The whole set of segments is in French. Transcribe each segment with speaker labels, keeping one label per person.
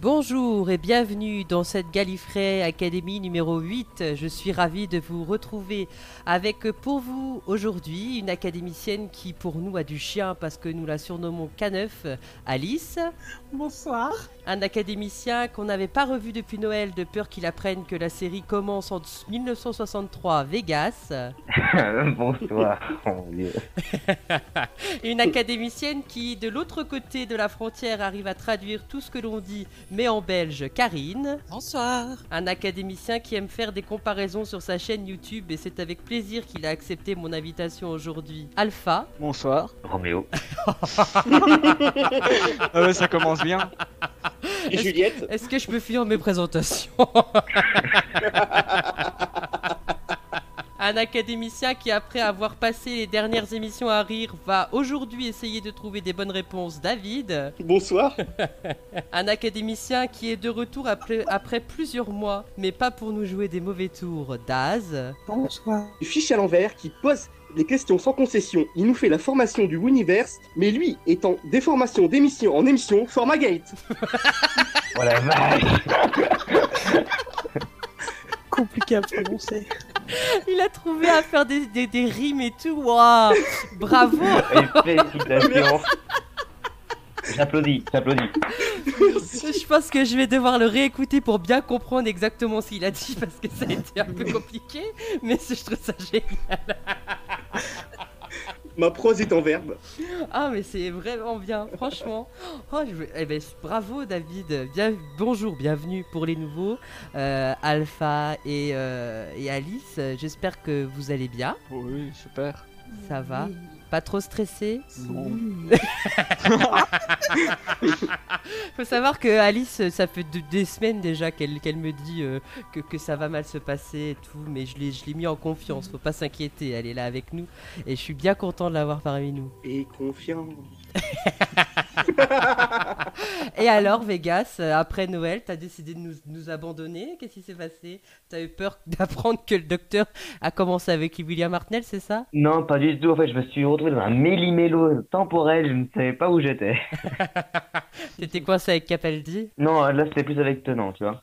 Speaker 1: Bonjour et bienvenue dans cette Gallifrey Academy numéro 8. Je suis ravie de vous retrouver avec pour vous aujourd'hui une académicienne qui pour nous a du chien parce que nous la surnommons K9, Alice.
Speaker 2: Bonsoir.
Speaker 1: Un académicien qu'on n'avait pas revu depuis Noël de peur qu'il apprenne que la série commence en 1963 à Vegas.
Speaker 3: Bonsoir, mon Dieu.
Speaker 1: Une académicienne qui de l'autre côté de la frontière arrive à traduire tout ce que l'on dit mais en belge, Karine.
Speaker 4: Bonsoir.
Speaker 1: Un académicien qui aime faire des comparaisons sur sa chaîne YouTube et c'est avec plaisir qu'il a accepté mon invitation aujourd'hui. Alpha.
Speaker 5: Bonsoir.
Speaker 3: Roméo.
Speaker 5: Ah ouais, ça commence bien.
Speaker 2: Et Juliette
Speaker 1: Est-ce que je peux finir mes présentations Un académicien qui, après avoir passé les dernières émissions à rire, va aujourd'hui essayer de trouver des bonnes réponses, David.
Speaker 2: Bonsoir.
Speaker 1: Un académicien qui est de retour après, après plusieurs mois, mais pas pour nous jouer des mauvais tours, Daz.
Speaker 2: Bonsoir. Fiche à l'envers qui pose des questions sans concession. Il nous fait la formation du Universe, mais lui étant des formations d'émission en émission, format gate.
Speaker 3: Oh la vache
Speaker 6: compliqué à prononcer.
Speaker 1: Il a trouvé à faire des, des- des rimes et tout, waouh Bravo
Speaker 3: Félicitations J'applaudis, j'applaudis.
Speaker 1: Je pense que je vais devoir le réécouter pour bien comprendre exactement ce qu'il a dit parce que ça a été un peu compliqué, mais je trouve ça génial.
Speaker 2: Ma prose est en verbe.
Speaker 1: Ah, mais c'est vraiment bien, franchement. Oh, je veux- eh ben, bravo, David. Bien... Bonjour, bienvenue pour les nouveaux, euh, Alpha et, euh, et Alice. J'espère que vous allez bien.
Speaker 5: Oui, super.
Speaker 1: Ça va Pas trop stressé Faut savoir que Alice, ça fait de- des semaines déjà qu'elle qu'elle me dit euh, que, que ça va mal se passer et tout, mais je l'ai je l'ai mis en confiance, faut pas s'inquiéter, elle est là avec nous et je suis bien content de l'avoir parmi nous.
Speaker 2: Et confiant.
Speaker 1: Et alors, Vegas, euh, après Noël, t'as décidé de nous, nous abandonner Qu'est-ce qui s'est passé T'as eu peur d'apprendre que le docteur a commencé avec William Hartnell, c'est ça
Speaker 3: Non, pas du tout. En fait, je me suis retrouvé dans un méli-mélo temporel. Je ne savais pas où j'étais.
Speaker 1: T'étais coincé avec Capaldi
Speaker 3: Non, là, c'était plus avec tenant, tu vois.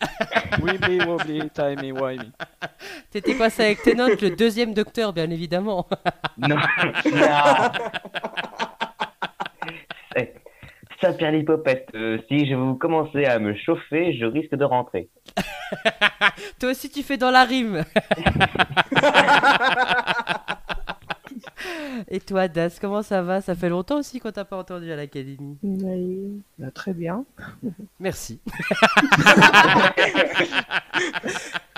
Speaker 5: Oui, me, wobbly, timey, wimey.
Speaker 1: T'étais coincé avec Tennant, le deuxième docteur, bien évidemment.
Speaker 3: Non. non. Eh, Ça perd l'hypopète. Euh, si je vous commencez à me chauffer, je risque de rentrer.
Speaker 1: Toi aussi, tu fais dans la rime. Et toi, Das, comment ça va Ça fait longtemps aussi qu'on t'a pas entendu à l'académie.
Speaker 6: Mais, bah, très bien.
Speaker 1: Merci.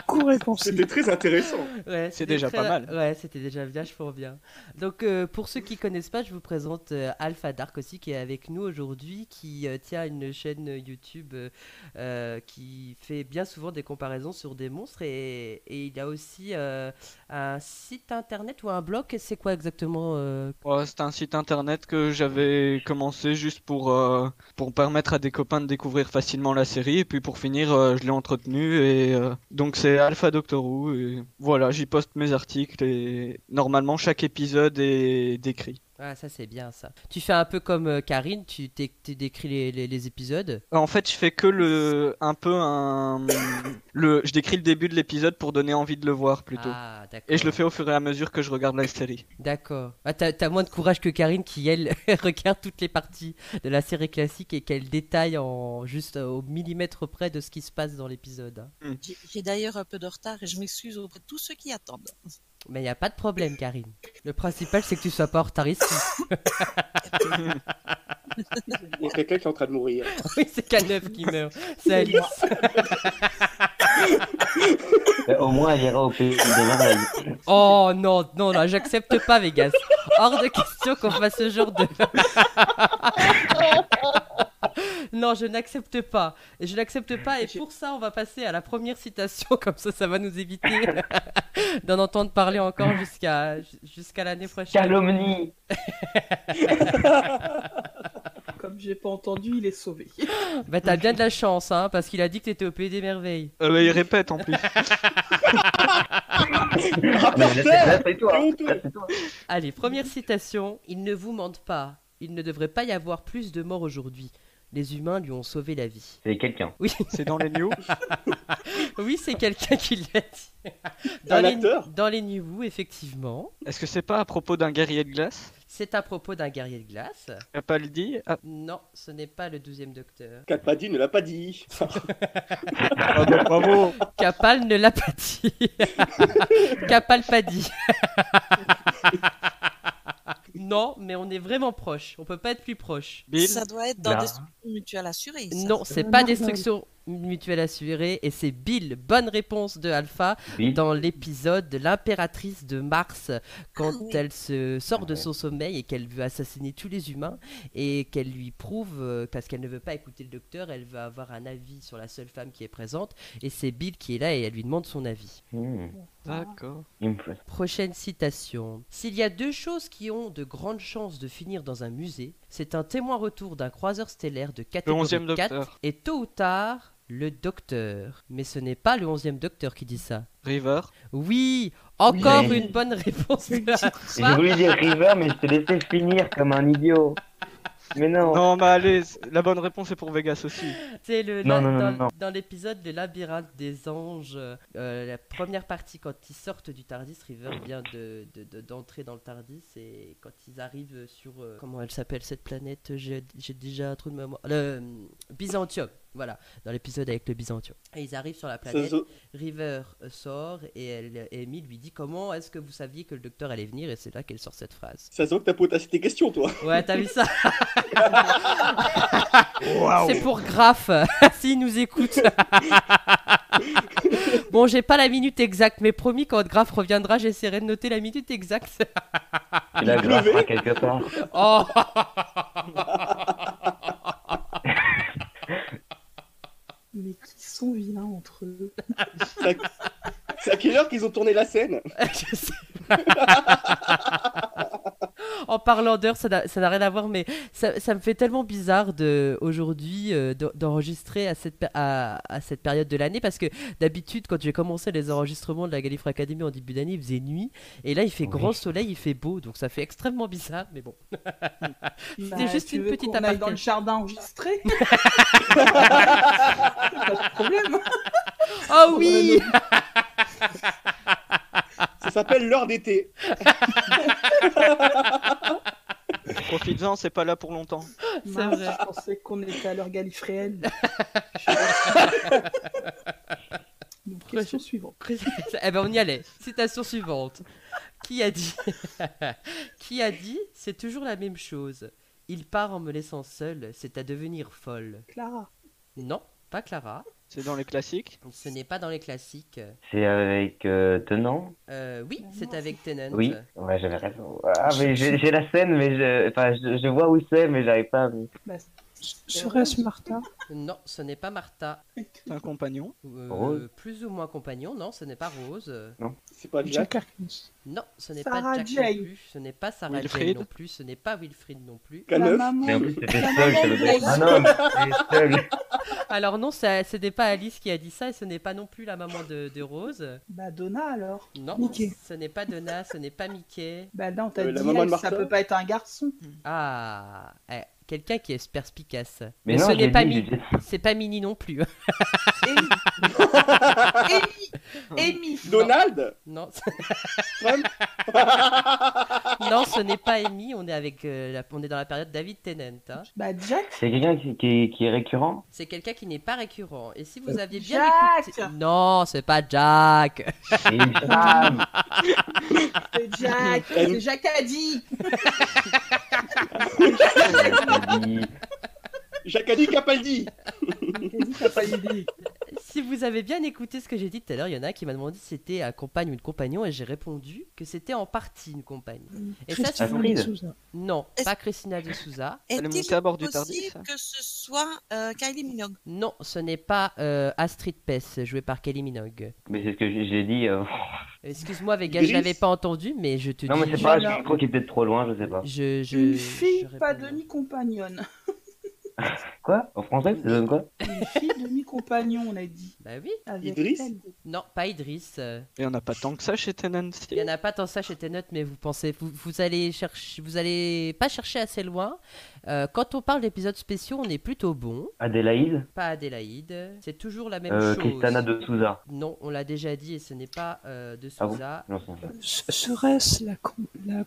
Speaker 6: Court et pensif.
Speaker 2: C'était très intéressant.
Speaker 1: Ouais,
Speaker 5: C'est
Speaker 1: c'était
Speaker 5: déjà
Speaker 1: très-
Speaker 5: pas mal.
Speaker 1: Ouais, c'était déjà bien, je pense bien. Donc, euh, pour ceux qui connaissent pas, je vous présente euh, Alpha Dark aussi, qui est avec nous aujourd'hui, qui euh, tient une chaîne YouTube euh, euh, qui fait bien souvent des comparaisons sur des monstres. Et, et il a aussi euh, un site internet ou un blog. C'est quoi exactement euh,
Speaker 5: Ouais, Oh, c'est un site internet que j'avais commencé juste pour, euh, pour permettre à des copains de découvrir facilement la série. Et puis pour finir, euh, je l'ai entretenu. Et euh, donc c'est Alpha Doctor Who. Et voilà, j'y poste mes articles. Et normalement, chaque épisode est décrit.
Speaker 1: Ah, ça c'est bien ça. Tu fais un peu comme euh, Karine, tu t'é- t'é- décris les, les- les épisodes.
Speaker 5: Euh, En fait, je fais que le. un peu un. le, je décris le début de l'épisode pour donner envie de le voir plutôt.
Speaker 1: Ah, d'accord.
Speaker 5: Et je le fais au fur et à mesure que je regarde la série.
Speaker 1: D'accord. Ah, t'as, t'as moins de courage que Karine qui, elle, regarde toutes les parties de la série classique et qu'elle détaille en juste euh, au millimètre près de ce qui se passe dans l'épisode. hein.
Speaker 4: J'ai- J'ai d'ailleurs un peu de retard et je m'excuse auprès de tous ceux qui attendent.
Speaker 1: Mais il n'y a pas de problème, Karine. Le principal, c'est que tu sois pas en retard ici.
Speaker 2: Il y a quelqu'un qui est en train de mourir.
Speaker 1: oui, c'est K9 qui meurt. C'est Alice.
Speaker 3: Euh, au moins, elle ira au pays des merveilles.
Speaker 1: Oh non, non, non, j'accepte pas, Vegas. Hors de question qu'on fasse ce genre de. Non, je n'accepte pas. Je n'accepte pas et pour ça, on va passer à la première citation, comme ça, ça va nous éviter d'en entendre parler encore jusqu'à jusqu'à l'année prochaine.
Speaker 3: Calomnie.
Speaker 6: Comme j'ai pas entendu, il est sauvé.
Speaker 1: Bah, t'as bien de la chance, hein, parce qu'il a dit que t'étais au Pays des Merveilles.
Speaker 5: Euh, bah, il répète en plus.
Speaker 3: Mais là, c'est- là, c'est toi.
Speaker 2: C'est honteux.
Speaker 3: Là, c'est toi.
Speaker 1: Allez, première citation. Ils ne vous mentent pas. Il ne devrait pas y avoir plus de morts aujourd'hui. les humains lui ont sauvé la vie.
Speaker 3: C'est quelqu'un.
Speaker 1: Oui,
Speaker 5: C'est dans les news.
Speaker 1: oui c'est quelqu'un qui l'a dit.
Speaker 2: Un
Speaker 1: les,
Speaker 2: acteur
Speaker 1: dans les New effectivement.
Speaker 5: Est-ce que c'est pas à propos d'un guerrier de glace
Speaker 1: C'est à propos d'un guerrier de glace.
Speaker 5: T'as pas le dit Ah,
Speaker 1: Non, ce n'est pas le 12 docteur.
Speaker 2: Qu'a pas dit, ne l'a pas dit.
Speaker 5: bravo, ah, bah, bravo.
Speaker 1: Capal ne l'a pas dit. Capal pas dit. non, mais on est vraiment proche. On peut pas être plus proche.
Speaker 5: Bill,
Speaker 4: Ça doit être dans
Speaker 3: Là.
Speaker 4: des structures mutuelles assurées. ça.
Speaker 1: Non, c'est
Speaker 6: va
Speaker 1: pas
Speaker 6: normal.
Speaker 1: destruction mutuelle assurée et c'est Bill. Bonne réponse de Alpha
Speaker 3: Bill.
Speaker 1: dans l'épisode de l'impératrice de Mars quand
Speaker 4: Ah oui.
Speaker 1: elle se sort de
Speaker 3: Ouais.
Speaker 1: son sommeil et qu'elle veut assassiner tous les humains et qu'elle lui prouve euh, parce qu'elle ne veut pas écouter le docteur, elle veut avoir un avis sur la seule femme qui est présente et c'est Bill qui est là et elle lui demande son avis.
Speaker 3: Hmm.
Speaker 5: D'accord.
Speaker 3: Il me faut-
Speaker 1: Prochaine citation. S'il y a deux choses qui ont de grandes chances de finir dans un musée, c'est un témoin retour d'un croiseur stellaire de catégorie 4
Speaker 5: onzième docteur.
Speaker 1: et tôt ou tard, le docteur. Mais ce n'est pas le 11e docteur qui dit ça.
Speaker 5: River.
Speaker 1: Oui, encore
Speaker 3: Oui.
Speaker 1: une bonne réponse.
Speaker 6: C'est une
Speaker 1: de
Speaker 6: petite-
Speaker 1: Alpha.
Speaker 3: J'ai voulu dire River, mais je t'ai laissé finir comme un idiot. Mais non.
Speaker 5: Non, mais allez, c'est- la bonne réponse est pour Vegas aussi.
Speaker 1: C'est le
Speaker 3: Non,
Speaker 1: la-
Speaker 3: non, non,
Speaker 1: dans,
Speaker 3: non, non.
Speaker 1: dans l'épisode de labyrinthe des anges, euh, la première partie quand ils sortent du Tardis, River vient de de- de- d'entrer dans le Tardis et quand ils arrivent sur euh, comment elle s'appelle cette planète, j'ai j'ai déjà un trou de mémoire, le euh, Byzantium. Voilà, dans l'épisode avec le Byzantium. Et ils arrivent sur la planète.
Speaker 2: Ça-
Speaker 1: River euh, sort et elle, et Amy lui dit comment est-ce que vous saviez que le docteur allait venir et c'est là qu'elle sort cette phrase.
Speaker 2: Ça se voit que t'as potassé tes questions, toi.
Speaker 1: Ouais, t'as vu ça
Speaker 5: Waouh.
Speaker 1: C'est pour Graf, s'il nous écoute. bon, j'ai pas la minute exacte, mais promis, quand Graf reviendra, j'essaierai de noter la minute exacte.
Speaker 3: Il a graffé quelque part.
Speaker 1: oh
Speaker 6: Mais qui sont vilains entre eux.
Speaker 2: C'est à- c'est à quelle heure qu'ils ont tourné la scène
Speaker 1: Je sais. en parlant d'heures, ça n'a ça n'a rien à voir, mais ça, ça me fait tellement bizarre de aujourd'hui euh, d'en- d'enregistrer à cette, pé- à, à cette période de l'année parce que d'habitude, quand j'ai commencé les enregistrements de la Galifre Academy en début d'année, il faisait nuit et là il fait
Speaker 3: Oui.
Speaker 1: grand soleil, il fait beau donc ça fait extrêmement bizarre, mais bon.
Speaker 6: C'était
Speaker 1: juste une petite
Speaker 6: dans
Speaker 1: aparté.
Speaker 6: le jardin enregistré Pas de problème. Ah
Speaker 1: Oh Ah oui!
Speaker 2: Ça s'appelle l'heure d'été.
Speaker 5: Profites-en, c'est pas là pour longtemps.
Speaker 1: C'est
Speaker 6: Mince,
Speaker 1: vrai.
Speaker 6: Je pensais qu'on était à l'heure galifréenne. Donc, question suivante.
Speaker 1: eh ben on y allait. Citation suivante. Qui a dit Qui a dit C'est toujours la même chose. Il part en me laissant seule, c'est à devenir folle.
Speaker 6: Clara.
Speaker 1: Non, pas Clara.
Speaker 5: C'est dans les classiques.
Speaker 1: Ce n'est pas dans les classiques.
Speaker 3: C'est avec euh, Tenant
Speaker 1: Euh, oui, c'est avec Tennant.
Speaker 3: Oui. Ouais, j'avais raison. Ah, mais j'ai j'ai la scène, mais je, enfin, je, je vois où c'est, mais j'arrive pas. à-
Speaker 6: Bah,
Speaker 4: Serait-ce
Speaker 6: Martha
Speaker 1: Non, ce n'est pas Martha.
Speaker 5: Un compagnon.
Speaker 1: Euh,
Speaker 3: Rose.
Speaker 1: Plus ou moins compagnon. Non, ce n'est pas Rose.
Speaker 2: C'est pas Jack.
Speaker 6: Jack Harkness.
Speaker 1: Non, ce n'est
Speaker 6: Sarah
Speaker 1: pas Jack non
Speaker 6: Jane.
Speaker 1: plus. Ce n'est pas Sarah Jane
Speaker 5: Wilfried.
Speaker 1: non plus. Ce n'est pas Wilfried non plus.
Speaker 6: La
Speaker 2: Caneuf.
Speaker 6: maman.
Speaker 3: Mais en plus, c'était
Speaker 6: La
Speaker 3: seul,
Speaker 6: maman
Speaker 3: je le
Speaker 6: de
Speaker 3: Ah non, mais c'était seul.
Speaker 1: Alors non, ça- ce n'est pas Alice qui a dit ça et ce n'est pas non plus la maman de, de Rose.
Speaker 6: Madonna Bah, alors
Speaker 1: Non,
Speaker 6: Mickey.
Speaker 1: ce n'est pas Donna, ce n'est pas Mickey.
Speaker 6: Bah non, t'as
Speaker 2: Euh, la
Speaker 6: dit
Speaker 2: maman de
Speaker 6: elle,
Speaker 2: Martha
Speaker 6: ça peut pas être un garçon.
Speaker 1: Ah, eh, quelqu'un qui est perspicace.
Speaker 3: Mais non,
Speaker 1: ce
Speaker 3: je l'ai
Speaker 1: n'est pas,
Speaker 3: dit,
Speaker 1: Mi-
Speaker 3: j'ai-
Speaker 1: c'est pas Mini non plus. hein.
Speaker 6: Amy
Speaker 2: Ah.
Speaker 6: Amy Amy
Speaker 2: Donald
Speaker 1: non,
Speaker 2: Trump
Speaker 1: Non, ce n'est pas Amy, on est, avec, euh, la- on est dans la période David Tennant. hein.
Speaker 6: Bah Jack
Speaker 3: C'est quelqu'un qui, qui, qui est récurrent
Speaker 1: C'est quelqu'un qui n'est pas récurrent. Et si vous aviez bien
Speaker 6: Jack
Speaker 1: écouté... Non, c'est pas Jack
Speaker 3: C'est une femme
Speaker 6: C'est Jack
Speaker 2: Elle-
Speaker 6: C'est Jack a dit
Speaker 3: Je l'ai dit.
Speaker 2: Jacques a dit Capaldi
Speaker 6: T'as pas l'idée
Speaker 1: Si vous avez bien écouté ce que j'ai dit tout à l'heure, il y en a un qui m'a demandé si c'était un compagne ou une compagnon, et j'ai répondu que c'était en partie une compagne.
Speaker 6: Mm.
Speaker 1: Et ça,
Speaker 3: Christine.
Speaker 1: tu-
Speaker 3: Astrid.
Speaker 1: Non,
Speaker 4: Est-ce-
Speaker 1: pas Christina de Souza.
Speaker 5: Elle est
Speaker 4: Est-il
Speaker 5: montée à bord du hein.
Speaker 4: possible
Speaker 5: Tardis.
Speaker 4: que ce soit euh, Kylie Minogue
Speaker 1: Non, ce n'est pas euh, Astrid Pess, jouée par Kelly Minogue.
Speaker 3: Mais c'est ce que j'ai j'ai dit. euh.
Speaker 1: Excuse-moi, Vega, je
Speaker 2: Gris.
Speaker 1: l'avais pas entendu, mais je te
Speaker 3: Non, mais
Speaker 1: dis...
Speaker 3: c'est pas,
Speaker 6: Voilà.
Speaker 3: je crois qu'il était trop loin, je sais pas.
Speaker 1: Je, je,
Speaker 6: Une
Speaker 1: je
Speaker 6: fille, pas
Speaker 1: réponds.
Speaker 6: demi-compagnonne.
Speaker 3: Quoi En français, ça donne quoi
Speaker 6: Une fille demi-compagnon, on a dit.
Speaker 1: Bah oui.
Speaker 6: Avec
Speaker 2: Idriss
Speaker 6: elle.
Speaker 1: Non, pas Idriss. euh,
Speaker 5: Et on n'a pas tant que ça chez Tenancy.
Speaker 1: Il n'y en a pas tant ça chez Tenet, mais vous pensez, vous, vous allez chercher, vous allez pas chercher assez loin. Euh, quand on parle d'épisodes spéciaux, on est plutôt bon.
Speaker 3: Adélaïde
Speaker 1: Pas Adélaïde. C'est toujours la même
Speaker 3: euh,
Speaker 1: chose.
Speaker 3: Cristana de Souza.
Speaker 1: Non, on l'a déjà dit et ce n'est pas euh, de
Speaker 3: Ah bon
Speaker 1: Souza.
Speaker 3: Non, c'est-
Speaker 6: S- Serait-ce la, com- la
Speaker 3: Rivard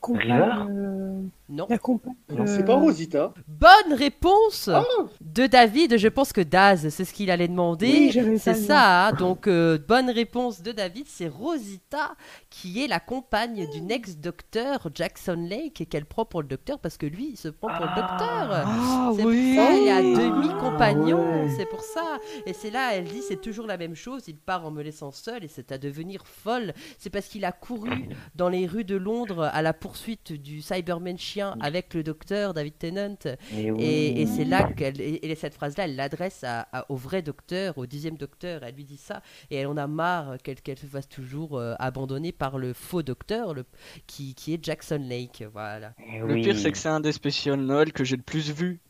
Speaker 6: compagne. euh,
Speaker 1: non.
Speaker 6: La compagne.
Speaker 2: Non,
Speaker 6: euh,
Speaker 2: c'est pas Rosita.
Speaker 1: Bonne réponse
Speaker 2: Ah
Speaker 1: de David. Je pense que Daz, c'est ce qu'il allait demander.
Speaker 6: Oui, j'avais
Speaker 1: C'est
Speaker 6: pas le
Speaker 1: ça, hein. donc euh, bonne réponse de David, c'est Rosita qui est la compagne du ex-docteur Jackson Lake et qu'elle prend pour le docteur parce que lui il se prend pour le docteur.
Speaker 5: Ah
Speaker 1: C'est
Speaker 5: oui
Speaker 1: pour ça, il est à demi-compagnon,
Speaker 3: Ah ouais.
Speaker 1: c'est pour ça. Et c'est là, elle dit, c'est toujours la même chose, il part en me laissant seule et c'est à devenir folle. C'est parce qu'il a couru dans les rues de Londres à la poursuite du Cyberman chien avec le docteur David Tennant.
Speaker 3: Mais Eh oui.
Speaker 1: Et, et c'est là qu'elle et, et cette phrase-là, elle l'adresse à- à- au vrai docteur, au dixième docteur. Elle lui dit ça et elle en a marre qu'elle qu'elle se fasse toujours euh, abandonner par le faux docteur, le, qui, qui est Jackson Lake. Voilà.
Speaker 3: Eh
Speaker 5: Le
Speaker 3: oui.
Speaker 5: pire, c'est que c'est un des spéciales Noël que j'ai le plus vu.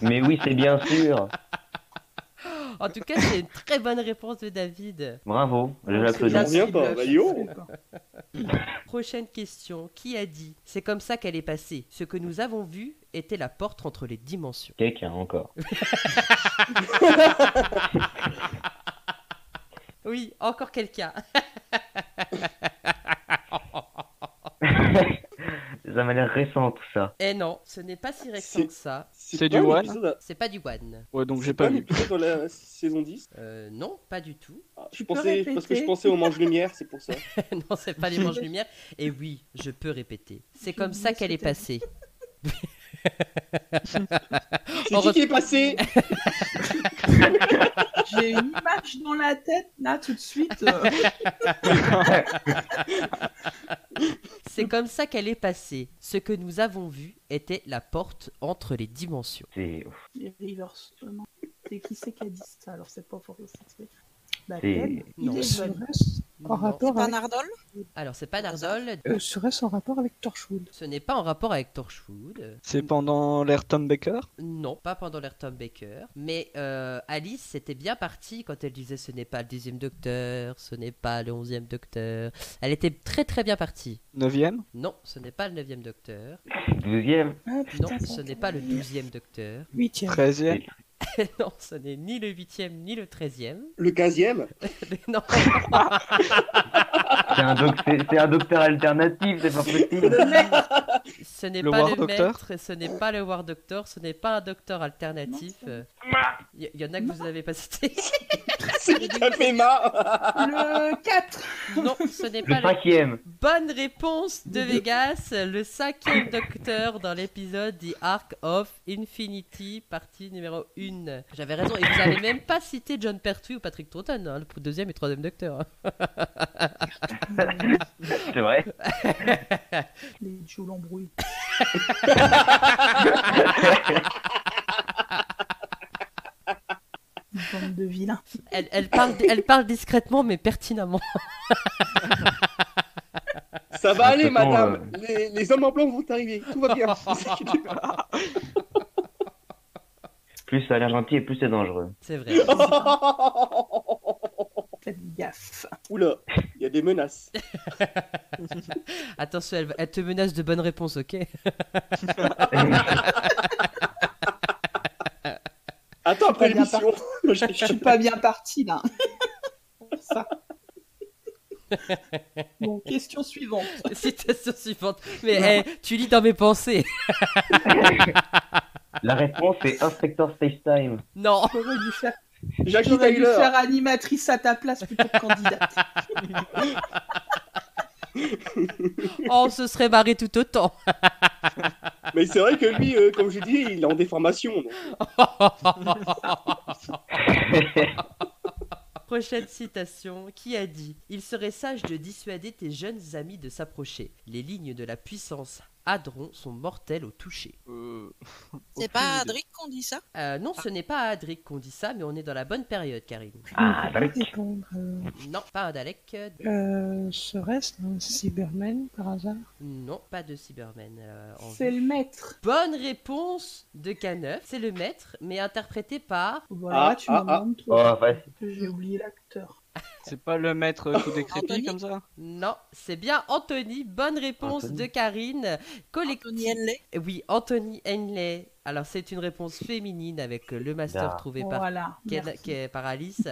Speaker 3: Mais oui, c'est bien sûr.
Speaker 1: En tout cas, c'est une très bonne réponse de David.
Speaker 3: Bravo, je
Speaker 2: J'en
Speaker 1: la-
Speaker 3: l'applaudis.
Speaker 2: reviens pas.
Speaker 1: cible.
Speaker 2: Bah, yo.
Speaker 1: Prochaine question. Qui a dit C'est comme ça qu'elle est passée. Ce que nous avons vu était la porte entre les dimensions.
Speaker 3: Quelqu'un hein, encore.
Speaker 1: Oui, encore quelqu'un.
Speaker 3: Ça m'a l'air récent tout ça.
Speaker 1: Eh non, ce n'est pas si récent
Speaker 2: C'est-
Speaker 1: que ça.
Speaker 5: C'est
Speaker 2: pas
Speaker 5: du
Speaker 2: un
Speaker 5: one
Speaker 2: épisode à-
Speaker 1: C'est pas du One.
Speaker 5: Ouais, donc j'ai
Speaker 2: C'est
Speaker 5: pas
Speaker 2: pas un
Speaker 5: vu.
Speaker 2: épisode dans la saison 10.
Speaker 1: Euh, non, pas du tout.
Speaker 2: Ah,
Speaker 6: Tu
Speaker 2: Je
Speaker 6: peux
Speaker 2: pensais, parce que je
Speaker 6: répéter
Speaker 2: pensais au mange-lumière, c'est pour ça.
Speaker 1: non, c'est pas les manches lumière. Et oui, je peux répéter. C'est
Speaker 6: Je
Speaker 1: comme ça
Speaker 6: me
Speaker 1: qu'elle est
Speaker 6: souviens.
Speaker 1: passée.
Speaker 2: C'est
Speaker 1: On
Speaker 2: qui
Speaker 1: rep-
Speaker 2: qui est passé
Speaker 6: J'ai une image dans la tête, là, tout de suite. euh,
Speaker 1: C'est comme ça qu'elle est passée. Ce que nous avons vu était la porte entre les dimensions.
Speaker 3: C'est
Speaker 6: les Rivers. euh, non. C'est qui c'est qui a dit ça Alors, c'est pas pour le citer. Bah,
Speaker 3: C'est-
Speaker 6: elle,
Speaker 1: Non.
Speaker 6: il est serait-ce
Speaker 1: Non.
Speaker 6: en rapport
Speaker 4: Pas
Speaker 6: avec...
Speaker 4: Nardole
Speaker 1: Alors, c'est pas Nardole.
Speaker 6: euh, serait-ce en rapport avec Torchwood
Speaker 1: Ce n'est pas en rapport avec Torchwood.
Speaker 5: C'est pendant l'ère Tom Baker
Speaker 1: Non, pas pendant l'ère Tom Baker. Mais euh, Alice était bien partie quand elle disait ce n'est pas le dixième docteur, ce n'est pas le onzième docteur. Elle était très très bien partie.
Speaker 5: 9ème
Speaker 1: Non, ce n'est pas le neuvième docteur.
Speaker 3: douzième.
Speaker 6: Ah
Speaker 1: Non,
Speaker 6: putain,
Speaker 1: ce n'est pas le douzième docteur.
Speaker 6: Huitième.
Speaker 5: 13ème
Speaker 1: non, ce n'est ni le huitième ni le treizième.
Speaker 2: Le 15ème
Speaker 1: Non,
Speaker 3: C'est un, doc- c'est- c'est un docteur alternatif, c'est pas possible.
Speaker 1: ce n'est
Speaker 5: Le
Speaker 1: pas
Speaker 5: War
Speaker 1: le
Speaker 5: Doctor
Speaker 1: maître, ce n'est pas le War Doctor, ce n'est pas un docteur alternatif.
Speaker 6: Non,
Speaker 1: euh, Il y, il y en a que vous n'avez pas cité.
Speaker 2: C'est qui qui a fait marre
Speaker 6: Le 4
Speaker 1: non, ce n'est
Speaker 3: Le
Speaker 1: pas la
Speaker 3: cinquième.
Speaker 1: bonne réponse de Vegas, le cinquième docteur dans l'épisode The Arc of Infinity, partie numéro 1. J'avais raison, et vous n'avez même pas cité John Pertwee ou Patrick Troughton, hein, le deuxième et troisième docteur. hein.
Speaker 3: C'est vrai.
Speaker 6: Les Joe l'embrouille. Une bande de vilains.
Speaker 1: Elle, elle parle, elle parle discrètement mais pertinemment.
Speaker 2: Ça va
Speaker 3: Ah,
Speaker 2: aller,
Speaker 3: peut-on,
Speaker 2: madame. Les, les hommes en blanc vont arriver. Tout va bien.
Speaker 3: Plus ça a l'air gentil et plus c'est dangereux.
Speaker 1: C'est vrai.
Speaker 6: Faites gaffe.
Speaker 2: Oula, il y a des menaces.
Speaker 1: Attention, elle, va- elle te menace de bonnes réponses, ok
Speaker 2: Attends, après
Speaker 6: Pas bien
Speaker 2: l'émission.
Speaker 6: Je suis pas bien partie là. Ça. Bon, question suivante.
Speaker 1: Citation suivante. Mais eh, tu lis dans mes pensées.
Speaker 3: La réponse est Inspector Space Time.
Speaker 1: Non.
Speaker 6: J'aurais dû faire,
Speaker 2: Jacques
Speaker 6: j'aurais dû
Speaker 2: Tyler.
Speaker 6: faire animatrice à ta place plutôt que candidate.
Speaker 1: Oh, on se serait barré tout autant.
Speaker 2: Mais c'est vrai que lui, euh, comme je dis, il est en déformation. donc.
Speaker 1: Prochaine citation. Qui a dit Il serait sage de dissuader tes jeunes amis de s'approcher. Les lignes de la puissance Hadrons sont mortels au toucher.
Speaker 5: Euh,
Speaker 4: C'est
Speaker 5: aucune
Speaker 4: pas
Speaker 5: idée.
Speaker 4: Adric qu'on dit ça
Speaker 1: Euh, non, ce n'est pas à Adric qu'on dit ça, mais on est dans la bonne période, Karim.
Speaker 3: Ah,
Speaker 6: bah
Speaker 3: Dalek.
Speaker 7: répondre. euh,
Speaker 1: Non, pas un Dalek. euh,
Speaker 7: euh, Serait-ce un Cyberman par hasard
Speaker 1: Non, pas de Cyberman. euh, en
Speaker 6: C'est
Speaker 1: vue.
Speaker 6: le maître.
Speaker 1: Bonne réponse de K9. C'est le maître, mais interprété par.
Speaker 6: Voilà,
Speaker 2: Ah,
Speaker 6: tu
Speaker 2: ah,
Speaker 6: m'en
Speaker 2: ah.
Speaker 6: demandes trop.
Speaker 3: Oh, facile.
Speaker 6: J'ai oublié l'acteur.
Speaker 5: C'est pas le maître euh, tout décrépit
Speaker 4: Anthony
Speaker 5: comme ça
Speaker 1: Non, c'est bien Anthony. Bonne réponse
Speaker 3: Anthony.
Speaker 1: de Karine.
Speaker 4: Anthony
Speaker 1: Collectif.
Speaker 4: Henley.
Speaker 1: Oui, Anthony Henley. Alors, c'est une réponse féminine avec euh, le master
Speaker 3: Ah.
Speaker 1: trouvé par
Speaker 6: Voilà.
Speaker 1: qui est-
Speaker 6: merci.
Speaker 1: qui est par Alice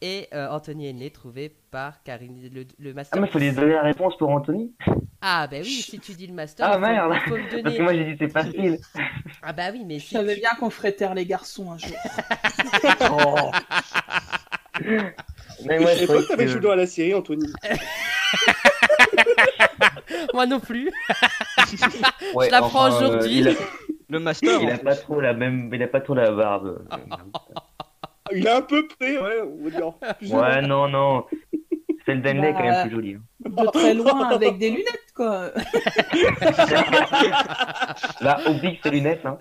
Speaker 1: et euh, Anthony Henley trouvé par Karine. Le, le master.
Speaker 3: Ah, mais faut lui donner la réponse pour Anthony.
Speaker 1: Ah, bah oui, si tu dis le master,
Speaker 3: Ah,
Speaker 1: il faut-
Speaker 3: merde.
Speaker 1: il faut me
Speaker 3: Parce que
Speaker 1: donner.
Speaker 3: moi, j'ai dit c'est facile.
Speaker 1: Ah, bah oui, mais
Speaker 6: Je
Speaker 1: si.
Speaker 6: savais
Speaker 1: tu-
Speaker 6: bien qu'on ferait taire les garçons un jour.
Speaker 3: Oh. Mais moi,
Speaker 2: je
Speaker 3: je
Speaker 2: sais pas
Speaker 3: croyais
Speaker 2: que t'avais
Speaker 3: que...
Speaker 2: joué dans la série, Anthony.
Speaker 1: Moi non plus.
Speaker 3: Ouais,
Speaker 1: Je la prends
Speaker 3: enfin, euh,
Speaker 1: aujourd'hui.
Speaker 3: il a-
Speaker 5: Le master
Speaker 3: Il
Speaker 5: en
Speaker 3: a
Speaker 5: fait.
Speaker 3: pas trop la même, il a pas trop la barbe.
Speaker 2: Il a un peu près, ouais, on va dire.
Speaker 3: Ouais, non, non. Celle d'Henley est quand
Speaker 6: Bah,
Speaker 3: même plus jolie. hein.
Speaker 6: De très loin, avec des lunettes, quoi.
Speaker 3: Là, oublie ses lunettes, hein.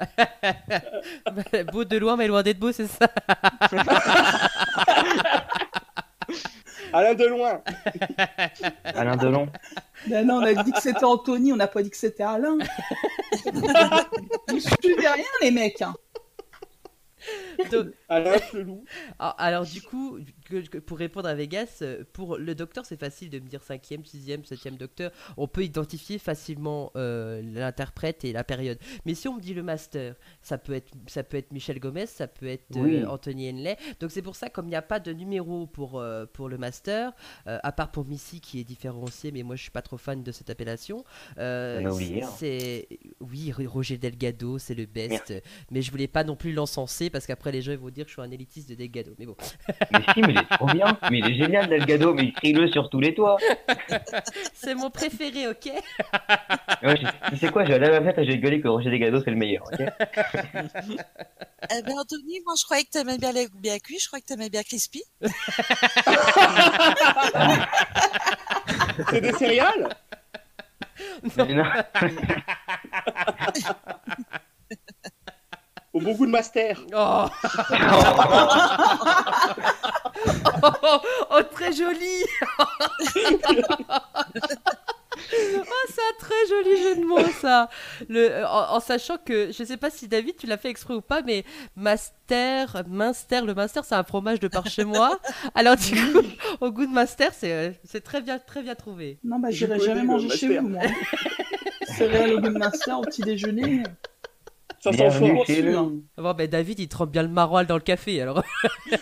Speaker 1: beau de loin, mais loin d'être beau, c'est ça.
Speaker 2: Alain Deloin.
Speaker 3: Alain Delon.
Speaker 6: Ben non, on a dit que c'était Anthony, on n'a pas dit que c'était Alain. Je dis rien, les mecs. hein.
Speaker 1: Donc,
Speaker 2: Alain Chelou.
Speaker 1: alors, Ah, alors, du coup, que- que- pour répondre à Vegas, euh, pour le docteur, c'est facile de me dire 5e, 6e, 7e docteur. On peut identifier facilement euh, l'interprète et la période. Mais si on me dit le master, ça peut être, ça peut être Michel Gomez, ça peut être euh,
Speaker 3: Oui.
Speaker 1: Anthony Henley. Donc c'est pour ça, comme il n'y a pas de numéro pour, euh, pour le master, euh, à part pour Missy qui est différencié, mais moi je suis pas trop fan de cette appellation. euh,
Speaker 3: On a oublié, hein.
Speaker 1: c'est oui, Ro- Roger Delgado, c'est le best. Mais je voulais pas non plus l'encenser parce qu'après les gens ils vont dire que je suis un élitiste de Delgado. Mais bon,
Speaker 3: Mais si, mais il est trop bien. Mais il est génial, Delgado. Mais crie-le sur tous les toits.
Speaker 1: c'est mon préféré, ok
Speaker 3: Ouais, je- tu sais quoi, je vais aller à la fête et je vais gueuler que Roger Delgado, c'est le meilleur. ok
Speaker 4: Eh ben, Anthony, moi, je croyais que t'aimais bien les bien cuits, je croyais que t'aimais bien Crispy.
Speaker 2: C'est des céréales
Speaker 3: Mais non.
Speaker 2: Au bon goût de master.
Speaker 1: Oh, oh, oh, oh, très joli Oh, c'est un très joli jeu de mots, ça Le, euh, en, en sachant que, je sais pas si David, tu l'as fait exprès ou pas, mais Master, Minster, le Minster, c'est un fromage de par chez moi. Alors du coup, au goût de Master, c'est euh, c'est très bien, très bien trouvé.
Speaker 6: Non, bah, j'irai
Speaker 2: Je
Speaker 6: jamais
Speaker 2: connais
Speaker 6: manger
Speaker 2: le
Speaker 6: chez
Speaker 2: master.
Speaker 6: vous, moi. Céréales au goût de master au petit déjeuner.
Speaker 2: Ça s'en
Speaker 3: Bienvenue
Speaker 2: fout.
Speaker 3: chez nous.
Speaker 1: Bon, ben David, il trempe bien le maroilles dans le café, alors...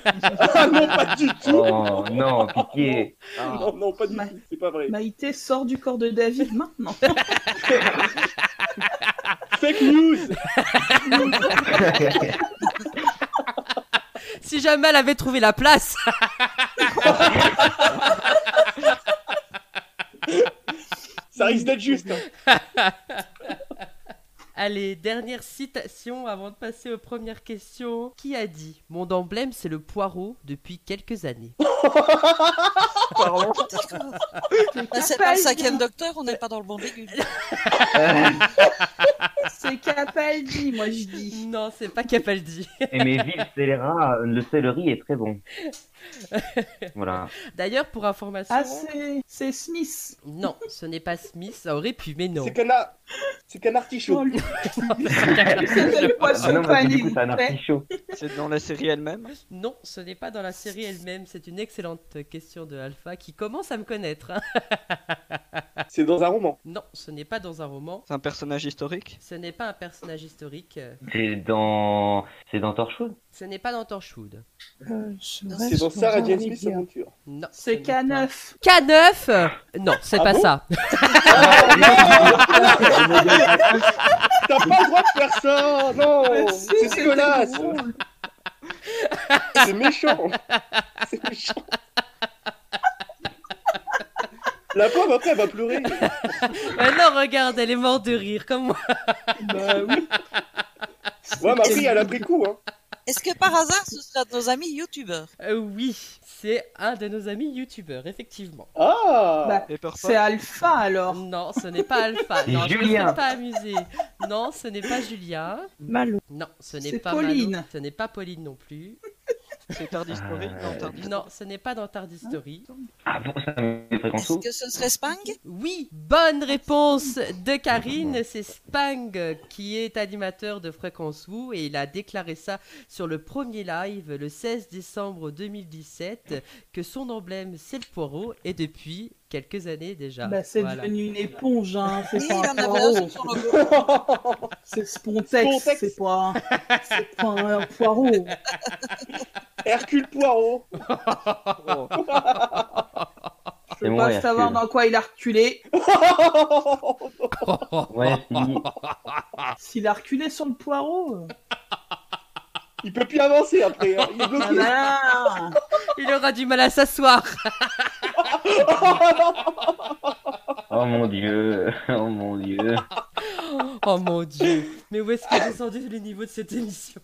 Speaker 2: Ah non, pas du tout.
Speaker 3: Oh non, pitié.
Speaker 2: Non, non, pas du
Speaker 6: Ma-
Speaker 2: tout. C'est pas vrai.
Speaker 6: Maïté sort du corps de David maintenant.
Speaker 2: Fake news.
Speaker 1: Si jamais elle avait trouvé la place
Speaker 2: Ça risque d'être juste. hein.
Speaker 1: Allez, dernière citation avant de passer aux premières questions. Qui a dit Mon emblème, c'est le poireau depuis quelques années
Speaker 4: Là, c'est
Speaker 6: Capel.
Speaker 4: pas le cinquième docteur, on n'est pas dans le bon légume.
Speaker 6: C'est Capaldi, moi, je dis.
Speaker 1: Non, c'est pas Capaldi.
Speaker 3: Et mais vive scélérat, le céleri est très bon. Voilà.
Speaker 1: D'ailleurs, pour information.
Speaker 6: Ah, c'est c'est Smith.
Speaker 1: Non, ce n'est pas Smith, ça aurait pu, mais non.
Speaker 2: C'est qu'un a- c'est qu'un
Speaker 6: Oh,
Speaker 2: artichaut.
Speaker 6: lui.
Speaker 5: Je
Speaker 6: C'était
Speaker 5: sais
Speaker 6: le
Speaker 5: pas.
Speaker 3: Ah
Speaker 6: poisson
Speaker 3: non, parce que
Speaker 6: pané.
Speaker 3: du coup,
Speaker 6: vous
Speaker 3: c'est un
Speaker 6: faites.
Speaker 3: artichaut.
Speaker 5: C'est dans la série elle-même
Speaker 1: Non, ce n'est pas dans la série elle-même. C'est une excellente question de Alpha qui commence à me connaître. hein.
Speaker 2: C'est dans un roman.
Speaker 1: Non, ce n'est pas dans un roman.
Speaker 5: C'est un personnage historique
Speaker 1: Ce n'est pas un personnage historique. euh,
Speaker 3: C'est dans. C'est dans Torchwood
Speaker 1: Ce n'est pas dans Torchwood.
Speaker 7: Euh, serait-ce
Speaker 2: C'est dans Sarah
Speaker 7: un
Speaker 2: Jane Smith, hein.
Speaker 7: Ryder
Speaker 2: aventure.
Speaker 1: Non. ce
Speaker 6: C'est
Speaker 1: n'est pas-
Speaker 6: K9.
Speaker 1: K9 Non, c'est
Speaker 2: Ah
Speaker 1: pas
Speaker 2: bon
Speaker 1: ça.
Speaker 2: T'as pas le droit de faire ça Non
Speaker 6: Mais si,
Speaker 2: Oh, C'est
Speaker 6: c'était
Speaker 2: dégueulasse
Speaker 6: drôle.
Speaker 2: C'est méchant C'est méchant La pauvre, après, elle va pleurer
Speaker 1: Mais Euh, non, regarde, elle est morte de rire, comme moi.
Speaker 6: Bah oui.
Speaker 2: Ouais, mais après, elle a pris coup, hein
Speaker 4: Est-ce que par hasard, ce sera de nos amis youtubeurs
Speaker 1: Euh, oui, c'est un de nos amis youtubeurs, effectivement.
Speaker 2: Ah
Speaker 6: Bah, c'est Alpha alors.
Speaker 1: Non, ce n'est pas Alpha.
Speaker 3: C'est
Speaker 1: Non, je
Speaker 3: Julien.
Speaker 1: ne me suis pas amusé. Non, ce n'est pas Julien.
Speaker 7: Malo.
Speaker 1: Non, ce n'est
Speaker 6: C'est
Speaker 1: pas
Speaker 6: Pauline.
Speaker 1: Malo. Ce n'est pas Pauline non plus.
Speaker 5: C'est Tardistory
Speaker 3: Euh,
Speaker 5: Non, Tardistory.
Speaker 1: Non, ce n'est pas dans Tardistory.
Speaker 3: Ah bon, ça me fait
Speaker 4: Est-ce
Speaker 3: tout
Speaker 4: que ce serait Spang
Speaker 1: Oui, bonne réponse de Karine. C'est Spang qui est animateur de Fréquence Wu et il a déclaré ça sur le premier live le 16 décembre 2017 que son emblème c'est le poireau et depuis quelques années déjà.
Speaker 6: Bah, c'est
Speaker 1: Voilà.
Speaker 6: devenu une éponge, hein.
Speaker 4: Oui,
Speaker 6: c'est
Speaker 4: il y en
Speaker 6: pas un
Speaker 4: avait un
Speaker 6: poireau.
Speaker 4: sur son logo.
Speaker 6: C'est Spontex,
Speaker 2: Spontex.
Speaker 6: c'est pas, un- c'est pas un poireau.
Speaker 2: Hercule Poirot
Speaker 5: Oh.
Speaker 6: Je
Speaker 3: C'est
Speaker 6: veux
Speaker 3: moi,
Speaker 6: pas
Speaker 3: Hercule.
Speaker 6: savoir dans quoi il a reculé.
Speaker 3: Ouais, si.
Speaker 2: Ah.
Speaker 6: S'il a reculé sur le poireau.
Speaker 2: Il peut plus avancer après, hein. il est
Speaker 6: Ah
Speaker 2: bloqué.
Speaker 6: bah,
Speaker 1: Il aura du mal à s'asseoir.
Speaker 3: Oh mon dieu, oh mon dieu.
Speaker 1: Oh mon dieu. Mais où est-ce que descendu les niveaux de cette émission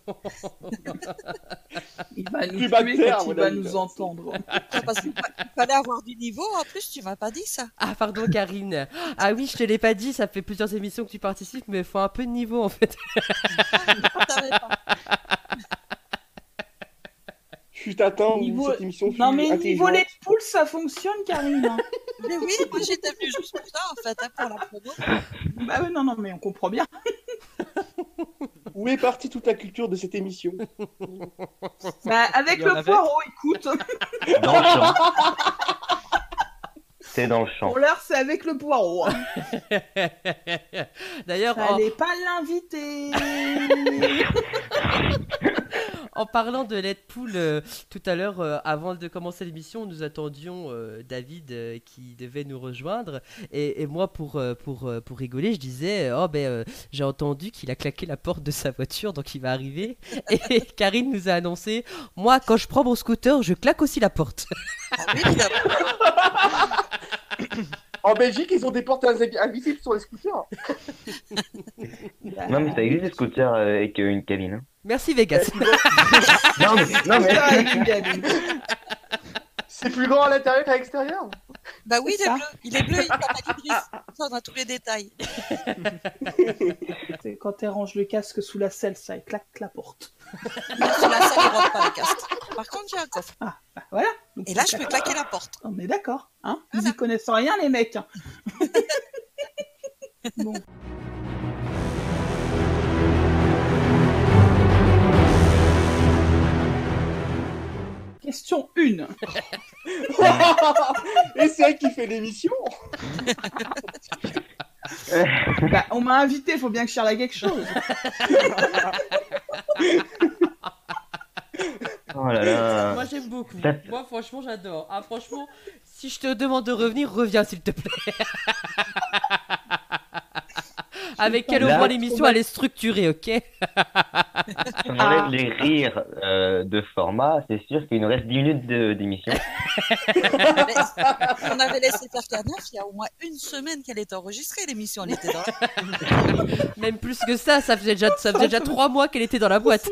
Speaker 6: il va nous
Speaker 2: Plus
Speaker 6: tuer
Speaker 2: bactère,
Speaker 6: quand
Speaker 2: mon
Speaker 6: il va
Speaker 2: ami, là.
Speaker 6: nous entendre.
Speaker 4: Ah, Parce qu'il fa- fallait avoir du niveau, en plus, tu m'as pas dit ça.
Speaker 1: Ah pardon Karine. Ah oui, je te l'ai pas dit, ça fait plusieurs émissions que tu participes mais il faut un peu de niveau en fait.
Speaker 4: Je savais pas.
Speaker 2: Je t'attends,
Speaker 6: Niveau-
Speaker 2: cette émission fut
Speaker 6: Non mais niveau
Speaker 2: intelligente.
Speaker 6: les poules, ça fonctionne, Karine. hein.
Speaker 4: Mais oui, moi j'étais venu juste pour ça, en fait, hein, pour la promo.
Speaker 6: bah ouais, non, non, mais on comprend bien.
Speaker 2: Où est partie toute la culture de cette émission
Speaker 6: Bah, avec
Speaker 5: Il y en
Speaker 6: le
Speaker 5: avait.
Speaker 6: poireau, écoute.
Speaker 3: Dans le champ. C'est dans le champ.
Speaker 6: Pour l'heure, c'est avec le poireau.
Speaker 1: D'ailleurs, en,
Speaker 6: Fallait pas l'inviter.
Speaker 1: en parlant de l'aide poule, euh, tout à l'heure, euh, avant de commencer l'émission, nous attendions euh, David euh, qui devait nous rejoindre. Et, et moi, pour, euh, pour, euh, pour rigoler, je disais euh, Oh, ben, euh, j'ai entendu qu'il a claqué la porte de sa voiture, donc il va arriver. Et Karine nous a annoncé Moi, quand je prends mon scooter, je claque aussi la porte.
Speaker 4: Ah oui, évidemment.
Speaker 2: En Belgique, ils ont des portes invi- invisibles sur les scooters.
Speaker 3: Non, mais ça existe des scooters avec euh, une cabine. hein.
Speaker 1: Merci, Vegas.
Speaker 3: Non, mais, non, mais.
Speaker 6: Ah, il est bien.
Speaker 2: C'est plus grand à l'intérieur qu'à l'extérieur.
Speaker 4: Bah oui, il
Speaker 6: ça.
Speaker 4: est bleu, il est bleu, il s'appelle Idriss. Ça, on a tous les détails.
Speaker 6: C'est Quand tu ranges le casque sous la selle, ça claque la porte.
Speaker 4: Sur la salle, il rentre pas le casque. Par contre, j'ai un coffre.
Speaker 6: Bah, voilà. Donc,
Speaker 4: Et là, je peux claquer la porte.
Speaker 6: On est d'accord, hein Ils
Speaker 4: Voilà.
Speaker 6: y connaissent rien, les mecs. hein. bon. Question 1.
Speaker 2: Et c'est elle qui fait l'émission.
Speaker 6: Bah, on m'a invité, faut bien que je serve à quelque chose.
Speaker 3: Oh là là.
Speaker 1: Moi, j'aime beaucoup.
Speaker 3: Ça-
Speaker 1: Moi, franchement, j'adore. Ah, franchement, si je te demande de revenir, reviens, s'il te plaît. Avec quel
Speaker 3: Là-
Speaker 1: moment l'émission, elle est structurée, ok
Speaker 3: Si on enlève les rires euh, de format, c'est sûr qu'il nous reste 10 minutes de- d'émission.
Speaker 4: Mais si on avait laissé faire K9, il y a au moins une semaine qu'elle est enregistrée, l'émission. Elle était dans la...
Speaker 1: Même plus que ça, ça faisait déjà, ça faisait déjà trois mois qu'elle était dans la boîte.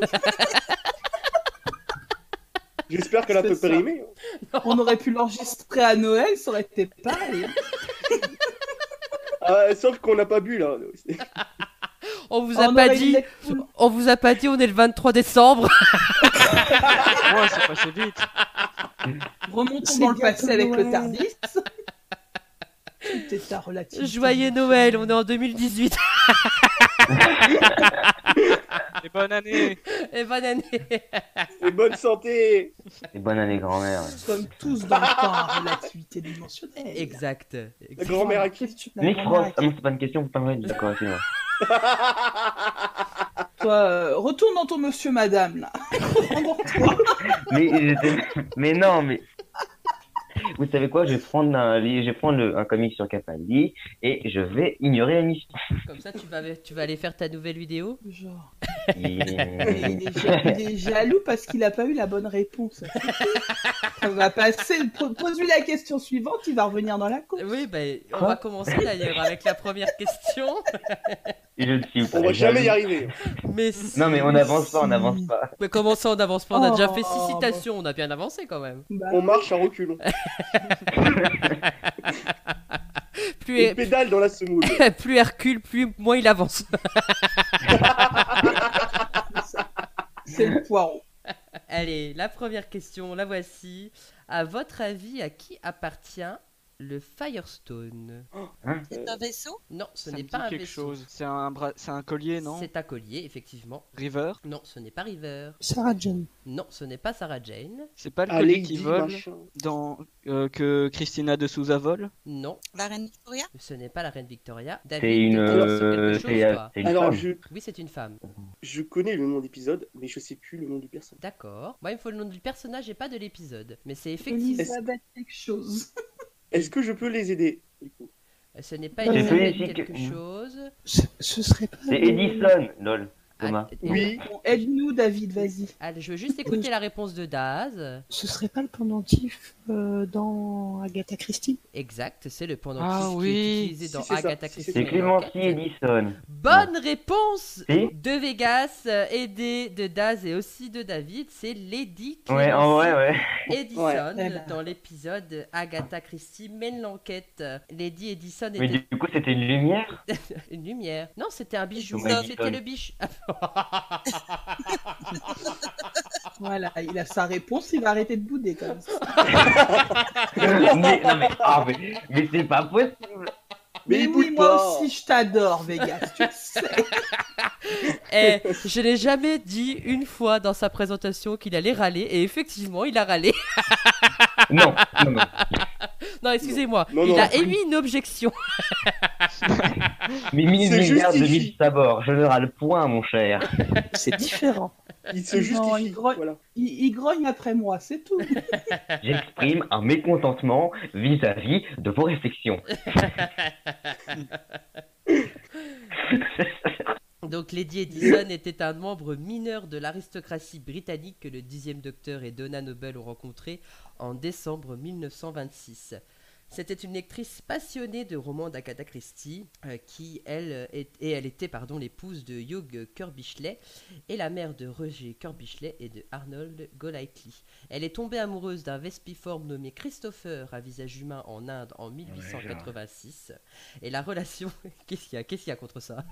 Speaker 2: J'espère qu'elle a un
Speaker 6: C'est
Speaker 2: peu
Speaker 6: ça.
Speaker 2: périmé.
Speaker 6: On aurait pu l'enregistrer à Noël, ça aurait été pareil.
Speaker 2: Ah, sauf qu'on n'a pas bu là.
Speaker 1: On vous
Speaker 6: On
Speaker 1: a pas
Speaker 6: aurait
Speaker 1: dit,
Speaker 6: une lettre-
Speaker 1: on vous a pas dit, on est le 23 décembre.
Speaker 5: Ouais, oh, c'est passé vite.
Speaker 6: Remontons
Speaker 7: C'est
Speaker 6: dans le
Speaker 7: bientôt
Speaker 6: passé avec le
Speaker 7: Noël.
Speaker 6: Tardis. Tout est à relativité.
Speaker 1: Joyeux Noël, on est en 2018.
Speaker 5: Et bonne année.
Speaker 1: Et bonne année.
Speaker 2: Et bonne santé.
Speaker 3: Et bonne année, grand-mère.
Speaker 6: Nous sommes tous dans le temps à relativité dimensionnelle.
Speaker 1: Exact.
Speaker 2: La
Speaker 1: exact.
Speaker 2: grand-mère à qui
Speaker 6: Qu'est-ce que tu
Speaker 3: Nick
Speaker 6: la
Speaker 3: Frost.
Speaker 6: grand-mère,
Speaker 3: Ah non, c'est pas une question, vous parlez de la correction.
Speaker 6: Toi, euh, retourne dans ton monsieur, madame, là. Rendors-toi.
Speaker 3: Mais, j'étais- mais non, mais. Vous savez quoi Je vais prendre un, li- je vais prendre le- un comic sur Capaldi et je vais ignorer la mission.
Speaker 1: Comme ça, tu vas, tu vas aller faire ta nouvelle vidéo.
Speaker 6: Genre.
Speaker 3: Et- euh,
Speaker 6: Il est, ja- il est jaloux parce qu'il n'a pas eu la bonne réponse. On va passer. po- Pose-lui la question suivante, il va revenir dans la course.
Speaker 1: Oui, ben, on
Speaker 3: Quoi
Speaker 1: va commencer d'ailleurs avec la première question.
Speaker 3: et je ne suis pas.
Speaker 2: On va jamais y
Speaker 3: jaloux.
Speaker 2: arriver.
Speaker 1: Mais si-
Speaker 3: Non, mais on n'avance pas, on n'avance pas.
Speaker 1: Mais comment ça, on n'avance pas On a déjà fait
Speaker 6: Oh.
Speaker 1: six citations, on a bien avancé quand même.
Speaker 6: Bah,
Speaker 2: On marche à reculons.
Speaker 1: Plus,
Speaker 2: On pédale dans la semoule.
Speaker 1: plus Hercule, plus moins il avance.
Speaker 6: c'est le poireau.
Speaker 1: Allez, la première question, la voici. À votre avis, à qui appartient le Firestone
Speaker 2: Euh,
Speaker 4: C'est un vaisseau
Speaker 1: Non, ce
Speaker 5: Ça
Speaker 1: n'est
Speaker 5: me
Speaker 1: pas
Speaker 5: dit
Speaker 1: un
Speaker 5: quelque
Speaker 1: vaisseau.
Speaker 5: chose. C'est un, bra- c'est un collier, non
Speaker 1: C'est un collier, effectivement.
Speaker 5: River
Speaker 1: Non, ce n'est pas River.
Speaker 7: Sarah Jane.
Speaker 1: Non, ce n'est pas Sarah Jane.
Speaker 5: C'est pas le collier
Speaker 2: Allez,
Speaker 5: qui
Speaker 2: dis
Speaker 5: vole
Speaker 2: machin.
Speaker 5: dans, euh, que Christina de Souza vole
Speaker 1: Non,
Speaker 4: La reine Victoria
Speaker 1: ce n'est pas la reine Victoria.
Speaker 3: C'est
Speaker 1: David,
Speaker 3: une.
Speaker 1: t'as lancé quelque
Speaker 3: euh,
Speaker 1: chose,
Speaker 3: C'est
Speaker 1: toi
Speaker 3: c'est une
Speaker 2: Alors,
Speaker 3: femme.
Speaker 2: je,
Speaker 1: Oui, c'est une femme.
Speaker 2: je connais le nom d'épisode, mais je sais plus le nom du personnage.
Speaker 1: D'accord. Moi, il me faut le nom du personnage et pas de l'épisode. Mais c'est effectivement.
Speaker 6: Elisabeth quelque chose.
Speaker 2: Est-ce que je peux les aider du coup
Speaker 1: Ce n'est pas
Speaker 7: C'est
Speaker 1: Elisabeth
Speaker 3: politique.
Speaker 1: quelque chose.
Speaker 7: Ce, ce serait pas.
Speaker 3: C'est Edison, lol. Thomas.
Speaker 1: Ah,
Speaker 2: Oui,
Speaker 6: Bon, Aide-nous, David, vas-y.
Speaker 1: ah, je veux juste écouter la réponse de Daz.
Speaker 7: Ce serait pas le pendentif euh, dans Agatha Christie
Speaker 1: Exact, c'est le pendant
Speaker 5: Ah
Speaker 1: qui
Speaker 5: oui.
Speaker 1: est utilisé dans
Speaker 2: Si, c'est ça.
Speaker 1: Agatha
Speaker 2: Si,
Speaker 1: Christie.
Speaker 2: c'est
Speaker 3: C'est
Speaker 1: dans
Speaker 3: Clémency
Speaker 1: l'enquête.
Speaker 3: Edison.
Speaker 1: Bonne réponse
Speaker 3: Si.
Speaker 1: de Vegas, euh, aidé de Daz et aussi de David. C'est Lady
Speaker 3: Ouais, en vrai, ouais.
Speaker 1: Edison
Speaker 6: Eh ben.
Speaker 1: dans l'épisode Agatha Christie mène l'enquête. Lady Edison
Speaker 3: Mais
Speaker 1: était
Speaker 3: du coup, c'était une lumière
Speaker 1: une lumière. Non, c'était un bijou.
Speaker 3: Thomas
Speaker 1: C'était
Speaker 3: Edison.
Speaker 1: le biche.
Speaker 6: Voilà, il a sa réponse, il va arrêter de bouder quand même.
Speaker 3: mais, non, mais, ah, mais, mais c'est pas possible.
Speaker 2: mais,
Speaker 6: Mais
Speaker 2: il
Speaker 6: oui,
Speaker 2: bouge
Speaker 6: moi
Speaker 2: pas.
Speaker 6: aussi, je t'adore, Vegas, tu le sais.
Speaker 1: Eh, je n'ai jamais dit une fois dans sa présentation qu'il allait râler, et effectivement, il a râlé.
Speaker 3: Non, non, non.
Speaker 1: Non, excusez-moi,
Speaker 2: Non,
Speaker 1: il
Speaker 2: non.
Speaker 1: a émis une objection.
Speaker 3: Mais mille
Speaker 2: C'est
Speaker 3: milliards de
Speaker 2: justifié.
Speaker 3: mille sabords, je ne râle point, mon cher.
Speaker 7: C'est différent.
Speaker 2: Il se
Speaker 6: Non,
Speaker 2: justifie.
Speaker 6: il grogne.
Speaker 2: Voilà.
Speaker 6: Il, il grogne après moi, c'est tout.
Speaker 3: J'exprime un mécontentement vis-à-vis de vos réflexions.
Speaker 1: Donc, Lady Edison était un membre mineur de l'aristocratie britannique que le dixième docteur et Donna Noble ont rencontré en décembre 1926. C'était une lectrice passionnée de romans d'Agatha Christie, euh, qui, elle, est- et elle était pardon, l'épouse de Hugh Curbichelet et la mère de Roger Curbichelet et de Arnold Golightly. Elle est tombée amoureuse d'un vespiforme nommé Christopher à visage humain en Inde en 1886. Et la relation. Qu'est-ce qu'il y a Qu'est-ce qu'il y a contre ça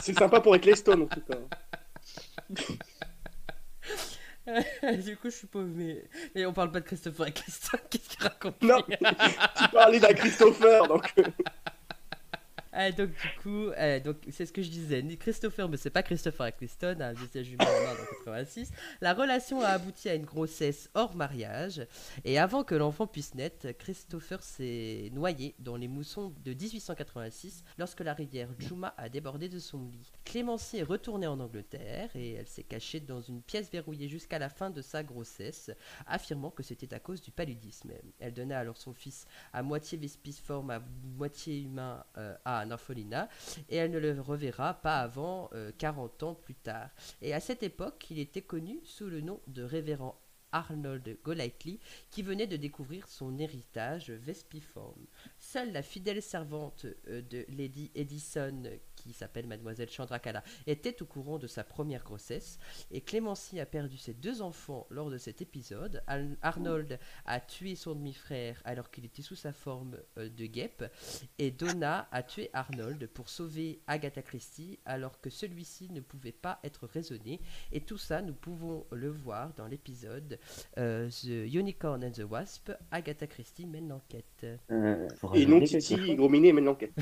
Speaker 2: C'est sympa pour être Leston en tout cas.
Speaker 1: Du coup, je suis paumé. Et on parle pas de Christopher et Christophe. Qu'est-ce qu'il raconte
Speaker 2: Non, tu parlais d'un Christopher, donc euh,
Speaker 1: Ah, donc du coup, euh, donc c'est ce que je disais. Ni Christopher, mais c'est pas Christopher Eccleston, hein, un visage humain en Inde en 86. La relation a abouti à une grossesse hors mariage, et avant que l'enfant puisse naître, Christopher s'est noyé dans les moussons de 1886 lorsque la rivière Juma a débordé de son lit. Clémency est retournée en Angleterre et elle s'est cachée dans une pièce verrouillée jusqu'à la fin de sa grossesse, affirmant que c'était à cause du paludisme. Elle donna alors son fils à moitié vespiforme, à moitié humain euh, à un orphelinat, et elle ne le reverra pas avant euh, 40 ans plus tard. Et à cette époque, il était connu sous le nom de révérend Arnold Golightly, qui venait de découvrir son héritage vespiforme. Seule la fidèle servante euh, de Lady Edison, euh, qui s'appelle Mademoiselle Chandrakala, était au courant de sa première grossesse, et Clémency a perdu ses deux enfants lors de cet épisode. Al- Arnold a tué son demi-frère alors qu'il était sous sa forme euh, de guêpe, et Donna a tué Arnold pour sauver Agatha Christie alors que celui-ci ne pouvait pas être raisonné. Et tout ça, nous pouvons le voir dans l'épisode euh, The Unicorn and the Wasp. Agatha Christie mène l'enquête.
Speaker 3: Euh, faut
Speaker 2: Et
Speaker 3: rajouter
Speaker 2: non,
Speaker 3: quelque
Speaker 2: Titi,
Speaker 3: chose
Speaker 2: Gros Minet mène l'enquête.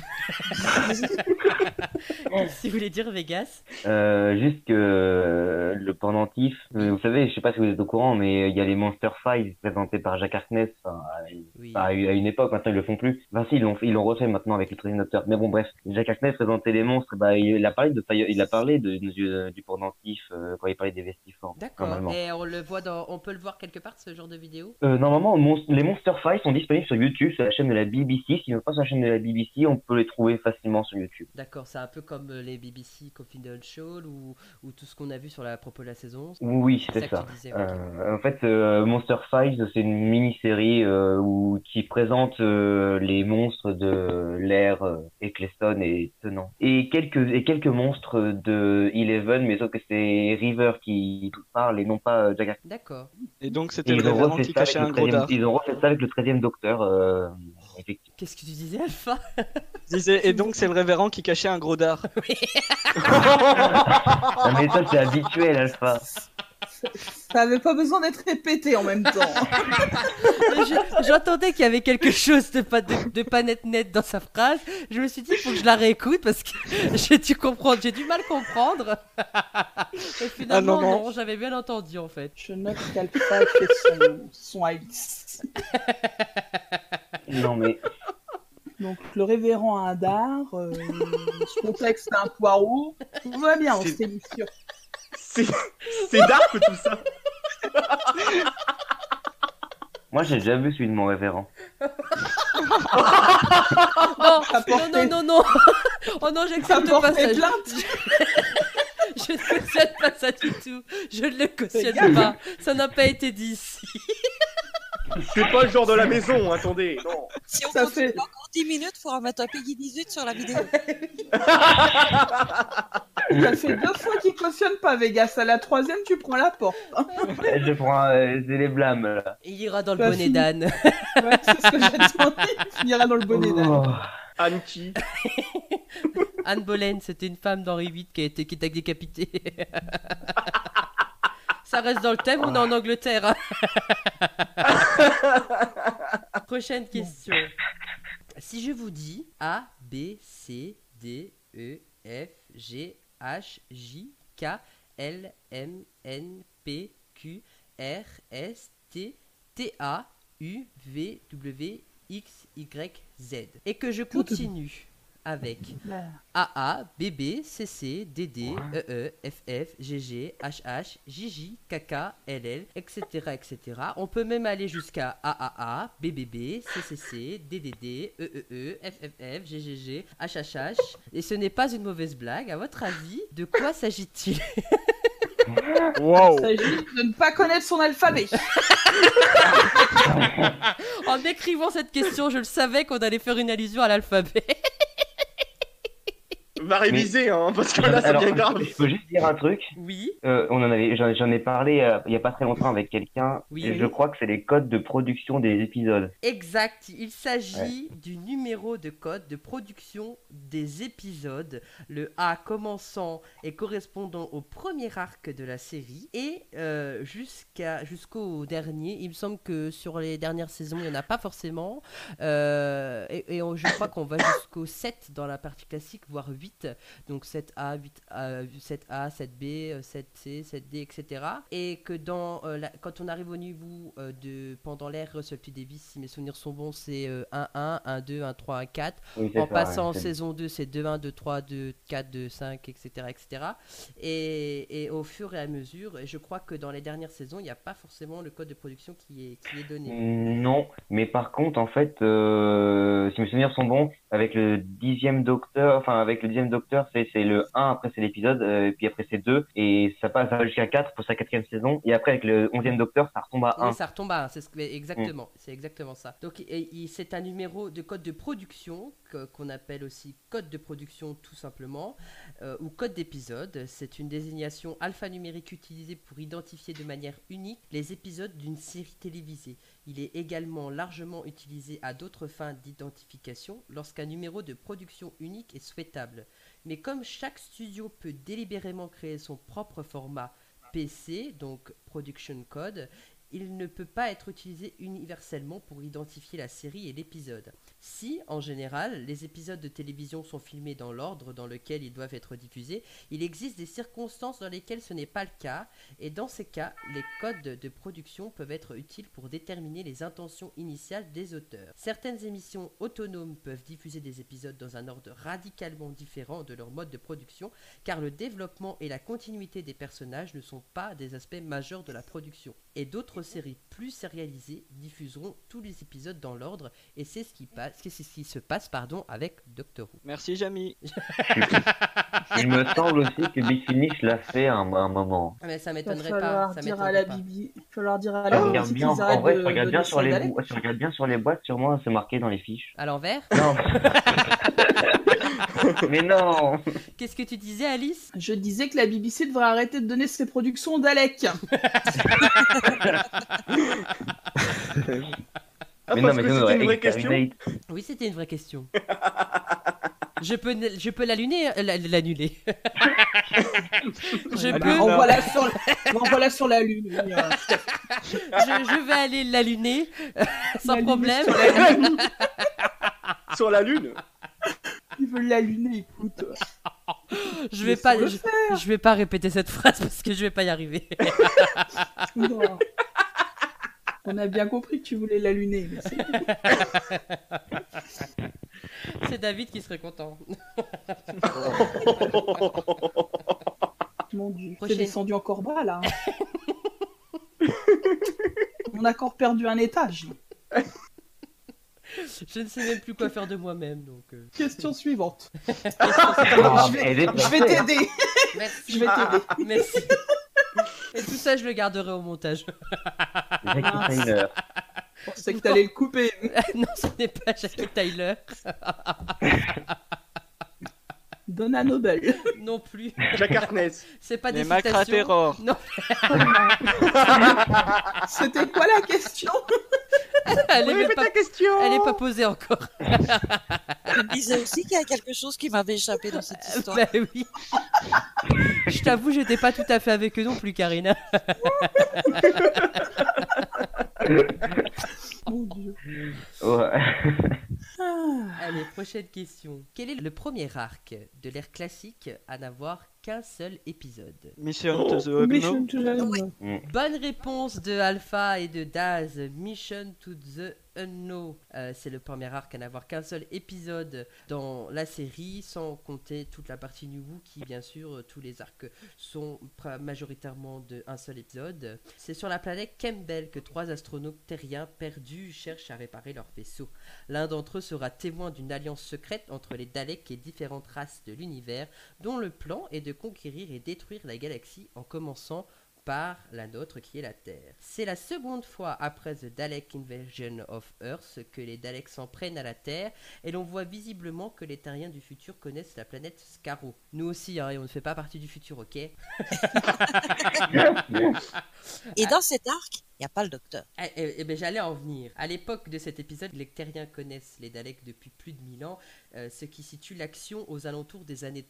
Speaker 1: Ah, si vous voulez dire Vegas,
Speaker 3: Euh, juste que euh, le pendentif, euh, vous savez, je sais pas si vous êtes au courant, mais euh, il y a les Monster Files présentés par Jacques Harkness enfin, à-
Speaker 1: oui.
Speaker 3: à, à une époque, maintenant ils le font plus. Enfin si, ils l'ont ils l'ont refait maintenant avec le 13 Docteur. Mais bon bref, Jacques Harkness présentait les monstres, bah, il a parlé de Fire- il a parlé de, du, du pendentif euh, quand il parlait des vestiformes.
Speaker 1: D'accord.
Speaker 3: normalement.
Speaker 1: Et on le voit dans, on peut le voir quelque part ce genre de vidéo
Speaker 3: Euh, normalement, mon- les Monster Files sont disponibles sur YouTube, sur la chaîne de la BBC. S'ils ne sont pas sur la chaîne de la BBC, on peut les trouver facilement sur YouTube.
Speaker 1: D'accord, c'est un peu comme euh, les BBC Confidential ou, ou tout ce qu'on a vu sur la à propos de la saison.
Speaker 3: Oui,
Speaker 1: ça
Speaker 3: c'est
Speaker 1: que
Speaker 3: ça.
Speaker 1: tu disais, ok.
Speaker 3: Euh, en fait, euh, Monster Files, c'est une mini-série euh, où, qui présente euh, les monstres de l'ère euh, Eccleston et Tenant. Et quelques, et quelques monstres de Eleven, mais sauf que c'est River qui parle et non pas euh, Jack Harkness.
Speaker 1: D'accord.
Speaker 5: Et donc c'était
Speaker 3: Ils
Speaker 5: le
Speaker 3: ont,
Speaker 5: révérend
Speaker 3: refait
Speaker 5: qui
Speaker 3: ça avec
Speaker 5: cachait
Speaker 3: le
Speaker 5: un gros
Speaker 3: 13e
Speaker 5: dard.
Speaker 3: ils ont refait ça avec le 13e Docteur, euh, effectivement.
Speaker 1: Qu'est-ce que tu disais, Alpha
Speaker 5: Je disais, Et donc c'est le révérend qui cachait un gros dard.
Speaker 2: Ah.
Speaker 3: Non, mais ça, c'est habituel, Alpha.
Speaker 6: Ça avait pas besoin d'être répété en même temps.
Speaker 1: Je- J'entendais qu'il y avait quelque chose de pas, de, de pas net net dans sa phrase. Je me suis dit, il faut que je la réécoute parce que j'ai dû comprendre, j'ai du mal comprendre. Et finalement,
Speaker 5: Ah, non,
Speaker 1: non,
Speaker 5: non.
Speaker 1: j'avais bien entendu en fait.
Speaker 6: Je note qu'Alpha fait son, son Alice.
Speaker 3: Non, mais
Speaker 6: Donc le révérend a un dard, euh, ce contexte a un poireau. Tout va bien, on
Speaker 2: C'est-
Speaker 6: s'est mis sur.
Speaker 2: C'est c'est dark tout ça.
Speaker 3: moi, j'ai déjà vu celui de mon révérend.
Speaker 5: Ah,
Speaker 1: Non,
Speaker 6: T'as
Speaker 1: non,
Speaker 6: porté-
Speaker 1: non, non, non. Oh non,
Speaker 6: T'as
Speaker 1: j'accepte pas ça.
Speaker 6: porté
Speaker 1: Je,
Speaker 6: plainte
Speaker 1: je ne cautionne pas ça du tout. Je ne le
Speaker 6: Fais
Speaker 1: cautionne
Speaker 6: gaffe.
Speaker 1: pas. Ça n'a pas été dit ici.
Speaker 2: C'est pas le genre de la maison, attendez. Non.
Speaker 4: Si on
Speaker 6: Ça
Speaker 4: continue
Speaker 6: fait-
Speaker 4: encore 10 minutes, pour avoir tapé Guy 18 sur la vidéo.
Speaker 6: Ça fait deux fois qu'il cautionne pas Vegas. À la troisième, tu prends la porte.
Speaker 3: Je prends, euh, c'est les blâmes, là.
Speaker 1: Il ira dans le
Speaker 6: Bah,
Speaker 1: bonnet
Speaker 6: si.
Speaker 1: d'âne.
Speaker 6: Ouais, c'est ce que j'ai demandé. Il finira dans le bonnet d'âne.
Speaker 3: Oh.
Speaker 2: Anki.
Speaker 1: Anne Boleyn, c'était une femme d'Henri VIII qui a été qui était décapitée. Ça reste dans le thème, on est en Angleterre. Prochaine question. Si je vous dis A, B, C, D, E, F, G, H, J, K, L, M, N, P, Q, R, S, T, T, A, U, V, W, X, Y, Z. Et que je continue avec AA, BB, CC, DD, EE, FF, GG, HH, JJ, KK, LL, etc. etc. On peut même aller jusqu'à AAA, BBB, CCC, DDD, EEE, FFF, GGG, HHH. Et ce n'est pas une mauvaise blague. À votre avis, de quoi s'agit-il
Speaker 6: Il
Speaker 5: Wow.
Speaker 6: s'agit de ne pas connaître son alphabet.
Speaker 1: En écrivant cette question, je le savais qu'on allait faire une allusion à l'alphabet.
Speaker 2: Va réviser, hein, parce que là, ça
Speaker 3: Alors,
Speaker 2: devient grave.
Speaker 3: je peux juste dire un truc.
Speaker 1: Oui.
Speaker 3: Euh, on en avait, j'en, j'en ai parlé euh, il y a pas très longtemps avec quelqu'un.
Speaker 1: Oui.
Speaker 3: Et je crois que c'est les codes de production des épisodes.
Speaker 1: Exact, il s'agit du numéro de code de production des épisodes, le A commençant et correspondant au premier arc de la série et euh, jusqu'à jusqu'au dernier. Il me semble que sur les dernières saisons, il n'y en a pas forcément. Euh, et et on- je crois qu'on va jusqu'au 7 dans la partie classique, voire 8. Donc 7A, 8A, 7A, 7B, 7C, 7D, etc. Et que dans, euh, la- quand on arrive au niveau euh, de pendant l'ère Russell T. Davis, si mes souvenirs sont bons, c'est euh, 1-1, 1-2, 1-3, 1-4.
Speaker 3: Oui, c'est
Speaker 1: En
Speaker 3: ça,
Speaker 1: passant en
Speaker 3: ouais, c'est-
Speaker 1: saison 2, c'est 2-1, 2-3, 2-4, 2-5, etc. etc. Et, et au fur et à mesure, et je crois que dans les dernières saisons, il n'y a pas forcément le code de production qui est, qui est donné.
Speaker 3: Non, mais par contre, en fait, euh, si mes souvenirs sont bons, avec le dixième docteur, enfin avec le dixième docteur, c'est c'est le 1, après c'est l'épisode, euh, et puis après c'est 2, et ça passe ça va jusqu'à 4 pour sa quatrième saison, et après avec le onzième docteur, ça retombe à Mm.
Speaker 1: Oui,
Speaker 3: 1.
Speaker 1: ça retombe à un, c'est ce que- exactement, c'est exactement ça. Donc et- et c'est un numéro de code de production que- qu'on appelle aussi code de production tout simplement euh, ou code d'épisode. C'est une désignation alphanumérique utilisée pour identifier de manière unique les épisodes d'une série télévisée. Il est également largement utilisé à d'autres fins d'identification lorsqu'un numéro de production unique est souhaitable. Mais comme chaque studio peut délibérément créer son propre format PC, donc Production Code, il ne peut pas être utilisé universellement pour identifier la série et l'épisode. Si, en général, les épisodes de télévision sont filmés dans l'ordre dans lequel ils doivent être diffusés, il existe des circonstances dans lesquelles ce n'est pas le cas, et dans ces cas, les codes de production peuvent être utiles pour déterminer les intentions initiales des auteurs. Certaines émissions autonomes peuvent diffuser des épisodes dans un ordre radicalement différent de leur mode de production, car le développement et la continuité des personnages ne sont pas des aspects majeurs de la production. Et d'autres séries plus sérialisées diffuseront tous les épisodes dans l'ordre, et c'est ce qui, passe, c'est ce qui se passe pardon, avec Doctor Who.
Speaker 5: Merci, Jamie.
Speaker 3: Il me semble aussi que Big Finish l'a fait un, un moment.
Speaker 1: Ah, mais ça
Speaker 6: Il va
Speaker 1: m'étonnerait pas.
Speaker 6: falloir
Speaker 1: Ça
Speaker 6: dire à la
Speaker 1: m'étonnerait pas.
Speaker 6: Bibi. Il va falloir dire à
Speaker 3: Tu
Speaker 6: la
Speaker 3: regardes
Speaker 6: Bibi qu'ils
Speaker 3: Ah, bien, en
Speaker 6: arrêtent
Speaker 3: vrai,
Speaker 6: de-
Speaker 3: tu regardes
Speaker 6: de
Speaker 3: bien
Speaker 6: nous
Speaker 3: sur les
Speaker 6: scandale.
Speaker 3: boîtes, tu regardes bien sur les boîtes, sûrement c'est marqué dans les fiches.
Speaker 1: À l'envers
Speaker 3: Non. Mais non.
Speaker 1: Qu'est-ce que tu disais, Alice
Speaker 6: Je disais que la BBC devrait arrêter de donner ses productions d'Alec.
Speaker 8: Ah,
Speaker 3: mais non,
Speaker 8: parce
Speaker 3: mais
Speaker 8: que
Speaker 3: non,
Speaker 8: c'était une
Speaker 3: ouais,
Speaker 8: vraie question.
Speaker 3: Exterminate.
Speaker 1: Oui, c'était une vraie question. Je peux, je peux l'allumer, euh, la- l'annuler. je,
Speaker 5: Allez,
Speaker 1: peux,
Speaker 5: au
Speaker 6: Renvoie-la ben, sur, la... renvoie-la sur la lune. oui, euh.
Speaker 1: je, je vais aller l'allumer euh, sans
Speaker 6: L'allumer
Speaker 1: problème.
Speaker 6: sur la lune.
Speaker 8: Sur la Lune
Speaker 6: Ils veulent la lune, écoute.
Speaker 1: Je vais
Speaker 6: Laissons
Speaker 1: pas,
Speaker 6: le
Speaker 1: je, je vais pas répéter cette phrase parce que je vais pas y arriver.
Speaker 6: Non. On a bien compris que tu voulais la luner. mais c'est-
Speaker 1: C'est David qui serait content.
Speaker 6: Mon dieu. T'es
Speaker 1: Prochaine.
Speaker 6: descendu encore bas, là. hein. On a encore perdu un étage.
Speaker 1: Je ne sais même plus quoi faire de moi-même donc. euh.
Speaker 6: Question suivante.
Speaker 3: Ah,
Speaker 6: je
Speaker 3: mais
Speaker 6: vais-
Speaker 3: elle est
Speaker 6: Je vais
Speaker 3: parfaite.
Speaker 6: t'aider. Je
Speaker 1: Merci. Ah.
Speaker 6: vais t'aider.
Speaker 1: Merci. Et tout ça, je le garderai au montage.
Speaker 3: Jackie Tyler.
Speaker 6: Je pensais que t'allais le couper.
Speaker 1: non, ce n'est pas Jackie Tyler.
Speaker 6: Donna Noble.
Speaker 1: Non plus.
Speaker 8: Jack Harkness.
Speaker 1: C'est pas des
Speaker 5: Les
Speaker 1: citations.
Speaker 5: macraterrors.
Speaker 6: C'était quoi la question
Speaker 1: Elle est même
Speaker 8: Répète
Speaker 1: pas-
Speaker 8: la question
Speaker 1: elle est pas posée encore.
Speaker 4: Je me disais aussi qu'il y a quelque chose qui m'avait échappé dans cette histoire.
Speaker 1: Bah oui. Je t'avoue, j'étais pas tout à fait avec eux non plus, Karina.
Speaker 6: Mon dieu.
Speaker 3: Ouais.
Speaker 6: Ah.
Speaker 1: Allez, prochaine question. Quel est le premier arc de l'ère classique à n'avoir qu'un seul épisode
Speaker 5: Mission to
Speaker 6: Oh,
Speaker 5: the Hub,
Speaker 7: Mission
Speaker 5: no.
Speaker 7: to the Unknown.
Speaker 1: Bonne réponse de Alpha et de Daz. Mission to the Unknown. Euh, c'est le premier arc à n'avoir qu'un seul épisode dans la série, sans compter toute la partie New Who qui, bien sûr, euh, tous les arcs sont pra- majoritairement d'un seul épisode. C'est sur la planète Campbell que trois astronautes terriens perdus cherchent à réparer leur vaisseau. L'un d'entre eux sera témoin d'une alliance secrète entre les Daleks et différentes races de l'univers, dont le plan est de conquérir et détruire la galaxie en commençant par la nôtre qui est la Terre. C'est la seconde fois après The Dalek Invasion of Earth que les Daleks s'en prennent à la Terre et l'on voit visiblement que les Terriens du futur connaissent la planète Scarrow. Nous aussi, hein, et on ne fait pas partie du futur, ok
Speaker 4: Et dans cet arc, il n'y a pas le docteur.
Speaker 1: Eh, eh, eh ben, j'allais en venir. À l'époque de cet épisode, les Terriens connaissent les Daleks depuis plus de 1000 ans, euh, ce qui situe l'action aux alentours des années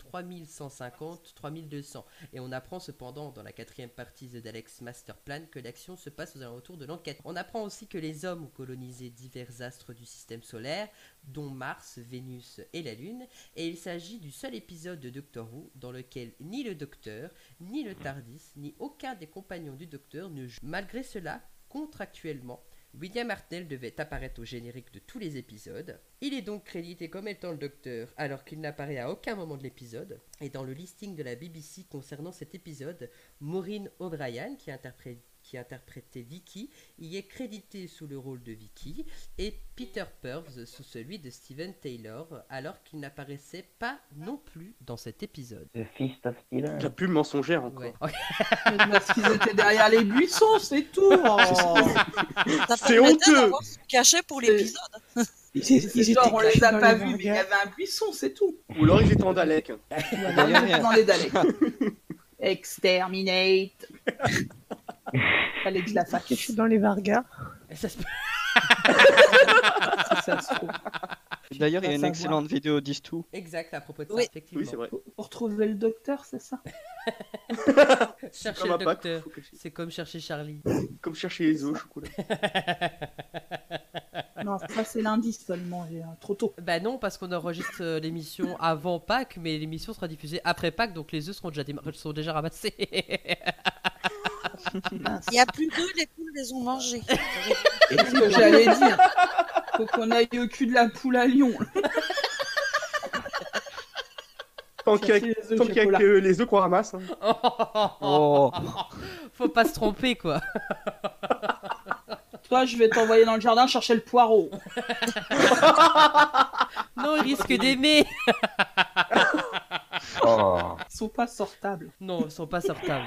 Speaker 1: 3150-3200. Et on apprend cependant dans la quatrième partie de Daleks Master Plan que l'action se passe aux alentours de l'enquête. On apprend aussi que les hommes ont colonisé divers astres du système solaire, dont Mars, Vénus et la Lune, et il s'agit du seul épisode de Doctor Who dans lequel ni le Docteur, ni le Tardis, ni aucun des compagnons du Docteur ne joue. Malgré cela, contractuellement, William Hartnell devait apparaître au générique de tous les épisodes. Il est donc crédité comme étant le docteur, alors qu'il n'apparaît à aucun moment de l'épisode. Et dans le listing de la BBC concernant cet épisode, Maureen O'Brien, qui interprète qui interprétait Vicky, y est crédité sous le rôle de Vicky et Peter Purves sous celui de Steven Taylor, alors qu'il n'apparaissait pas non plus dans cet épisode.
Speaker 3: The Fist of Steel.
Speaker 8: La pub mensongère encore.
Speaker 1: Ouais.
Speaker 6: Parce qu'ils étaient derrière les buissons, c'est tout. Oh.
Speaker 4: Ça
Speaker 8: C'est
Speaker 4: permettait
Speaker 8: honteux.
Speaker 4: d'avoir son cachet pour l'épisode.
Speaker 7: Ils étaient-
Speaker 6: C'est
Speaker 7: ils
Speaker 6: genre,
Speaker 7: étaient
Speaker 6: on les
Speaker 7: cachés
Speaker 6: a
Speaker 7: dans
Speaker 6: pas
Speaker 7: les
Speaker 6: vus, mais il y
Speaker 7: hangars.
Speaker 6: avait un buisson, c'est tout.
Speaker 8: Ou alors ils étaient en Dalek.
Speaker 2: Ah,
Speaker 6: Il y avait un buisson dans les Daleks. Exterminate. Fallait que je la fasse.
Speaker 7: Cachés dans les Vargas.
Speaker 1: Ça se peut-
Speaker 6: si ça se trouve.
Speaker 5: D'ailleurs, il y a une
Speaker 6: Savoir.
Speaker 5: excellente vidéo d'Istou.
Speaker 1: Exact à propos de ça,
Speaker 4: Oui.
Speaker 1: effectivement.
Speaker 8: Oui, c'est vrai.
Speaker 6: Pour retrouver le docteur, c'est ça
Speaker 1: Cherchez
Speaker 8: Comme
Speaker 1: le
Speaker 8: un pâte,
Speaker 1: docteur.
Speaker 8: faut que je-
Speaker 1: C'est comme chercher Charlie.
Speaker 8: comme chercher les œufs au chocolat.
Speaker 6: Non, Ça, c'est lundi seulement, j'ai un- trop tôt.
Speaker 1: Bah non, parce qu'on enregistre euh, l'émission avant Pâques, mais l'émission sera diffusée après Pâques, donc les œufs seront déjà, déma- sont déjà ramassés.
Speaker 6: Mince.
Speaker 4: Il y a plus d'eux, les poules les ont mangés.
Speaker 6: C'est ce que j'allais dire. Faut qu'on aille au cul de la poule à Lyon.
Speaker 8: Tant qu'il y a,
Speaker 6: Chercher les œufs
Speaker 8: tant
Speaker 6: de
Speaker 8: qu'il y a
Speaker 6: chocolat.
Speaker 8: que les œufs qu'on ramasse. hein.
Speaker 5: Oh.
Speaker 1: Faut pas se tromper, quoi.
Speaker 6: Toi, je vais t'envoyer dans le jardin chercher le poireau.
Speaker 1: Non, il risque
Speaker 6: Ah,
Speaker 1: d'aimer.
Speaker 3: Oh.
Speaker 6: Ils sont pas sortables.
Speaker 1: Non, ils sont pas sortables.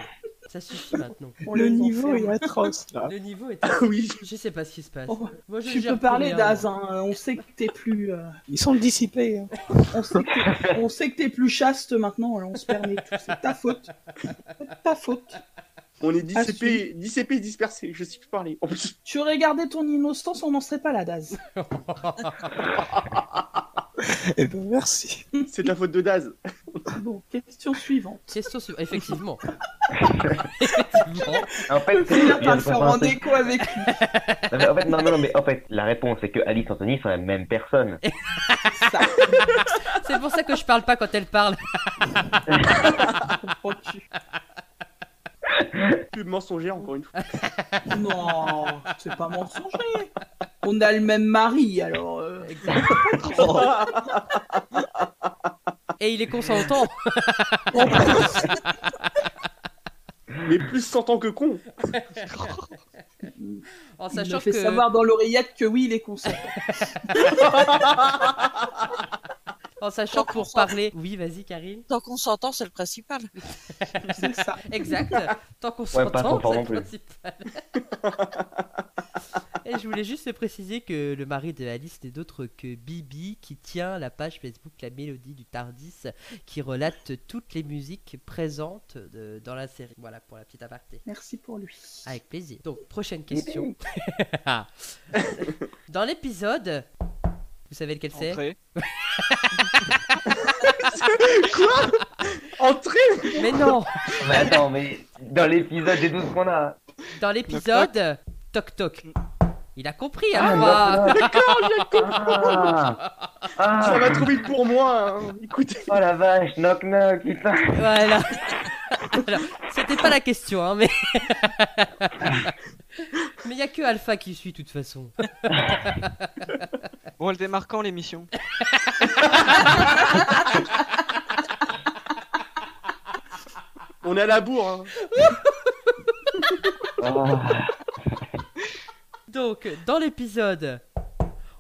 Speaker 1: Ça suffit maintenant.
Speaker 6: On
Speaker 7: Le
Speaker 6: les
Speaker 7: niveau
Speaker 6: enferme.
Speaker 7: est atroce là.
Speaker 1: Le niveau est.
Speaker 8: oui.
Speaker 1: Je sais pas ce qui se passe.
Speaker 6: Ah. Oh,
Speaker 1: Moi,
Speaker 6: tu
Speaker 1: gère euh,
Speaker 6: peux
Speaker 1: plus
Speaker 6: parler
Speaker 1: rien,
Speaker 6: d'Az,
Speaker 1: moi.
Speaker 6: hein, on sait que t'es plus, euh,
Speaker 7: Ils sont dissipés. hein.
Speaker 6: on sait que t'es- on sait que t'es plus chaste maintenant, là, on se permet tout, c'est ta faute, c'est ta faute.
Speaker 8: On est
Speaker 6: Ah,
Speaker 8: dissipé, dissipé, dispersé. Je sais plus parler. En plus,
Speaker 6: Tu regardais ton innocence, on n'en serait pas là, Daz.
Speaker 7: Eh ben merci.
Speaker 8: c'est de la faute de Daz.
Speaker 6: Bon, question suivante.
Speaker 1: Question suivante. Effectivement. Effectivement.
Speaker 3: En fait,
Speaker 6: Il
Speaker 3: je
Speaker 6: va
Speaker 3: viens
Speaker 6: pas
Speaker 3: de
Speaker 6: le faire
Speaker 3: comprendre un
Speaker 6: en
Speaker 3: truc.
Speaker 6: déco avec
Speaker 3: Non, mais en fait, non, non, non, mais en fait, la réponse c'est que Alice et Anthony sont la même personne.
Speaker 6: ça.
Speaker 1: C'est pour ça que je parle pas quand elle parle.
Speaker 6: Comprends-tu
Speaker 8: Plus mensonger encore une fois.
Speaker 6: Non, c'est pas mensonger. On a le même mari, alors. euh,
Speaker 1: Et il est consentant.
Speaker 8: Mais plus sentant que con.
Speaker 1: En
Speaker 6: il me
Speaker 1: sachant
Speaker 6: fait
Speaker 1: que.
Speaker 6: savoir dans l'oreillette que oui, il est consent.
Speaker 1: En sachant que pour parler. Oui, vas-y, Karine.
Speaker 4: Tant qu'on s'entend, c'est le principal.
Speaker 6: C'est ça.
Speaker 1: Exact. Tant qu'on
Speaker 3: Ouais, pas
Speaker 1: s'entend,
Speaker 3: trop fort
Speaker 1: c'est le
Speaker 3: non plus.
Speaker 1: principal. Et je voulais juste préciser que le mari de Alice n'est d'autre que Bibi, qui tient la page Facebook La Mélodie du Tardis, qui relate toutes les musiques présentes de- dans la série. Voilà pour la petite aparté.
Speaker 6: Merci pour lui. Eh ben
Speaker 1: Avec plaisir. Donc, prochaine question. Ah. dans l'épisode, vous savez lequel c'est
Speaker 5: Entrez.
Speaker 8: Entrée
Speaker 1: Mais non
Speaker 3: Mais attends, mais dans l'épisode des 12 qu'on a.
Speaker 1: Dans l'épisode, toc toc. Il a compris, hein, moi.
Speaker 3: Ah, ah, ah,
Speaker 8: Ça va trop vite pour moi. hein. Écoutez.
Speaker 3: Oh la vache, knock knock, putain.
Speaker 1: Voilà. Alors, c'était pas la question, hein, mais. mais il a que Alpha qui suit, de toute façon.
Speaker 5: Bon, elle démarre quand l'émission
Speaker 8: On est à la bourre. hein.
Speaker 3: Ah,
Speaker 1: Donc, dans l'épisode,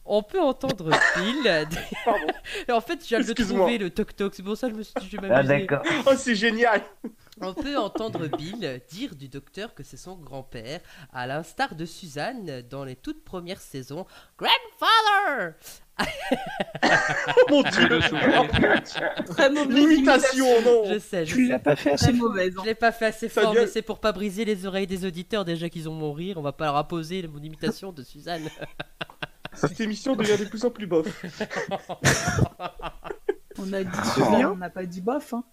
Speaker 1: on peut entendre Bill.
Speaker 8: Pardon.
Speaker 1: en fait, j'ai de
Speaker 8: Excuse-moi.
Speaker 1: trouver le toc-toc, c'est pour ça que je me suis dit, je vais
Speaker 3: ah,
Speaker 1: m'amuser.
Speaker 3: d'accord.
Speaker 8: Oh, c'est génial.
Speaker 1: On peut entendre Bill dire du docteur que c'est son grand-père, à l'instar de Suzanne dans les toutes premières saisons Grandfather
Speaker 8: Oh mon dieu. Oh,
Speaker 5: Le souvenir.
Speaker 6: Très mauvaise
Speaker 8: L'imitation, non.
Speaker 1: Je sais, je
Speaker 7: Tu
Speaker 1: sais.
Speaker 7: l'as pas fait assez
Speaker 6: Très mauvaise.
Speaker 1: Je l'ai pas fait assez
Speaker 8: Ça
Speaker 1: fort,
Speaker 8: gueule.
Speaker 1: mais c'est pour pas briser les oreilles des auditeurs déjà qu'ils ont mon rire. On va pas leur imposer mon imitation de Suzanne.
Speaker 8: Cette émission devient de plus en plus bof.
Speaker 6: On a dit Suzanne, on n'a pas dit bof. Hein.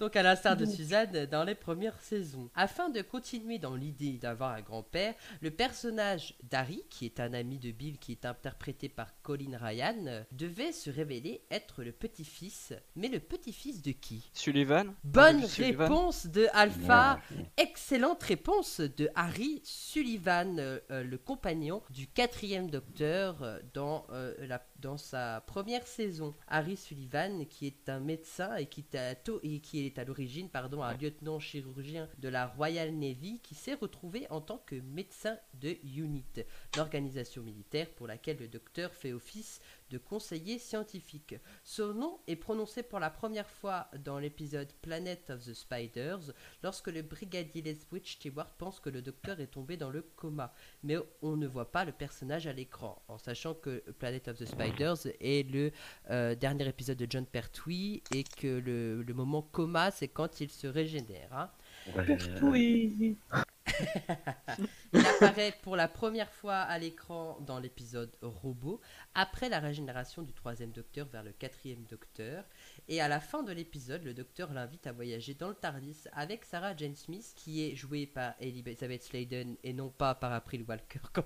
Speaker 1: Donc, à l'instar de
Speaker 6: Donc.
Speaker 1: Suzanne, dans les premières saisons. Afin de continuer dans l'idée d'avoir un grand-père, le personnage d'Harry, qui est un ami de Bill qui est interprété par Colin Ryan, euh, devait se révéler être le petit-fils. Mais le petit-fils de qui
Speaker 5: Sullivan
Speaker 1: Bonne
Speaker 5: Ah, Sullivan.
Speaker 1: réponse de Alpha. Excellente réponse de Harry Sullivan, euh, euh, le compagnon du quatrième docteur euh, dans, euh, la- dans sa première saison. Harry Sullivan, qui est un médecin et qui, est à to- et qui est à l'origine pardon, un lieutenant chirurgien de la Royal Navy, qui s'est retrouvé en tant que médecin de UNIT, l'organisation militaire pour laquelle le docteur fait office de conseiller scientifique. Son nom est prononcé pour la première fois dans l'épisode Planet of the Spiders, lorsque le brigadier Leswich Stewart pense que le docteur est tombé dans le coma, mais on ne voit pas le personnage à l'écran, en sachant que Planet of the Spiders est le euh, dernier épisode de John Pertwee et que le, le moment coma, c'est quand il se régénère. hein.
Speaker 3: Ouais,
Speaker 7: Surtout, il-
Speaker 1: Il apparaît pour la première fois à l'écran dans l'épisode Robot, après la régénération du troisième docteur vers le quatrième docteur. Et à la fin de l'épisode, le docteur l'invite à voyager dans le TARDIS avec Sarah Jane Smith, qui est jouée par Elizabeth Sladen et non pas par April Walker, comme,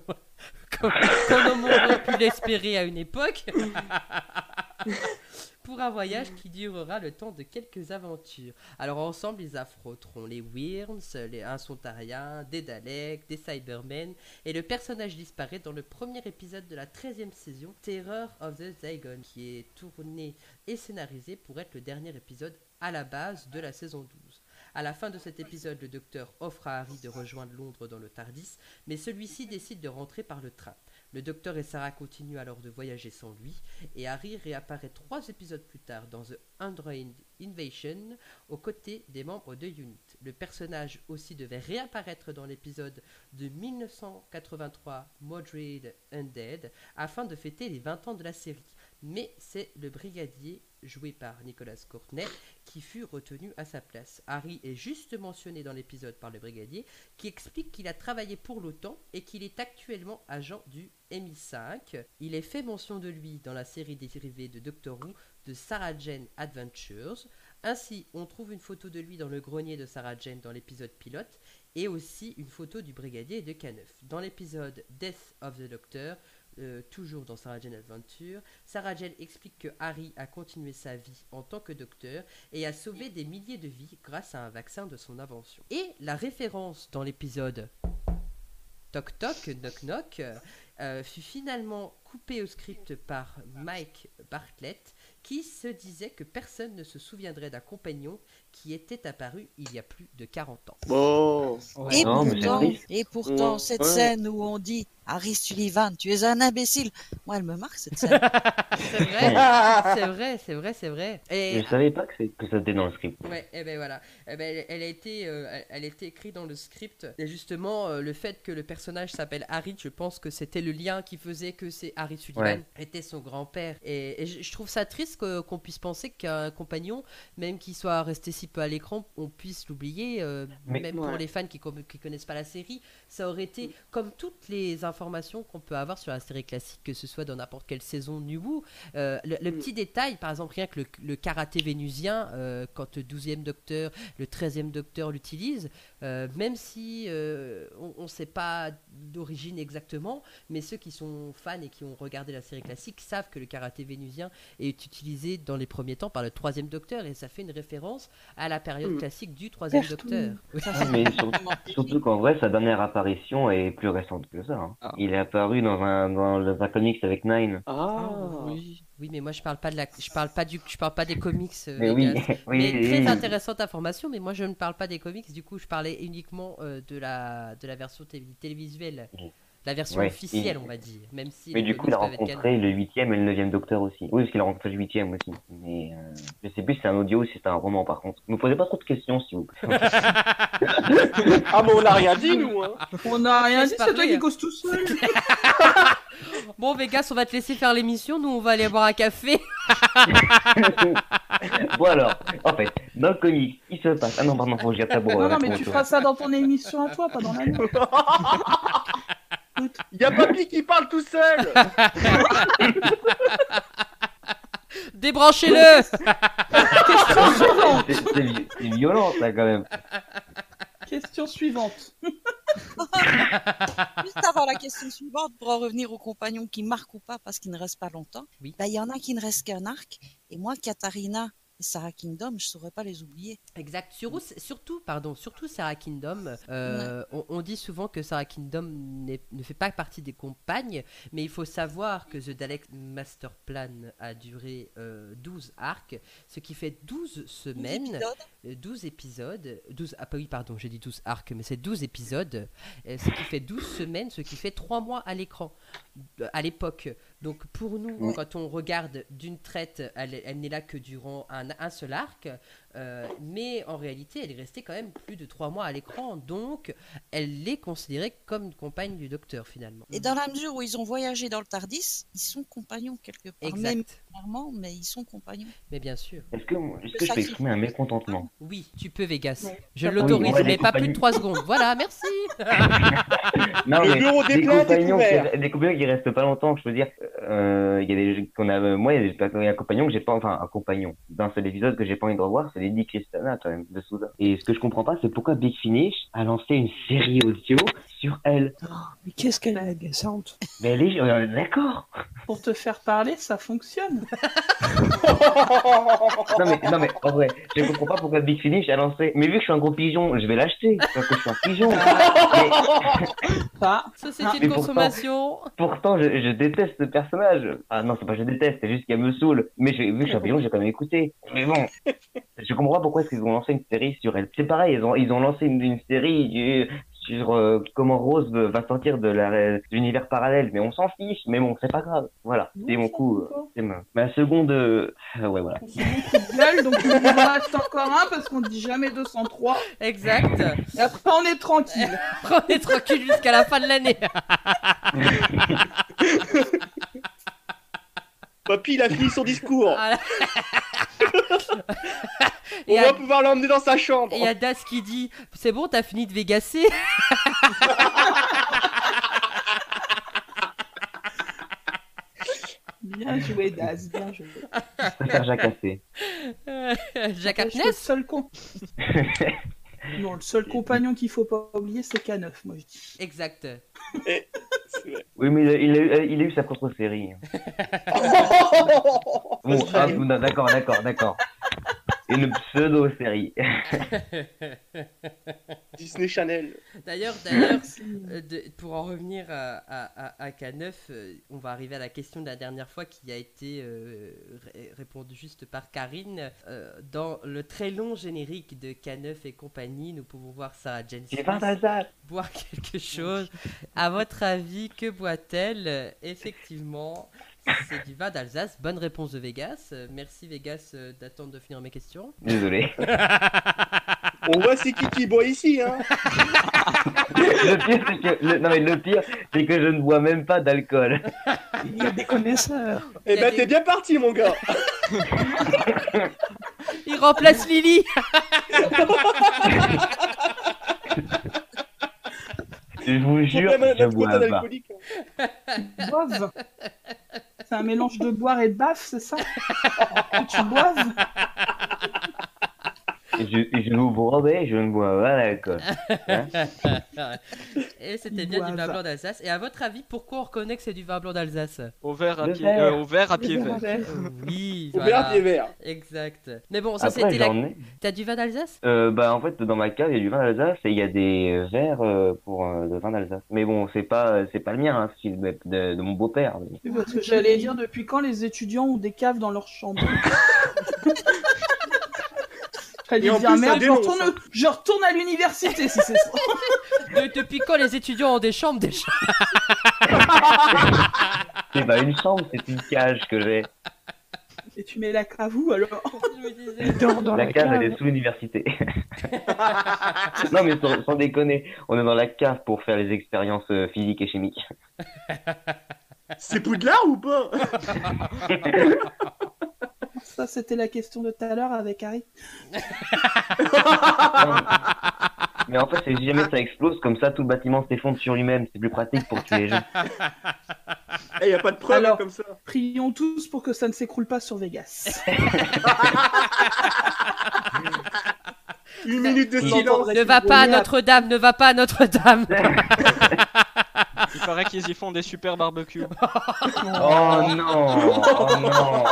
Speaker 1: comme, comme on aurait pu l'espérer à une époque. Pour un voyage qui durera le temps de quelques aventures. Alors ensemble, ils affronteront les Wyrms, les Insontariens, des Daleks, des Cybermen, et le personnage disparaît dans le premier épisode de la 13e saison, Terror of the Zygon, qui est tourné et scénarisé pour être le dernier épisode à la base de la saison 12. À la fin de cet épisode, le docteur offre à Harry de rejoindre Londres dans le Tardis, mais celui-ci décide de rentrer par le train. Le docteur et Sarah continuent alors de voyager sans lui, et Harry réapparaît trois épisodes plus tard dans The Android Invasion aux côtés des membres de Unit. Le personnage aussi devait réapparaître dans l'épisode de 1983 Modred Undead afin de fêter les 20 ans de la série. Mais c'est le brigadier joué par Nicolas Courtenay qui fut retenu à sa place. Harry est juste mentionné dans l'épisode par le brigadier qui explique qu'il a travaillé pour l'OTAN et qu'il est actuellement agent du MI5. Il est fait mention de lui dans la série dérivée de Doctor Who de Sarah Jane Adventures. Ainsi, on trouve une photo de lui dans le grenier de Sarah Jane dans l'épisode pilote et aussi une photo du brigadier et de Caneuf. Dans l'épisode Death of the Doctor, euh, toujours dans Sarah Jane Adventure, Sarah Jane explique que Harry a continué sa vie en tant que docteur et a sauvé des milliers de vies grâce à un vaccin de son invention. Et la référence dans l'épisode Toc Toc, Knock Knock, euh, fut finalement coupée au script par Mike Bartlett, qui se disait que personne ne se souviendrait d'un compagnon qui était apparu il y a plus de 40 ans.
Speaker 8: Bon.
Speaker 4: Et
Speaker 3: Non, mais
Speaker 4: pourtant,
Speaker 3: c'est triste.
Speaker 4: et pourtant
Speaker 8: Ouais.
Speaker 4: cette
Speaker 8: Ouais.
Speaker 4: scène où on dit Harry Sullivan, tu es un imbécile. Moi, elle me marque cette scène.
Speaker 3: Ah,
Speaker 1: C'est vrai,
Speaker 8: Ah.
Speaker 1: c'est vrai, c'est vrai, c'est vrai. Et
Speaker 3: Je savais pas que, c'est- que ça était dans le script.
Speaker 1: Ouais, et ben voilà. Eh ben, elle, elle a été, euh, elle, elle a été écrite dans le script. Et justement, euh, le fait que le personnage s'appelle Harry, je pense que c'était le lien qui faisait que c'est Harry Sullivan était son grand-père. Et, et je je trouve ça triste que- qu'on puisse penser qu'un compagnon, même qu'il soit resté si peu à l'écran, on puisse l'oublier. euh,
Speaker 3: Mais-
Speaker 1: même pour
Speaker 8: Ouais.
Speaker 1: les fans qui, com- qui connaissent pas la série, ça aurait été comme toutes les informations qu'on peut avoir sur la série classique, que ce soit dans n'importe quelle saison New Who, euh, le, le petit détail, par exemple, rien que le, le karaté vénusien, euh, quand le 12e docteur, le 13e docteur l'utilise, euh, même si euh, on ne sait pas d'origine exactement, mais ceux qui sont fans et qui ont regardé la série classique savent que le karaté vénusien est utilisé dans les premiers temps par le 3e docteur et ça fait une référence à la période
Speaker 8: Mm.
Speaker 1: classique du 3e
Speaker 6: Partout.
Speaker 1: docteur. Oui.
Speaker 3: Ah, mais sur-
Speaker 4: Vraiment.
Speaker 3: surtout qu'en vrai, sa dernière apparition est plus récente que ça. hein.
Speaker 5: Ah.
Speaker 3: Il est apparu dans un, dans, dans un comics avec Nine.
Speaker 8: Ah.
Speaker 5: Oui.
Speaker 1: Oui, mais moi je parle pas de la, je parle pas du, je parle pas des comics. euh,
Speaker 3: Mais
Speaker 1: les gars.
Speaker 3: oui, oui,
Speaker 1: Mais très
Speaker 3: oui.
Speaker 1: intéressante information, mais moi je ne parle pas des comics, du coup je parlais uniquement euh, de, la, de la version télé- télévisuelle,
Speaker 3: Oui.
Speaker 1: la version
Speaker 3: Ouais,
Speaker 1: officielle
Speaker 3: il-
Speaker 1: on va dire, même si
Speaker 3: Mais
Speaker 1: les
Speaker 3: du coup,
Speaker 1: comics
Speaker 3: il a
Speaker 1: peuvent être
Speaker 3: rencontré le huitième et le neuvième docteur aussi. Oui, parce qu'il a rencontré le huitième aussi. Mais euh, je sais plus si c'est un audio ou si c'est un roman par contre. Ne me posez pas trop de questions s'il vous plaît.
Speaker 8: Ah, mais on a rien dit, nous, hein.
Speaker 6: On n'a rien
Speaker 1: Laisse
Speaker 6: dit, c'est toi
Speaker 1: parler.
Speaker 6: qui causes tout seul.
Speaker 1: canons. Bon Vegas, on va te laisser faire l'émission, nous on va aller boire un café.
Speaker 3: bon alors, en fait, dans le comics, il se passe. Ah non, pardon, faut que je garde ça pour. euh,
Speaker 6: Non, non, mais
Speaker 3: pour
Speaker 6: tu
Speaker 3: le-
Speaker 6: feras ça dans ton émission à toi, pas dans la mienne.
Speaker 8: Y a papy qui parle tout seul.
Speaker 1: Ah, Débranchez-le
Speaker 6: Question suivante.
Speaker 3: C'est- C'est vi- c'est violent ça quand même.
Speaker 6: Question suivante.
Speaker 4: Juste avant la question suivante, pour en revenir aux compagnons qui marquent ou pas parce qu'ils ne restent pas longtemps,
Speaker 1: Oui.
Speaker 4: bah, il y en a qui ne restent qu'un arc. Et moi, Katharina et Sarah Kingdom, je saurais pas les oublier.
Speaker 1: Exact. Sur- surtout, pardon, surtout Sarah Kingdom. euh, on, on dit souvent que Sarah Kingdom n'est- ne fait pas partie des compagnes, mais il faut savoir que The Dalek Master Plan a duré euh, 12 arcs, ce qui fait 12 semaines,
Speaker 4: Épisode,
Speaker 1: euh, 12 épisodes, 12, ah pas oui, pardon, j'ai dit 12 arcs, mais c'est 12 épisodes, euh, ce qui fait 12 semaines, ce qui fait 3 mois à l'écran, euh, à l'époque. Donc pour nous,
Speaker 3: Oui.
Speaker 1: quand on regarde d'une traite, elle, elle n'est là que durant un, un seul arc, euh, mais en réalité, elle est restée quand même plus de 3 mois à l'écran, donc elle est considérée comme une compagne du docteur finalement.
Speaker 4: Et dans la mesure où ils ont voyagé dans le Tardis, ils sont compagnons quelque part.
Speaker 1: Exact.
Speaker 4: Même clairement, mais ils sont compagnons.
Speaker 1: Mais bien sûr.
Speaker 3: Est-ce que, est-ce que je peux exprimer un mécontentement
Speaker 1: Oui, tu peux, Vegas.
Speaker 6: Ouais.
Speaker 1: Je
Speaker 6: Oui,
Speaker 1: l'autorise,
Speaker 3: on va
Speaker 1: mais
Speaker 3: les
Speaker 1: pas plus de 3
Speaker 3: compagnies.
Speaker 1: secondes. Voilà, merci.
Speaker 3: Non,
Speaker 2: Le
Speaker 3: mais
Speaker 2: bureau des
Speaker 3: des
Speaker 2: plaintes est
Speaker 3: compagnons,
Speaker 2: ouvert.
Speaker 3: qui, des compagnons qui restent pas longtemps, je veux dire, euh, il y a des gens qu'on a, euh, moi, il y a des- il y a un compagnon que j'ai pas, enfin, un compagnon d'un seul épisode que j'ai pas envie de revoir, c'est Lady Cristana, quand même, de Souza. Et ce que je comprends pas, c'est pourquoi Big Finish a lancé une série audio sur elle.
Speaker 7: Mais qu'est-ce qu'elle est agaçante
Speaker 3: Mais elle est, euh, d'accord.
Speaker 6: Pour te faire parler, ça fonctionne.
Speaker 3: Non, mais, non, mais, en vrai, je comprends pas pourquoi Big Finish a lancé, mais vu que je suis un gros pigeon, je vais l'acheter, parce que je suis un pigeon. Mais
Speaker 6: Pas.
Speaker 1: Ça, c'est
Speaker 6: Ah,
Speaker 1: une
Speaker 3: mais pourtant-
Speaker 1: consommation.
Speaker 3: Pourtant, je, je déteste ce personnage. Ah non, c'est pas que je déteste, c'est juste qu'elle me saoule. Mais j'ai vu que Champignon, j'ai quand même écouté. Mais bon, je comprends pas pourquoi est-ce qu'ils ont lancé une série sur elle. C'est pareil, ils ont, ils ont lancé une, une série du- sur euh, comment Rose va va sortir de la- de l'univers parallèle. Mais on s'en fiche, mais bon, c'est pas grave. Voilà, c'est mon coup. euh,
Speaker 7: hein.
Speaker 3: C'est ma, ma seconde... euh, ouais, voilà.
Speaker 6: On se fout de gueule, donc on en reste encore un parce qu'on ne dit jamais 203.
Speaker 1: Exact.
Speaker 6: Et après, on est tranquille.
Speaker 1: On est tranquille jusqu'à la fin de l'année.
Speaker 2: Papy, il a fini son discours.
Speaker 1: Ah là.
Speaker 2: On
Speaker 1: Et
Speaker 2: va
Speaker 1: à-
Speaker 2: pouvoir l'emmener dans sa chambre.
Speaker 1: Et il y a Das qui dit C'est bon, t'as fini de Vegasser
Speaker 6: Bien joué, Daz. Bien joué.
Speaker 3: Je préfère jacasser.
Speaker 1: Euh, Jacques
Speaker 6: N'empêche que
Speaker 1: Harkness
Speaker 6: le seul con. Non, le seul compagnon qu'il faut pas oublier, c'est K9, moi je dis.
Speaker 1: Exact.
Speaker 2: C'est vrai.
Speaker 3: Oui, mais il a, il a eu, euh, il a eu sa propre série. Bon,
Speaker 2: Parce que-
Speaker 3: ah, non, d'accord, d'accord, d'accord. Une pseudo-série.
Speaker 2: Disney Channel.
Speaker 1: D'ailleurs, d'ailleurs, euh, de- pour en revenir à, à- à- à K9, euh, on va arriver à la question de la dernière fois qui a été euh, ré- répondue juste par Karine. Euh, dans le très long générique de K9 et compagnie, nous pouvons voir Sarah Jane
Speaker 3: C'est
Speaker 1: Smith
Speaker 3: pas hasard.
Speaker 1: boire quelque chose. À votre avis, que boit-elle Effectivement, c'est du vin d'Alsace. Bonne réponse de Vegas. Euh, Merci Vegas euh, d'attendre de finir mes questions.
Speaker 3: Désolé.
Speaker 2: On voit c'est qui qui boit ici. Hein.
Speaker 3: le pire, c'est que, le- non, mais le pire, c'est que je ne bois même pas d'alcool. euh,
Speaker 7: Il y a des connaisseurs.
Speaker 2: Eh ben, t'es bien parti, mon gars.
Speaker 1: Il remplace Lily
Speaker 3: Je vous
Speaker 2: Faut
Speaker 3: jure,
Speaker 2: quand même
Speaker 3: je
Speaker 2: notre
Speaker 3: bois
Speaker 2: quota
Speaker 3: pas.
Speaker 2: d'alcoolique. hein.
Speaker 6: Boive C'est un mélange de boire et de baffe, c'est ça Que tu boives
Speaker 3: Je, je vous promets, je ne bois pas d'alcool.
Speaker 1: Ah, Et c'était
Speaker 6: Ils
Speaker 1: bien du
Speaker 6: boivent.
Speaker 1: vin blanc d'Alsace. Et à votre avis, pourquoi on reconnaît que c'est du vin blanc d'Alsace Euh,
Speaker 5: Au vert à
Speaker 3: Le
Speaker 5: pied,
Speaker 3: vert.
Speaker 5: euh, au vert à pied vert.
Speaker 6: Ouais.
Speaker 1: Oui,
Speaker 2: Au vert,
Speaker 1: voilà.
Speaker 2: pied vert.
Speaker 1: Exact. Mais bon, ça
Speaker 3: Après,
Speaker 1: c'était la...
Speaker 3: j'en ai.
Speaker 1: T'as du vin d'Alsace
Speaker 3: Euh, bah, en fait, dans ma cave, il y a du vin d'Alsace et il y a des verres euh, pour euh, le vin d'Alsace. Mais bon, c'est pas, c'est pas le mien, hein, c'est de, de- de mon beau-père.
Speaker 6: Oui, Parce
Speaker 1: Ah,
Speaker 6: que j'allais dire depuis quand les étudiants ont des caves dans leur chambre.
Speaker 2: Et
Speaker 6: J'allais
Speaker 2: en
Speaker 6: dire ah,
Speaker 2: plus, ça
Speaker 6: merde, je
Speaker 2: dénonce, hein.
Speaker 6: retourne, je retourne à l'université si c'est ça.
Speaker 1: De- Depuis quand les étudiants ont des chambres déjà
Speaker 3: C'est pas une chambre, c'est une cage que j'ai.
Speaker 6: Et tu mets la cave où alors
Speaker 1: Je me disais.
Speaker 7: Il dort dans
Speaker 3: La
Speaker 7: la,
Speaker 3: cave,
Speaker 7: cave.
Speaker 3: elle est sous l'université. non, mais sans, sans déconner, on est dans la cave pour faire les expériences euh, physiques et chimiques.
Speaker 2: C'est Poudlard ou pas
Speaker 6: Ça c'était la question de tout à l'heure avec Harry.
Speaker 3: Non. Mais en fait, c'est si jamais ça explose, comme ça tout le bâtiment s'effondre sur lui-même. C'est plus pratique pour tuer les gens.
Speaker 2: Eh, y a pas de preuve
Speaker 6: Alors.
Speaker 2: comme ça.
Speaker 6: Prions tous pour que ça ne s'écroule pas sur Vegas.
Speaker 2: Une minute de
Speaker 6: On
Speaker 2: silence.
Speaker 6: entendrait
Speaker 1: Ne va
Speaker 6: s'ébrouiller
Speaker 1: pas à
Speaker 6: après.
Speaker 1: Notre-Dame, ne va pas à Notre-Dame
Speaker 5: Il paraît qu'ils y font des super barbecues.
Speaker 3: Oh non Oh non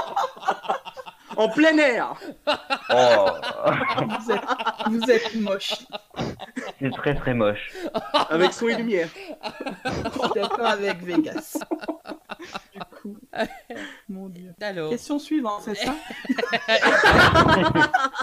Speaker 2: En plein air.
Speaker 3: Oh
Speaker 6: Vous êtes, vous êtes moche.
Speaker 3: C'est très très moche.
Speaker 2: Avec son et lumière.
Speaker 6: Je suis d'accord avec Vegas. Du coup, mon dieu.
Speaker 1: Alors,
Speaker 6: Question suivante, c'est ça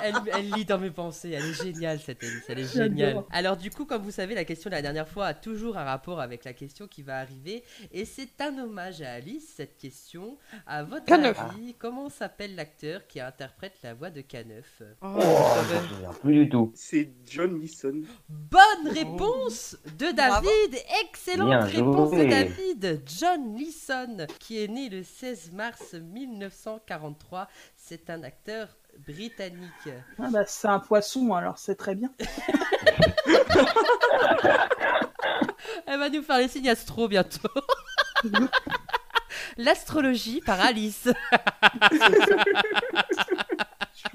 Speaker 1: elle, elle lit dans mes pensées, elle est géniale cette Alice, elle est
Speaker 6: J'adore.
Speaker 1: géniale. Alors du coup, comme vous savez, la question de la dernière fois a toujours un rapport avec la question qui va arriver, et c'est un hommage à Alice, cette question. À votre
Speaker 7: K9.
Speaker 1: avis, comment s'appelle l'acteur qui interprète la voix de K9
Speaker 3: Oh, je me souviens plus du tout.
Speaker 2: C'est John Neeson.
Speaker 1: Bonne réponse de
Speaker 4: Bravo.
Speaker 1: David Excellente
Speaker 3: Bien
Speaker 1: réponse de
Speaker 3: joué.
Speaker 1: David John Leeson, qui est né le 16 mars 19 1943. C'est un acteur britannique.
Speaker 6: Ah bah, c'est un poisson, alors c'est très bien.
Speaker 1: Elle va nous faire les signes astro bientôt. L'astrologie par Alice.
Speaker 6: Je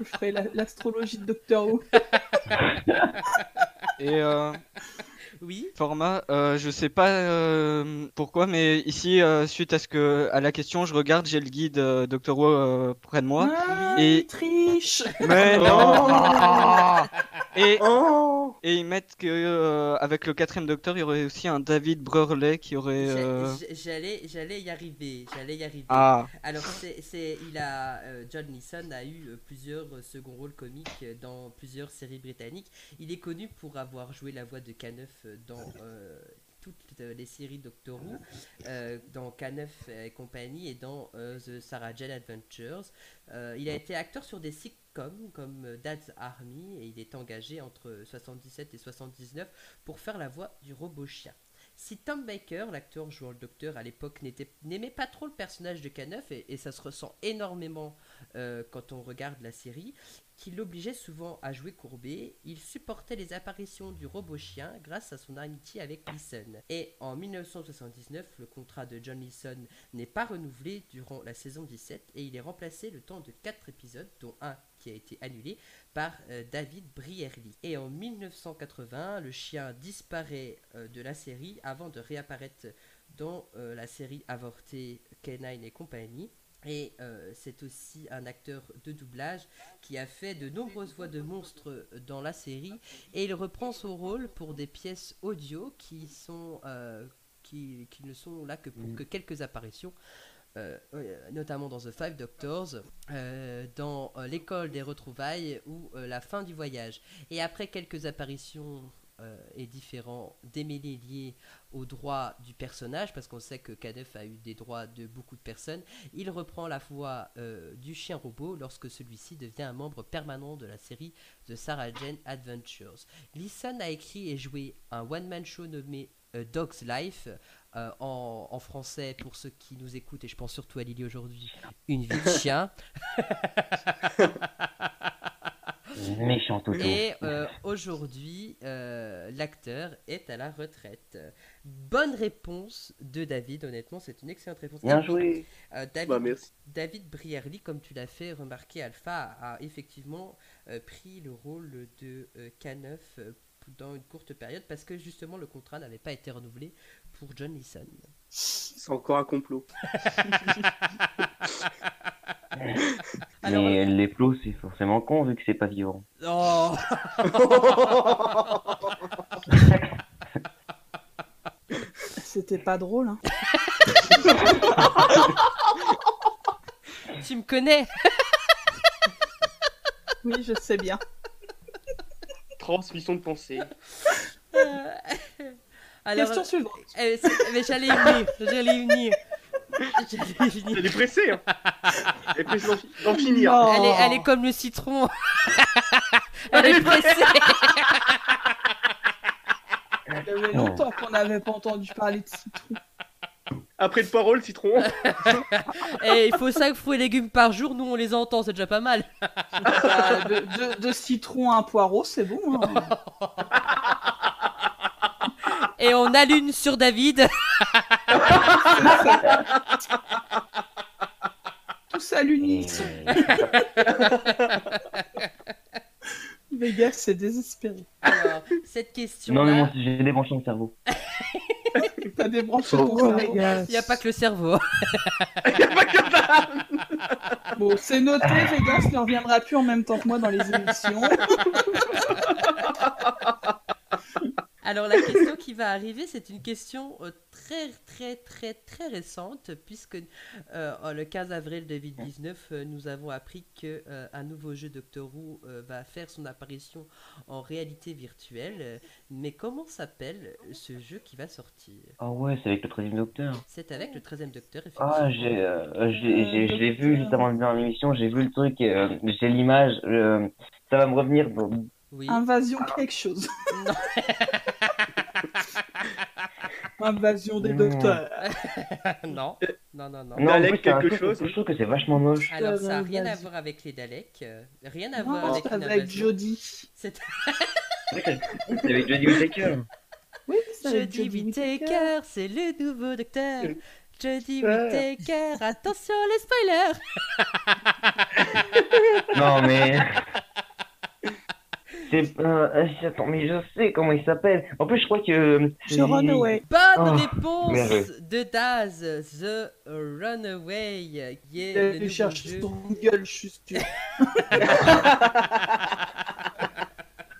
Speaker 6: ferai la- l'astrologie de Doctor Who.
Speaker 5: Et euh,
Speaker 1: Oui.
Speaker 5: format, euh, je sais pas euh, pourquoi, mais ici, euh, suite à ce que à la question, je regarde, j'ai le guide euh, Doctor Who euh, près de moi.
Speaker 6: Ah,
Speaker 5: et-
Speaker 6: il triche
Speaker 5: Mais non. Et
Speaker 8: Oh
Speaker 5: Et ils mettent que euh, avec le quatrième docteur, il y aurait aussi un David Breurley qui aurait.
Speaker 1: J'ai-
Speaker 5: euh,
Speaker 1: j'ai- J'allais, j'allais y arriver. J'allais y arriver.
Speaker 5: Ah,
Speaker 1: Alors, c'est, c'est- il a, euh, John Neeson a eu euh, plusieurs euh, seconds rôles comiques euh, dans plusieurs séries britanniques. Il est connu pour avoir joué la voix de K9 euh, dans euh, toutes euh, les séries Doctor Who, euh, dans K9 et compagnie et dans euh, The Sarah Jane Adventures. Euh, il a été acteur sur des sitcoms comme euh, Dad's Army et il est engagé entre 77 et 79 pour faire la voix du robot chien. Si Tom Baker, l'acteur jouant le docteur à l'époque, n'était- n'aimait pas trop le personnage de K9, et, et ça se ressent énormément euh, quand on regarde la série, qui l'obligeait souvent à jouer courbé, il supportait les apparitions du robot chien grâce à son amitié avec Leeson. Et en 1979, le contrat de John Leeson n'est pas renouvelé durant la saison 17 et il est remplacé le temps de 4 épisodes, dont un qui a été annulé, par euh, David Brierly. Et en 1980, le chien disparaît euh, de la série avant de réapparaître dans euh, la série avortée Canine et compagnie. Et euh, c'est aussi un acteur de doublage qui a fait de nombreuses voix de monstres euh, dans la série. Et il reprend son rôle pour des pièces audio qui, sont, euh, qui, qui ne sont là que pour que quelques apparitions. euh, euh, notamment dans The Five Doctors, euh, dans euh, l'école des retrouvailles ou euh, la fin du voyage. Et après quelques apparitions euh, et différents démêlés liés aux droits du personnage, parce qu'on sait que Kadef a eu des droits de beaucoup de personnes, il reprend la voix euh, du chien robot lorsque celui-ci devient un membre permanent de la série The Sarah Jane Adventures. Leeson a écrit et joué un one-man show nommé euh, Dog's Life. euh, en, en français, pour ceux qui nous écoutent, et je pense surtout à Lily aujourd'hui, une vie de chien.
Speaker 3: Méchant Toto.
Speaker 1: Et euh, aujourd'hui, euh, l'acteur est à la retraite. Bonne réponse de David, honnêtement, c'est une excellente réponse.
Speaker 3: Bien joué.
Speaker 1: Euh, David,
Speaker 2: Bah, merci.
Speaker 1: David Brierly, comme tu l'as fait remarquer, Alpha a effectivement euh, pris le rôle de euh, K9 euh, dans une courte période parce que justement le contrat n'avait pas été renouvelé pour John Leeson.
Speaker 2: C'est encore un complot.
Speaker 1: Alors, euh,
Speaker 3: Mais les plots, c'est forcément con vu que c'est pas vivant.
Speaker 1: Oh
Speaker 6: C'était pas drôle, hein.
Speaker 1: tu me connais
Speaker 6: Oui, je sais bien.
Speaker 8: Transmission de pensée.
Speaker 1: Euh, Alors,
Speaker 6: Question suivante.
Speaker 1: euh, c'est- mais j'allais y venir, j'allais y venir. J'allais y venir.
Speaker 2: Elle est pressée, hein Elle est pressée d'en- d'en finir.
Speaker 6: Non.
Speaker 1: Elle est, elle est comme le citron. Oh. elle est pressée.
Speaker 6: Ça
Speaker 5: Oh.
Speaker 6: faisait longtemps qu'on n'avait pas entendu parler de citron.
Speaker 2: Après le parole, citron.
Speaker 1: Et il faut 5 fruits et légumes par jour. Nous, on les entend, c'est déjà pas mal.
Speaker 6: Bah, de, de- de citron à un poireau, c'est bon. hein.
Speaker 1: Et on allume sur David.
Speaker 6: Tous à
Speaker 3: Et- euh,
Speaker 6: l'unisson. Vegas, c'est désespéré.
Speaker 1: Alors, cette question.
Speaker 3: Non mais moi j'ai des branchements de cerveau.
Speaker 6: T'as débranché ton
Speaker 7: Oh,
Speaker 6: cerveau.
Speaker 7: Vegas.
Speaker 1: Il n'y a pas que le cerveau.
Speaker 6: Bon, c'est noté, Vegas ne reviendra plus en même temps que moi dans les émissions.
Speaker 1: Alors la question qui va arriver, c'est une question euh, très très très très récente puisque euh, en- le 15 avril 2019, euh, nous avons appris que euh, un nouveau jeu Doctor Who euh, va faire son apparition en réalité virtuelle. Euh, Mais comment s'appelle ce jeu qui va sortir
Speaker 3: Ah ouais, c'est avec le 13 docteur.
Speaker 1: C'est avec le 13e Docteur effectivement.
Speaker 3: Ah, j'ai, euh, j'ai, j'ai, je l'ai vu juste avant de venir dans l'émission, j'ai vu le truc, euh, j'ai l'image, euh, ça va me revenir. dans-
Speaker 1: Oui.
Speaker 6: Invasion quelque chose.
Speaker 1: Non.
Speaker 6: Invasion des docteurs.
Speaker 1: non. Non, non, non.
Speaker 3: Non, en
Speaker 2: Dalek
Speaker 3: plus, c'est un
Speaker 2: quelque
Speaker 3: truc-
Speaker 2: chose.
Speaker 3: Je trouve que c'est vachement moche.
Speaker 1: Alors, ça n'a
Speaker 6: Euh,
Speaker 1: rien à
Speaker 6: vas-y.
Speaker 1: voir avec les Daleks. euh, rien à voir
Speaker 6: Non,
Speaker 1: avec
Speaker 6: c'est
Speaker 1: une
Speaker 6: avec
Speaker 1: invasion.
Speaker 6: Jodie.
Speaker 1: C'est
Speaker 3: C'est avec Johnny Whittaker.
Speaker 6: Oui, c'est avec
Speaker 1: Jodie
Speaker 6: Whittaker.
Speaker 1: Whittaker, c'est le nouveau docteur.
Speaker 2: Euh,
Speaker 1: Jodie
Speaker 2: euh.
Speaker 1: Whittaker, attention les spoilers
Speaker 3: Non, mais. C'est pas. euh, Attends, mais je sais comment il s'appelle. En plus, je crois que. euh,
Speaker 6: Je run away.
Speaker 1: Bonne
Speaker 3: Oh,
Speaker 1: réponse
Speaker 3: merveilleux.
Speaker 1: de Daz, The Runaway, qui est le
Speaker 6: Elle
Speaker 1: nouveau
Speaker 6: Euh, cherche
Speaker 1: jeu.
Speaker 6: sur Google, je suis sûr.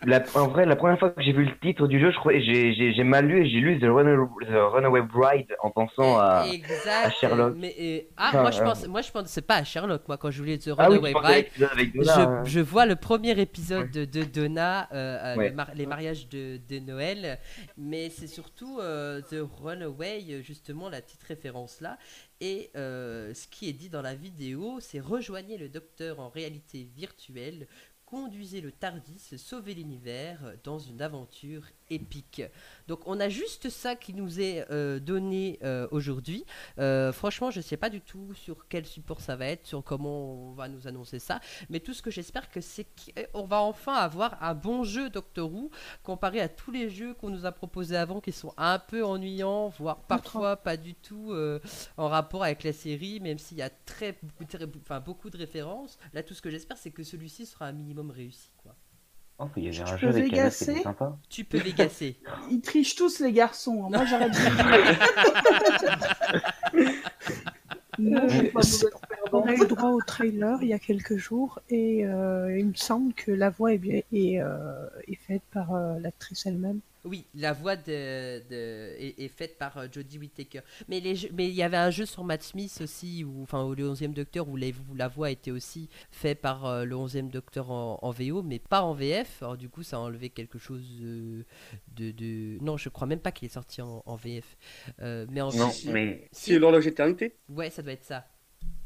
Speaker 3: La- en vrai, la première fois que j'ai vu le titre du jeu, je croyais- j'ai, j'ai, j'ai mal lu et j'ai lu The, Runa- The Runaway Bride en pensant à.
Speaker 1: exact.
Speaker 3: euh, à Sherlock.
Speaker 1: Mais, euh, ah,
Speaker 3: Enfin,
Speaker 1: moi je
Speaker 3: euh,
Speaker 1: pense, moi je pense, c'est pas à Sherlock, moi quand je voulais The
Speaker 3: Ah oui,
Speaker 1: Runaway
Speaker 3: tu pensais à
Speaker 1: Bride,
Speaker 3: l'épisode avec Donna, hein.
Speaker 1: je, je vois le premier épisode de, de Donna, euh, euh,
Speaker 3: Ouais.
Speaker 1: le mar- les mariages de, de Noël, mais c'est surtout euh, The Runaway, justement, la petite référence là. Et euh, ce qui est dit dans la vidéo, c'est rejoignez le docteur en réalité virtuelle, conduisez le Tardis, sauvez l'univers dans une aventure épique. Donc on a juste ça qui nous est euh, donné euh, aujourd'hui. Euh, franchement, je ne sais pas du tout sur quel support ça va être, sur comment on va nous annoncer ça. Mais tout ce que j'espère que c'est qu'on va enfin avoir un bon jeu Doctor Who comparé à tous les jeux qu'on nous a proposés avant qui sont un peu ennuyants, voire parfois pas du tout euh, en rapport avec la série, même s'il y a très, beaucoup- très- enfin, beaucoup de références. Là, tout ce que j'espère, c'est que celui-ci sera un minimum réussi. Quoi.
Speaker 3: Oh, il y avait
Speaker 6: je
Speaker 3: un
Speaker 6: peux
Speaker 3: jeu avec Alice,
Speaker 6: dégasser.
Speaker 3: c'était sympa.
Speaker 1: Tu peux végasser.
Speaker 6: Ils trichent tous, les garçons. hein. Moi, j'arrête de Non, je suis pas mauvaise
Speaker 7: Euh, On a
Speaker 6: perdante.
Speaker 7: eu droit au trailer il y a quelques jours et euh, il me semble que la voix est, bien, est, euh, est faite par euh, l'actrice elle-même.
Speaker 1: Oui, la voix de, de- est, est faite par euh, Jodie Whittaker. Mais les jeux- mais il y avait un jeu sur Matt Smith aussi, où, enfin au 11e Docteur, où, les- où la voix était aussi faite par euh, le 11e Docteur en, en VO, mais pas en VF. Alors du coup, ça a enlevé quelque chose euh, de... de- Non, je crois même pas qu'il est sorti en, en VF. Euh, mais en
Speaker 3: Non,
Speaker 1: si-
Speaker 3: mais.
Speaker 1: si-
Speaker 2: C'est l'horloge d'éternité.
Speaker 1: Ouais, ça doit être ça.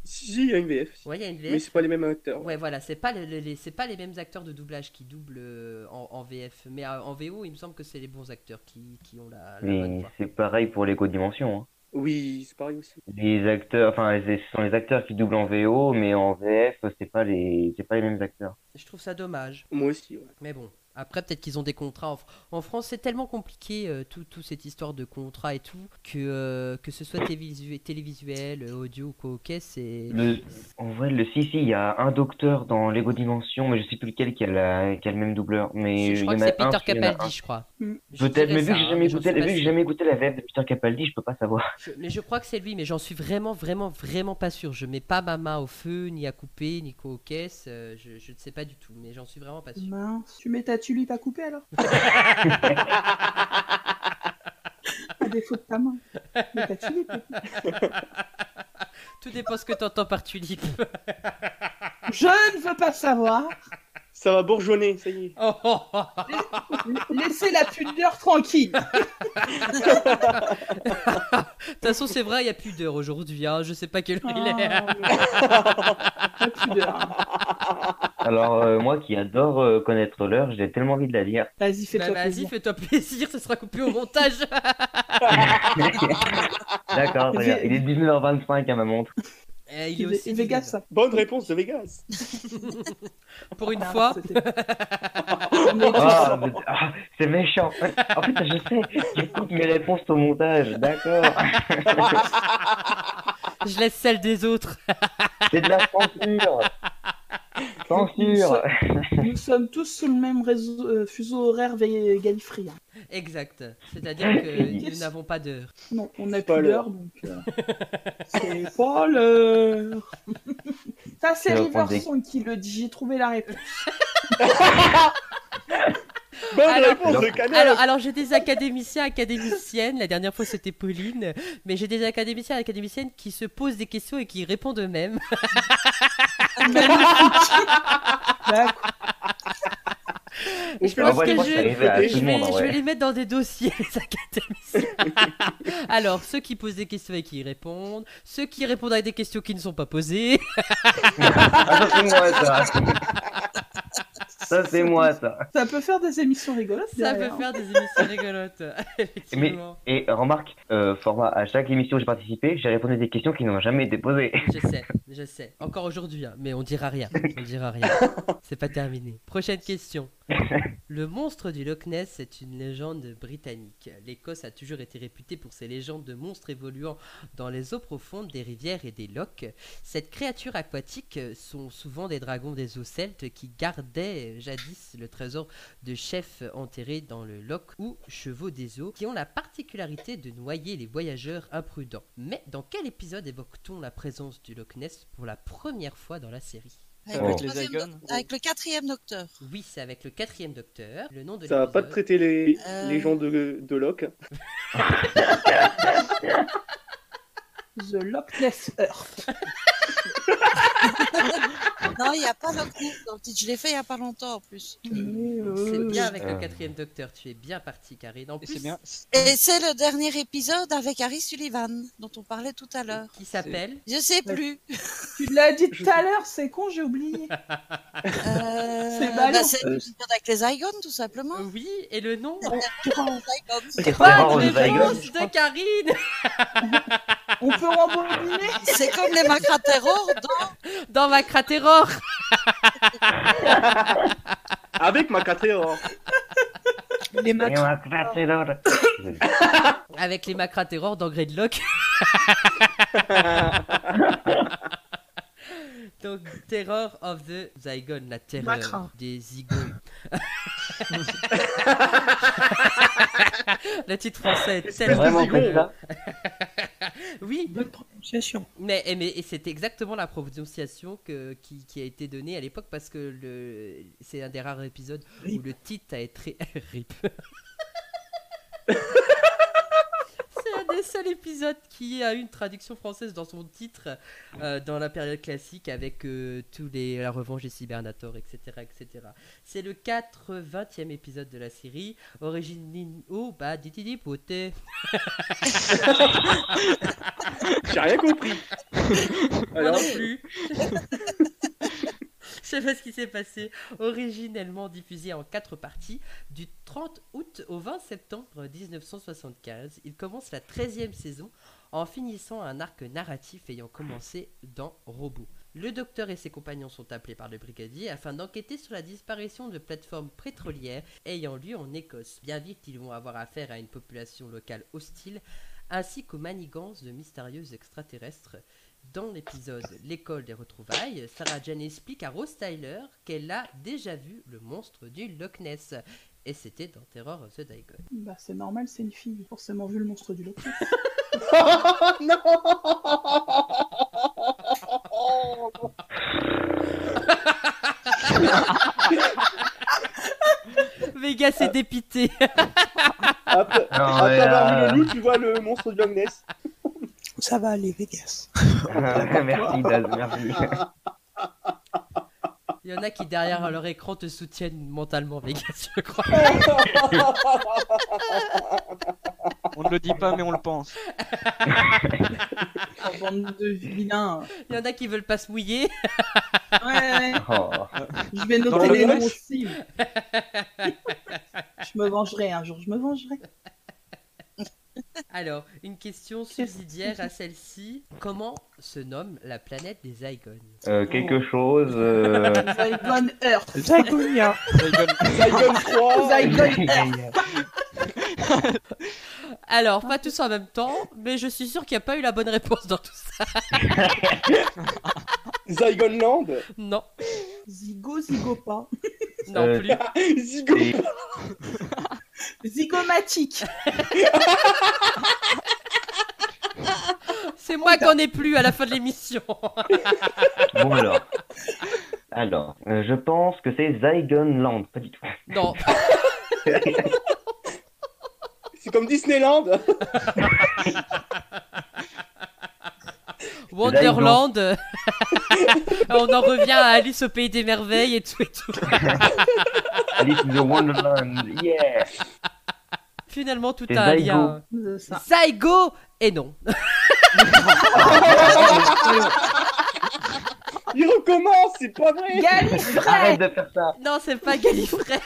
Speaker 2: Si, si, il y a une VF.
Speaker 1: Ouais, il y a une VF.
Speaker 2: Mais c'est pas les mêmes acteurs.
Speaker 1: Ouais, voilà, c'est pas, le- le- les, c'est pas les mêmes acteurs de doublage qui doublent euh, en, en VF. Mais euh, en VO, il me semble que c'est les bons acteurs qui, qui ont la, la bonne
Speaker 3: Mais
Speaker 1: voix.
Speaker 3: c'est pareil pour les dimensions Hein.
Speaker 2: Oui, c'est pareil aussi.
Speaker 3: Les acteurs, enfin, les- ce sont les acteurs qui doublent en VO, mais en VF, c'est pas les, c'est pas les mêmes acteurs.
Speaker 1: Je trouve ça dommage.
Speaker 2: Moi aussi, ouais.
Speaker 1: Mais bon, après peut-être qu'ils ont des contrats. En, Fr- en France, c'est tellement compliqué, euh, tout, tout cette histoire de contrats et tout, que, euh, que ce soit télévisu- télévisuel, euh, audio ou quoi, ok, c'est...
Speaker 3: Le- en vrai, le si, si, il y a un docteur dans Lego Dimension, mais je sais plus lequel qui a, la- qui a le même doubleur. Mais
Speaker 1: Je crois
Speaker 3: il
Speaker 1: que
Speaker 3: y en a
Speaker 1: c'est
Speaker 3: un,
Speaker 1: Peter
Speaker 3: puis il y en a
Speaker 1: Capaldi, je crois.
Speaker 6: Hmm.
Speaker 1: Je
Speaker 3: un. hein. Peut-être,
Speaker 1: dirais
Speaker 3: mais vu
Speaker 1: ça,
Speaker 3: que j'ai
Speaker 1: hein,
Speaker 3: jamais
Speaker 1: mais j'en
Speaker 3: écouté,
Speaker 1: suis pas
Speaker 3: vu que j'ai
Speaker 1: sûre.
Speaker 3: jamais écouté la VF de Peter Capaldi, je peux pas savoir.
Speaker 1: Je- mais je crois que c'est lui, mais j'en suis vraiment, vraiment, vraiment pas sûr. Je mets pas ma main au feu, ni à couper, ni quoi aux caisses. euh, je, je ne sais pas du tout, mais j'en suis vraiment pas
Speaker 6: Mm.
Speaker 1: sûr.
Speaker 6: Mince. Tu mets ta tulipe à couper alors À défaut de ta main. Mais ta tulipe.
Speaker 1: Tout dépend ce que t'entends par tulipe.
Speaker 6: Je ne veux pas savoir.
Speaker 2: Ça va bourgeonner, ça y est.
Speaker 1: Oh, oh, oh.
Speaker 6: Laissez la pudeur tranquille.
Speaker 1: De toute façon, c'est vrai, il y a plus d'heure aujourd'hui. Hein. Je sais pas quelle heure il
Speaker 7: Oh.
Speaker 1: est.
Speaker 6: Ah, la pudeur.
Speaker 3: Alors, euh, moi qui adore euh, connaître l'heure, j'ai tellement envie de la lire.
Speaker 6: Vas-y,
Speaker 1: Bah,
Speaker 6: fais-toi
Speaker 1: vas-y,
Speaker 6: plaisir.
Speaker 1: fais-toi plaisir, ça sera coupé au montage.
Speaker 3: D'accord, regarde, il est 19h25 à ma montre.
Speaker 1: Euh, il est
Speaker 6: Ve-
Speaker 1: aussi
Speaker 6: Vegas,
Speaker 1: digne.
Speaker 6: ça.
Speaker 2: Bonne réponse de Vegas.
Speaker 1: Pour une fois,
Speaker 6: C'était-
Speaker 3: Ah, mais- ah, c'est méchant. En fait, je sais, tu coupes mes réponses au montage, d'accord.
Speaker 1: je laisse celle des autres.
Speaker 3: C'est de la censure.
Speaker 6: Nous
Speaker 3: Censure.
Speaker 6: sommes- Nous sommes tous sous le même réseau, euh, fuseau horaire ve- Gallifrey. hein.
Speaker 1: Exact. C'est-à-dire que nous n'avons pas d'heure.
Speaker 6: Non, on n'a
Speaker 2: C'est pas
Speaker 6: plus
Speaker 2: l'heure.
Speaker 6: l'heure, donc... euh, C'est pas l'heure. Ça, c'est
Speaker 3: Je vais reprendre des-
Speaker 6: Riverson qui le dit. J'ai trouvé la réponse.
Speaker 2: Bonne
Speaker 1: Alors-
Speaker 2: réponse de Canal.
Speaker 1: Alors, alors j'ai des académiciens, académiciennes. La dernière fois, c'était Pauline. Mais j'ai des académiciens, académiciennes qui se posent des questions et qui répondent eux-mêmes.
Speaker 6: D'accord.
Speaker 2: On
Speaker 1: Je
Speaker 2: fait
Speaker 3: En
Speaker 1: pense
Speaker 2: la
Speaker 3: vrai,
Speaker 1: que
Speaker 3: je pense que ça
Speaker 1: je,
Speaker 3: arrivait à
Speaker 2: je
Speaker 3: tout
Speaker 1: je
Speaker 3: le
Speaker 1: vais,
Speaker 3: monde. en
Speaker 1: je vais
Speaker 3: vrai.
Speaker 1: les mettre dans des dossiers, les académiciens. Alors, ceux qui posent des questions et qui y répondent, ceux qui répondent à des questions qui ne sont pas posées.
Speaker 3: Ah, ça, c'est moi, ça. Ça, Ça, c'est moi, ça.
Speaker 6: Ça peut faire des émissions rigolotes.
Speaker 1: Ça
Speaker 6: derrière. hein.
Speaker 1: peut faire des émissions rigolotes, effectivement.
Speaker 3: Et remarque, euh, format, à chaque émission où j'ai participé, j'ai répondu à des questions qui n'ont jamais été posées.
Speaker 1: Je sais, je sais. Encore aujourd'hui, hein, mais on dira rien. On dira rien. C'est pas terminé. Prochaine question. Le monstre du Loch Ness est une légende britannique. L'Écosse a toujours été réputée pour ses légendes de monstres évoluant dans les eaux profondes des rivières et des lochs. Cette créature aquatique sont souvent des dragons des eaux celtes qui gardaient jadis le trésor de chefs enterrés dans le loch ou chevaux des eaux qui ont la particularité de noyer les voyageurs imprudents. Mais dans quel épisode évoque-t-on la présence du Loch Ness pour la première fois dans la série
Speaker 4: Avec,
Speaker 3: Oh.
Speaker 4: le
Speaker 3: Avec
Speaker 5: les
Speaker 4: troisième
Speaker 5: Aegon.
Speaker 4: doc- avec le quatrième docteur.
Speaker 1: Oui, c'est avec le quatrième docteur. Le nom de
Speaker 2: Ça va pas te
Speaker 1: l'épisode-
Speaker 2: traiter les,
Speaker 4: Euh.
Speaker 2: les gens de, de Locke.
Speaker 6: The Loch Ness Earth.
Speaker 4: Non, il n'y a pas Loch Ness dans le titre. Je l'ai fait il n'y a pas longtemps en plus.
Speaker 1: C'est bien avec le
Speaker 3: Euh.
Speaker 1: quatrième docteur, tu es bien parti, Karine. En
Speaker 5: Ah. Et
Speaker 1: plus,
Speaker 5: c'est bien.
Speaker 4: Et c'est le dernier épisode avec Harry Sullivan, dont on parlait tout à l'heure.
Speaker 1: qui s'appelle
Speaker 4: Je sais plus.
Speaker 6: Tu l'as dit
Speaker 2: Je
Speaker 6: tout à l'heure, c'est con, j'ai oublié.
Speaker 4: Euh,
Speaker 6: C'est ballot.
Speaker 4: bah, c'est l'épisode avec les Aigons, tout simplement.
Speaker 1: Oui, et le nom
Speaker 4: Les Aigons.
Speaker 3: C'est
Speaker 1: Bonne
Speaker 3: rare, les Aigons.
Speaker 1: réponse de Karine
Speaker 6: On peut rembobiner
Speaker 4: C'est comme les Macraterror dans
Speaker 1: dans ma cratéror.
Speaker 2: Avec ma 4 erreurs.
Speaker 7: Les
Speaker 3: Et on
Speaker 7: maîtres.
Speaker 3: va passer l'ordre.
Speaker 1: Avec les Macra Terror dans Gridlock. Donc, Terror of the Zygon, la terreur
Speaker 7: Macra.
Speaker 1: des zygons. le titre français est
Speaker 3: J'ai
Speaker 1: tellement.
Speaker 3: vraiment
Speaker 2: Vas-y,
Speaker 3: fait
Speaker 2: go.
Speaker 3: ça.
Speaker 1: Oui,
Speaker 7: Bonne prononciation.
Speaker 1: mais, et mais et c'est exactement la prononciation que, qui, qui a été donnée à l'époque parce que le, c'est un des rares épisodes où
Speaker 7: Rip.
Speaker 1: le titre a été rip. c'est un des seuls épisodes qui a une traduction française dans son titre euh, dans la période classique avec euh, tous les la revanche des Cybernator, etc., etc. C'est le 80e épisode de la série. Origine oh bah ditidi poté.
Speaker 2: J'ai rien compris.
Speaker 1: Moi
Speaker 2: Alors,
Speaker 1: non plus. Ah Je sais pas ce qui s'est passé. Originellement diffusé en quatre parties, du 30 août au 20 septembre 1975, il commence la 13e saison en finissant un arc narratif ayant commencé dans Robot. Le docteur et ses compagnons sont appelés par le brigadier afin d'enquêter sur la disparition de plateformes pétrolières ayant lieu en Écosse. Bien vite, ils vont avoir affaire à une population locale hostile ainsi qu'aux manigances de mystérieux extraterrestres dans l'épisode L'école des retrouvailles, Sarah Jane explique à Rose Tyler qu'elle a déjà vu le monstre du Loch Ness. Et c'était dans Terror of the Dagon.
Speaker 6: Bah, c'est normal, c'est une fille. Forcément, vu le monstre du Loch Ness.
Speaker 1: Vega s'est dépité.
Speaker 2: Après,
Speaker 3: Non,
Speaker 2: après
Speaker 3: mais,
Speaker 2: avoir
Speaker 3: euh,
Speaker 2: vu le loup, tu vois le monstre de Loch Ness.
Speaker 7: Ça va aller, Vegas.
Speaker 3: merci, Daz, merci.
Speaker 1: Il y en a qui derrière leur écran te soutiennent mentalement, Vega, je crois.
Speaker 5: On ne le dit pas, mais on le pense.
Speaker 6: Oh, bande de vilains.
Speaker 1: Il y en a qui veulent pas se mouiller.
Speaker 6: Ouais, ouais.
Speaker 3: Oh.
Speaker 6: Je vais
Speaker 5: Dans
Speaker 6: noter
Speaker 5: le
Speaker 6: les noms
Speaker 5: Loch Ness
Speaker 6: aussi. je me vengerai un jour, je me vengerai.
Speaker 1: Alors, une question subsidiaire à celle-ci. Comment se nomme la planète des Aigons
Speaker 3: Euh, quelque chose. euh,
Speaker 6: Zygon Earth.
Speaker 7: Zagonia.
Speaker 2: Saigon 3.
Speaker 6: Zygon
Speaker 1: Alors, pas tous en même temps, mais je suis sûr qu'il n'y a pas eu la bonne réponse dans tout ça.
Speaker 2: Saigon Land.
Speaker 1: Non,
Speaker 6: Zigo Zigopa.
Speaker 1: non
Speaker 3: Euh,
Speaker 1: plus.
Speaker 2: Zigo.
Speaker 3: et-
Speaker 6: Zygomatique.
Speaker 1: C'est moi qui n'en ai plus à la fin de l'émission.
Speaker 3: Bon alors. Alors, euh, je pense que c'est Zygonland, pas du tout.
Speaker 1: Non,
Speaker 2: C'est comme Disneyland.
Speaker 1: Wonderland. On en revient à Alice au pays des merveilles et tout et tout.
Speaker 3: Alice in the Wonderland, yeah
Speaker 1: Finalement, tout
Speaker 3: C'est
Speaker 1: a un
Speaker 3: Zygo.
Speaker 1: lien.
Speaker 6: C'est ça.
Speaker 1: Zygo et non.
Speaker 2: Il recommence, c'est pas vrai
Speaker 6: Galifrey
Speaker 3: Arrête de faire ça.
Speaker 1: Non, c'est pas Gallifrey.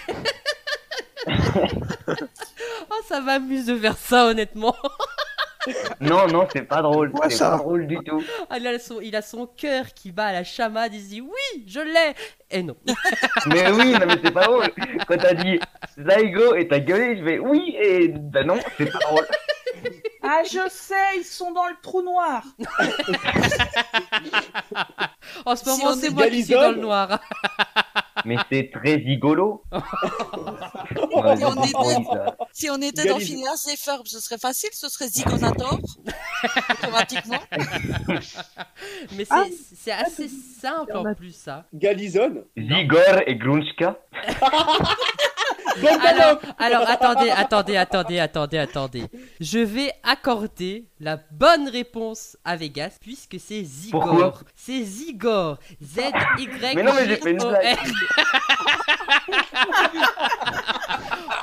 Speaker 1: oh, ça m'amuse de faire ça, honnêtement.
Speaker 3: Non, non, c'est pas drôle.
Speaker 7: Ouais,
Speaker 3: c'est
Speaker 7: ça.
Speaker 3: pas drôle du tout.
Speaker 1: Ah, il a son, il a son cœur qui bat à la chamade. Il se dit oui, je l'ai. Et non.
Speaker 3: Mais oui, non, mais c'est pas drôle. Quand t'as dit Zygo et t'as gueulé, je vais oui et bah non, c'est pas drôle.
Speaker 6: Ah, je sais, ils sont dans le trou noir.
Speaker 1: En ce
Speaker 4: Si
Speaker 1: moment,
Speaker 4: on
Speaker 1: c'est
Speaker 4: est
Speaker 1: moi qui suis dans le
Speaker 2: Galizol.
Speaker 1: noir.
Speaker 3: Mais c'est très rigolo. Euh,
Speaker 4: Et on est
Speaker 3: Vas-y, ça.
Speaker 4: Si on était dans
Speaker 2: Galil-
Speaker 4: Phineas et Ferb, ce serait facile, ce serait Zigonator, automatiquement.
Speaker 1: Mais
Speaker 6: Ah,
Speaker 1: c'est c'est assez simple en plus, hein. ça.
Speaker 2: Galizone
Speaker 3: Zigor et Grunchka.
Speaker 1: Alors, alors, attendez, attendez, attendez, attendez, attendez. Je vais accorder la bonne réponse à Vegas puisque c'est Zigor.
Speaker 3: Pourquoi
Speaker 1: C'est Zigor. Z Y
Speaker 3: Mais non, mais j'ai fait une
Speaker 1: O R.
Speaker 3: blague.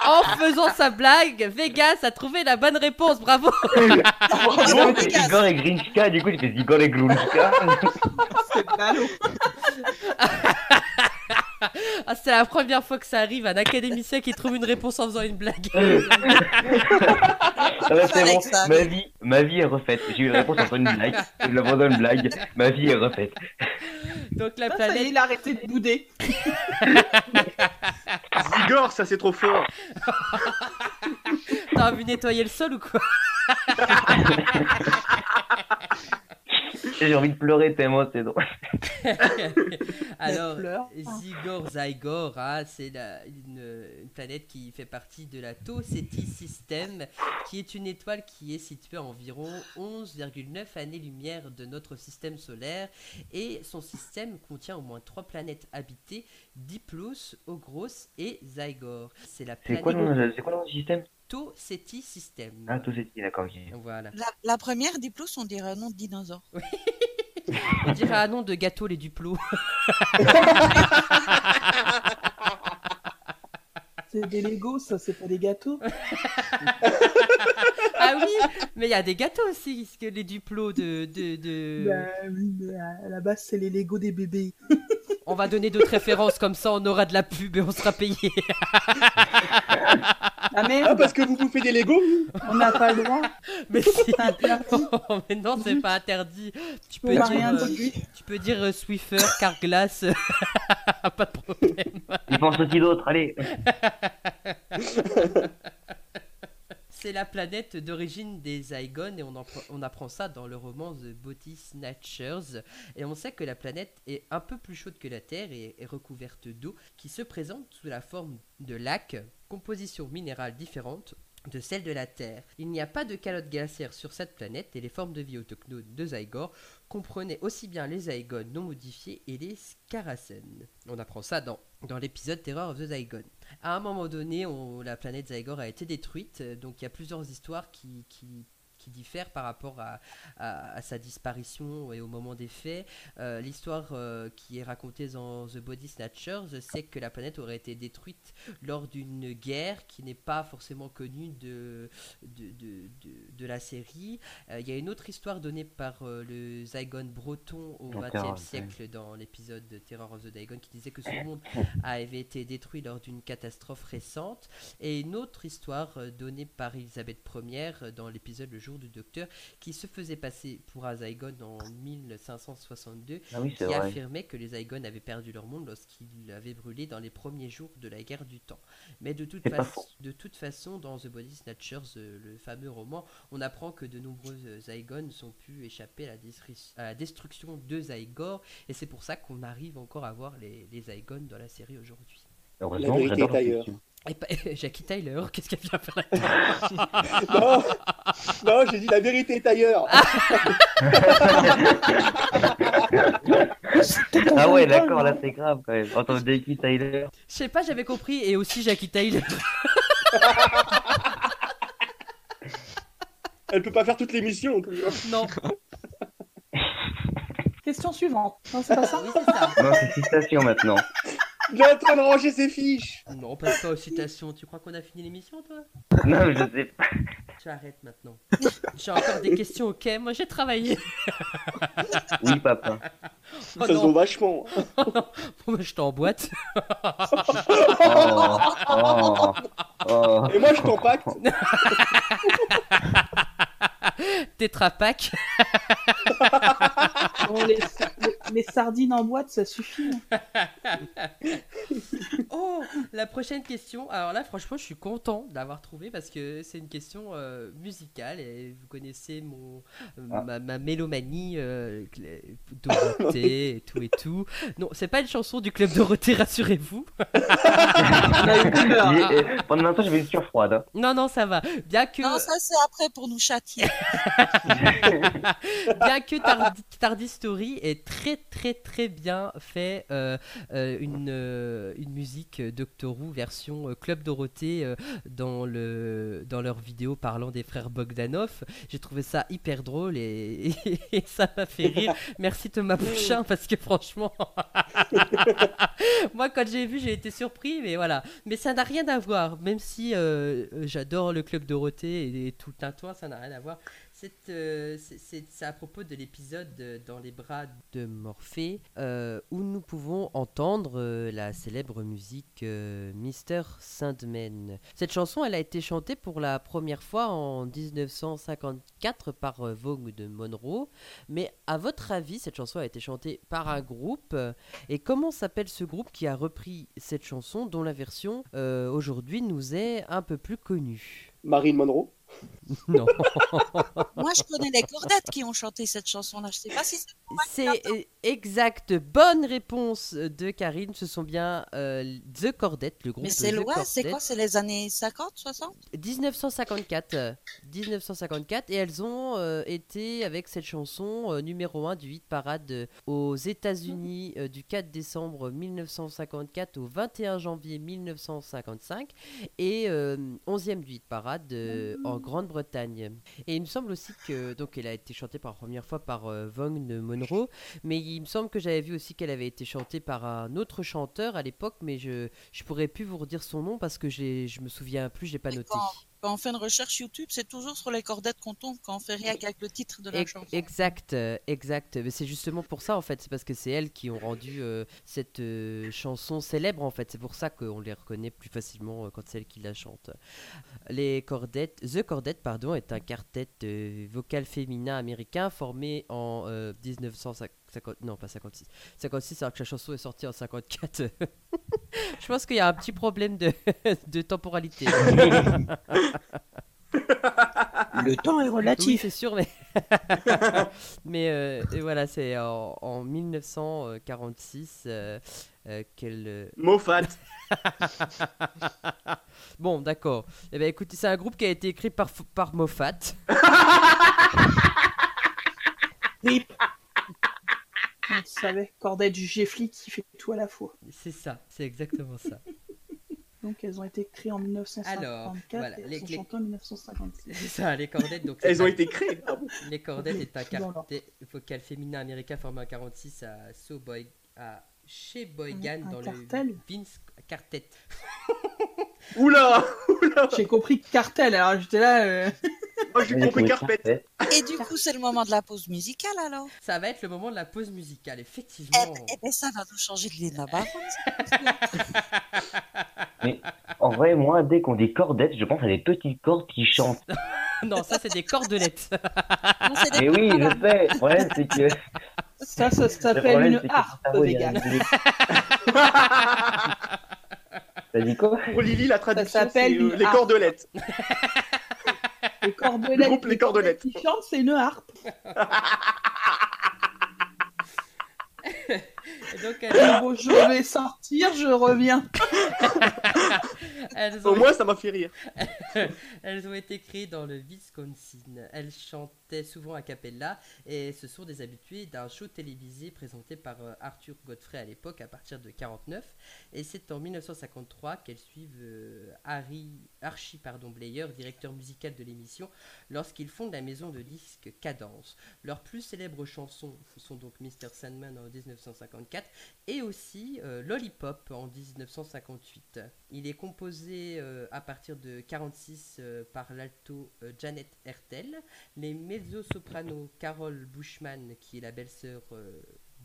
Speaker 1: En faisant sa blague, Vegas a trouvé la bonne réponse. Bravo.
Speaker 4: Oh,
Speaker 3: Non, mais c'est Zigor et Grunchka, du coup, j'ai fait Zigor et Grunchka.
Speaker 6: C'est ballot.
Speaker 1: Ah, c'est la première fois que ça arrive, un académicien qui trouve une réponse en faisant une blague.
Speaker 3: Ça va, c'est
Speaker 4: Fallait
Speaker 3: bon.
Speaker 4: que ça
Speaker 3: Ma vie, ma vie est refaite. J'ai eu la réponse entre une blague et la bonne blague. Ma vie est refaite.
Speaker 1: Donc la
Speaker 6: Ah, ça y est,
Speaker 1: planète.
Speaker 6: il a arrêté de bouder.
Speaker 8: Zigor, ça c'est trop fort.
Speaker 1: T'as vu nettoyer le sol ou quoi
Speaker 3: J'ai envie de pleurer tellement c'est drôle.
Speaker 1: Alors,
Speaker 6: pleure.
Speaker 1: Zigor Zygor, hein, c'est la- une, une planète qui fait partie de la Tau Ceti System, qui est une étoile qui est située à environ 11,9 années-lumière de notre système solaire. Et son système contient au moins trois planètes habitées Diplos, Ogros et Zygor. C'est la
Speaker 3: C'est quoi
Speaker 1: planète
Speaker 3: le nom de- c'est quoi le nom du système
Speaker 1: Tau Ceti System.
Speaker 3: Ah, tout c'est d'accord. ok.
Speaker 1: Voilà.
Speaker 4: La, la première, Diplos, on dirait un nom de dinosaure.
Speaker 1: On dirait un nom de gâteau les duplos.
Speaker 6: C'est des Legos, ça, c'est pas des gâteaux.
Speaker 1: Ah oui, mais il y a des gâteaux aussi, parce que les duplos de... de, de...
Speaker 6: Bah oui, mais à la base, c'est les Legos des bébés.
Speaker 1: On va donner d'autres références, comme ça on aura de la pub et on sera payé.
Speaker 6: Ah
Speaker 2: Ah,
Speaker 6: merde,
Speaker 2: parce que vous bouffez des Legos
Speaker 6: on n'a pas le droit.
Speaker 1: Mais si
Speaker 6: C'est interdit.
Speaker 1: Oh, mais non, c'est pas interdit. Tu
Speaker 6: On
Speaker 1: peux dire,
Speaker 6: n'a Bah, rien
Speaker 1: euh,
Speaker 6: dit.
Speaker 1: tu peux dire euh, Swiffer, Carglass, euh, pas de problème.
Speaker 3: Il pense aussi d'autres, allez.
Speaker 1: C'est la planète d'origine des Zygones et on, en- on apprend ça dans le roman The Body Snatchers. Et on sait que la planète est un peu plus chaude que la Terre et est recouverte d'eau qui se présente sous la forme de lacs, composition minérale différente de celle de la Terre. Il n'y a pas de calotte glaciaire sur cette planète et les formes de vie autochtones de Zygor comprenaient aussi bien les Zygones non modifiés et les Scaracens. On apprend ça dans, dans l'épisode Terror of the Zygones. À un moment donné, on- la planète Zygor a été détruite, euh, donc il y a plusieurs histoires qui, qui- qui diffèrent par rapport à, à- à sa disparition et au moment des faits. Euh, L'histoire euh, qui est racontée dans The Body Snatchers, c'est que la planète aurait été détruite lors d'une guerre qui n'est pas forcément connue de, de, de- de- de la série. Euh, Il y a une autre histoire donnée par euh, le Zygon breton au
Speaker 3: Dans
Speaker 1: XXe
Speaker 3: Terror,
Speaker 1: siècle dans l'épisode de Terror of the Zygon qui disait que ce monde avait été détruit lors d'une catastrophe récente. Et une autre histoire euh, donnée par Elisabeth Ière euh, dans l'épisode Le jour du docteur qui se faisait passer pour un Zygon en 1562
Speaker 3: Ah oui,
Speaker 1: qui
Speaker 3: c'est vrai.
Speaker 1: affirmait que les Zygons avaient perdu leur monde lorsqu'ils l'avaient brûlé dans les premiers jours de la guerre du temps. Mais de toute,
Speaker 3: C'est pas
Speaker 1: façon-
Speaker 3: faux.
Speaker 1: de toute façon, dans The Body Snatchers, euh, le fameux roman, on apprend que de nombreux euh, Zygons ont pu échapper à la, destri- à la destruction de Zygor, et c'est pour ça qu'on arrive encore à voir les, les Zygons dans la série aujourd'hui.
Speaker 3: Heureusement,
Speaker 2: La vérité
Speaker 3: j'adore
Speaker 2: est
Speaker 3: ce
Speaker 2: ailleurs.
Speaker 3: film.
Speaker 1: Et pas- Jackie Tyler, qu'est-ce qu'elle vient faire là
Speaker 2: Non, non j'ai dit la vérité est ailleurs.
Speaker 3: Ah ouais, d'accord, là c'est grave quand même. Entendre Jackie Tyler.
Speaker 1: Je sais pas, j'avais compris, et aussi Jackie Tyler.
Speaker 2: Elle peut pas faire toute l'émission.
Speaker 1: Non,
Speaker 6: Question suivante. Non, c'est pas ça
Speaker 1: oui, c'est ça.
Speaker 3: Non, c'est citation maintenant.
Speaker 2: Il est en train de ranger ses fiches.
Speaker 1: Non, on passe pas aux citations. Tu crois qu'on a fini l'émission, toi
Speaker 3: Non, je sais pas.
Speaker 1: Tu arrêtes maintenant. J'ai encore des questions, ok Moi, j'ai travaillé.
Speaker 3: Oui, papa.
Speaker 1: Oh
Speaker 2: ça se
Speaker 1: non,
Speaker 2: vend vachement.
Speaker 1: bon, bah, je t'emboîte.
Speaker 3: Oh, oh, oh.
Speaker 2: Et moi, je compacte.
Speaker 1: Tetra Pak.
Speaker 6: Bon, les, sa- les- les sardines en boîte, ça suffit. hein.
Speaker 1: Oh, la prochaine question. Alors là, franchement, je suis content d'avoir trouvé parce que c'est une question euh, musicale et vous connaissez mon euh,
Speaker 3: Ah.
Speaker 1: ma, ma mélomanie euh, cl- Dorothée et tout et tout. Non, c'est pas une chanson du club Dorothée, rassurez-vous.
Speaker 6: On a eu peur.
Speaker 3: J'ai- euh, Pendant l'instant, j'avais une sueur froide. hein.
Speaker 1: Non, non, ça va. Bien que
Speaker 4: Non, ça c'est après pour nous châtier.
Speaker 1: bien que Tardi, Tardy Story est très très très bien fait euh, euh, une, euh, une musique euh, Doctor Who version euh, Club Dorothée euh, dans, le, dans leur vidéo parlant des frères Bogdanov. J'ai trouvé ça hyper drôle et, et ça m'a fait rire. Merci Thomas Pouchin parce que franchement, moi quand j'ai vu j'ai été surpris mais voilà. Mais ça n'a rien à voir même si euh, j'adore le Club Dorothée et, et tout le tintouin ça n'a rien à voir. C'est euh, c'est- c'est- c'est à propos de l'épisode euh, dans les bras de Morphée euh, où nous pouvons entendre euh, la célèbre musique euh, Mister Sandman. Cette chanson, elle a été chantée pour la première fois en 1954 par euh, Vaughn de Monroe. Mais à votre avis, cette chanson a été chantée par un groupe euh, et comment s'appelle ce groupe qui a repris cette chanson dont la version euh, aujourd'hui nous est un peu plus connue
Speaker 2: Marine Monroe.
Speaker 1: Non.
Speaker 4: Moi, je connais les cordettes qui ont chanté cette chanson-là. Je sais pas si c'est
Speaker 1: C'est exact. Bonne réponse de Karine. Ce sont bien euh, The Cordette, le groupe.
Speaker 4: Mais c'est
Speaker 1: The
Speaker 4: loin, c'est quoi
Speaker 1: Cordette.
Speaker 4: C'est les années 50, 60
Speaker 1: 1954. euh, 1954. Et elles ont euh, été, avec cette chanson, euh, numéro 1 du hit parade euh, aux États-Unis euh, du 4 décembre 1954 au 21 janvier 1955 et euh, 11e du hit parade euh, en Grande-Bretagne. Et il me semble aussi que. Donc, elle a été chantée pour la première fois par euh, Vaughn Monroe. Mais il me semble que j'avais vu aussi qu'elle avait été chantée par un autre chanteur à l'époque, mais je je pourrais plus vous redire son nom parce que j'ai- je me souviens plus, j'ai pas
Speaker 4: Mais
Speaker 1: noté.
Speaker 4: Quand on fait une recherche YouTube, c'est toujours sur les cordettes qu'on tombe quand on fait rien qu'avec le titre de la
Speaker 1: Ex-
Speaker 4: chanson.
Speaker 1: Exact, euh, exact. Mais c'est justement pour ça en fait, c'est parce que c'est elles qui ont rendu euh, cette euh, chanson célèbre en fait. C'est pour ça qu'on les reconnaît plus facilement euh, quand c'est elles qui la chantent. Les Cordettes, The Cordette pardon, est un quartet euh, vocal féminin américain formé en euh, 1950, non pas 56, 56 alors que la chanson est sortie en 54. Je pense qu'il y a un petit problème de, de temporalité.
Speaker 7: Le temps
Speaker 1: Oui,
Speaker 7: est relatif.
Speaker 1: c'est sûr, mais. mais euh, et voilà, c'est en, en 1946 euh, euh, qu'elle. euh,
Speaker 2: Moffat.
Speaker 1: Bon, d'accord. Eh ben, écoutez, c'est un groupe qui a été écrit par, par Moffat.
Speaker 6: On savait, Cordette Geffli qui fait tout à la fois.
Speaker 1: C'est ça, c'est exactement ça.
Speaker 6: Donc elles ont été créées en 1954
Speaker 1: Alors, voilà,
Speaker 6: et elles
Speaker 1: les-
Speaker 6: sont
Speaker 1: les-
Speaker 6: chantées en 1956.
Speaker 1: c'est ça, les cordettes. Donc,
Speaker 2: Elles
Speaker 1: c'est
Speaker 2: ont
Speaker 1: un-
Speaker 2: été créées. Ah bon
Speaker 1: Les cordettes est un
Speaker 6: Dans l'ordre.
Speaker 1: quartet vocal féminin américain formé en 46 à So Boy- à chez Boygan
Speaker 6: Un
Speaker 1: dans le
Speaker 6: cartel.
Speaker 1: Vince Quartet.
Speaker 2: Oula
Speaker 6: J'ai compris cartel, alors j'étais là. euh,
Speaker 2: Moi, j'ai compris carpet.
Speaker 4: Et du coup, c'est le moment de la pause musicale alors
Speaker 1: Ça va être le moment de la pause musicale,
Speaker 4: Eh
Speaker 1: effectivement.
Speaker 4: ben, eh ben, ça va nous changer de Lena Barone.
Speaker 3: En vrai, moi, dès qu'on dit cordettes, je pense à des petites cordes qui chantent.
Speaker 1: non, ça, c'est des cordelettes.
Speaker 4: Non, c'est
Speaker 3: Mais
Speaker 4: des
Speaker 3: oui, je sais. Le problème, c'est que.
Speaker 6: Ça, ça
Speaker 3: le
Speaker 6: s'appelle
Speaker 3: problème,
Speaker 6: une
Speaker 3: c'est que
Speaker 6: harpe,
Speaker 3: le cerveau, il y a
Speaker 6: Vega.
Speaker 3: une idée. T'as dit quoi
Speaker 2: Pour Lily, la traduction,
Speaker 6: s'appelle
Speaker 2: c'est, euh,
Speaker 6: une
Speaker 2: les
Speaker 6: harpe.
Speaker 2: cordelettes.
Speaker 6: Les cordelettes.
Speaker 2: Le groupe Les Cordelettes.
Speaker 6: qui chantent, c'est une harpe.
Speaker 1: Et donc, elles,
Speaker 6: Et bon, je vais sortir, je reviens.
Speaker 1: elles ont
Speaker 2: Au moins, ça m'a fait rire.
Speaker 1: Elles ont été créées dans le Wisconsin. Elles chantent chantaient souvent a cappella et se sont des habitués d'un show télévisé présenté par euh, Arthur Godfrey à l'époque à partir de 49 et c'est en 1953 qu'elles suivent euh, Harry, Archie pardon, Blayer, directeur musical de l'émission, lorsqu'ils fondent la maison de disques Cadence. Leurs plus célèbres chansons sont donc Mr. Sandman en 1954 et aussi euh, Lollipop en 1958. Il est composé euh, à partir de 46 euh, par l'alto euh, Janet Hertel, les mezzo-sopranos Carol Bushman, qui est la belle-sœur euh,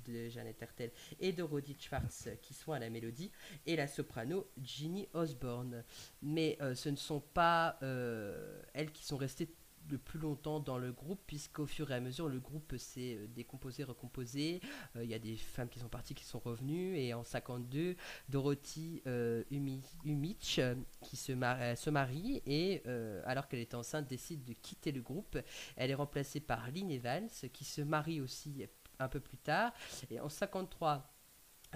Speaker 1: de Janet Hertel, et de Roddy Schwartz, euh, qui sont à la mélodie, et la soprano Ginny Osborne. Mais euh, ce ne sont pas euh, elles qui sont restées le plus longtemps dans le groupe, puisqu'au fur et à mesure, le groupe s'est euh, décomposé, recomposé. Euh, Il y a des femmes qui sont parties, qui sont revenues, et en 52, Dorothy euh, Umi- Umitch, euh, qui se, mar- euh, se marie, et euh, alors qu'elle est enceinte, décide de quitter le groupe. Elle est remplacée par Lynn Evans, qui se marie aussi un peu plus tard. Et en 53,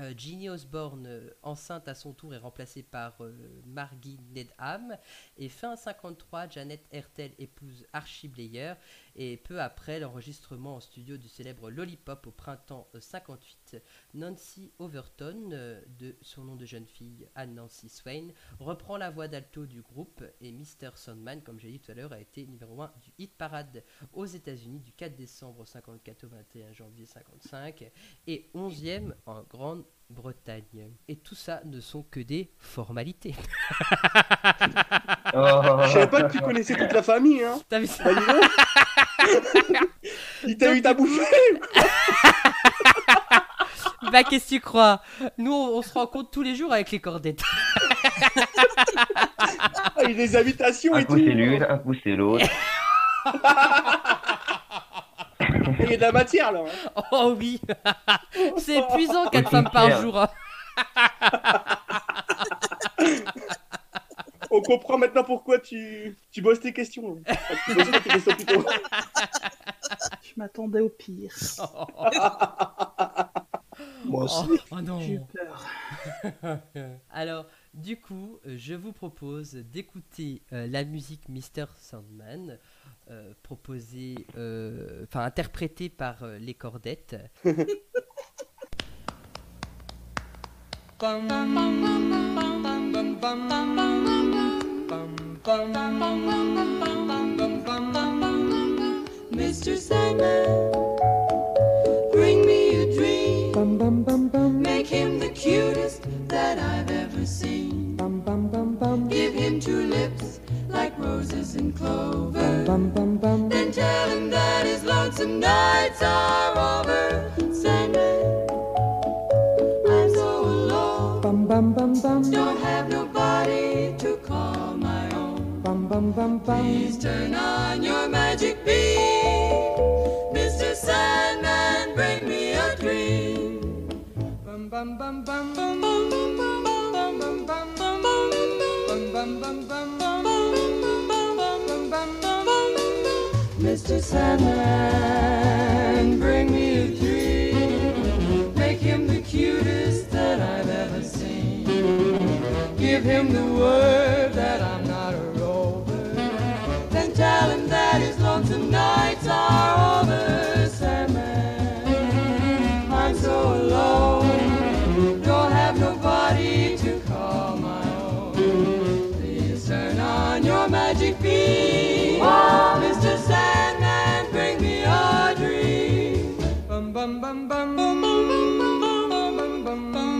Speaker 1: euh, Ginny Osborne, euh, enceinte à son tour, est remplacée par euh, Margie Nedham. Et fin 53, Janet Hertel épouse Archie Blayer. Et peu après l'enregistrement en studio du célèbre Lollipop au printemps euh, 58, Nancy Overton, euh, de son nom de jeune fille Anne-Nancy Swain, reprend la voix d'alto du groupe. Et Mr. Sandman, comme j'ai dit tout à l'heure, a été numéro 1 du hit parade aux États-Unis du 4 décembre 54 au 21 janvier 55 et 11e en Grande-Bretagne. Et tout ça ne sont que des formalités.
Speaker 2: Je
Speaker 3: Oh.
Speaker 2: savais pas que tu connaissais toute la famille, hein.
Speaker 1: T'as vu ça
Speaker 2: Bah, dis donc. Il t'a eu ta bouche.
Speaker 1: Bah qu'est-ce que tu crois Nous on, on se rencontre tous les jours avec les cordettes.
Speaker 2: Ah, et les invitations
Speaker 3: Un
Speaker 2: et
Speaker 3: coup
Speaker 2: tout.
Speaker 3: c'est l'une, un coup c'est l'autre.
Speaker 2: Il y a de la matière là. hein.
Speaker 1: Oh oui C'est épuisant 4 femmes par
Speaker 3: clair.
Speaker 1: jour. hein.
Speaker 2: On comprend maintenant pourquoi tu, tu bosses tes questions. hein. Ah, tu bosses pas tes questions plutôt.
Speaker 6: Je m'attendais au pire.
Speaker 1: Oh,
Speaker 7: Moi
Speaker 1: oh, oh non
Speaker 6: J'ai eu peur.
Speaker 1: Alors, du coup, euh, je vous propose d'écouter euh, la musique Mr. Sandman, euh, proposée, euh, enfin interprétée par euh, les cordettes.
Speaker 9: Mr. Sandman, bring me a dream. Make him the cutest that I've ever seen. Give him two lips like roses and clover. Then tell him that his lonesome nights are over. Sandman, I'm so alone. Don't have nobody to call my own. Please turn on your magic beam. Mr. Sandman, bring me a dream. Bum bum bum bum bum bum bum bum bum bum bum bum bum bum bum bum bum bum bum bum Mr. Sandman, bring me a dream. Make him the cutest that I've ever seen. Give him the word that I'm not a rover. Then tell him that his lonesome nights are over. Sandman, I'm so alone. Don't have nobody to call my own. Please turn on your magic beam. Mr. Sandman, bring me a dream. Bum bum bum bum bum bum bum bum bum bum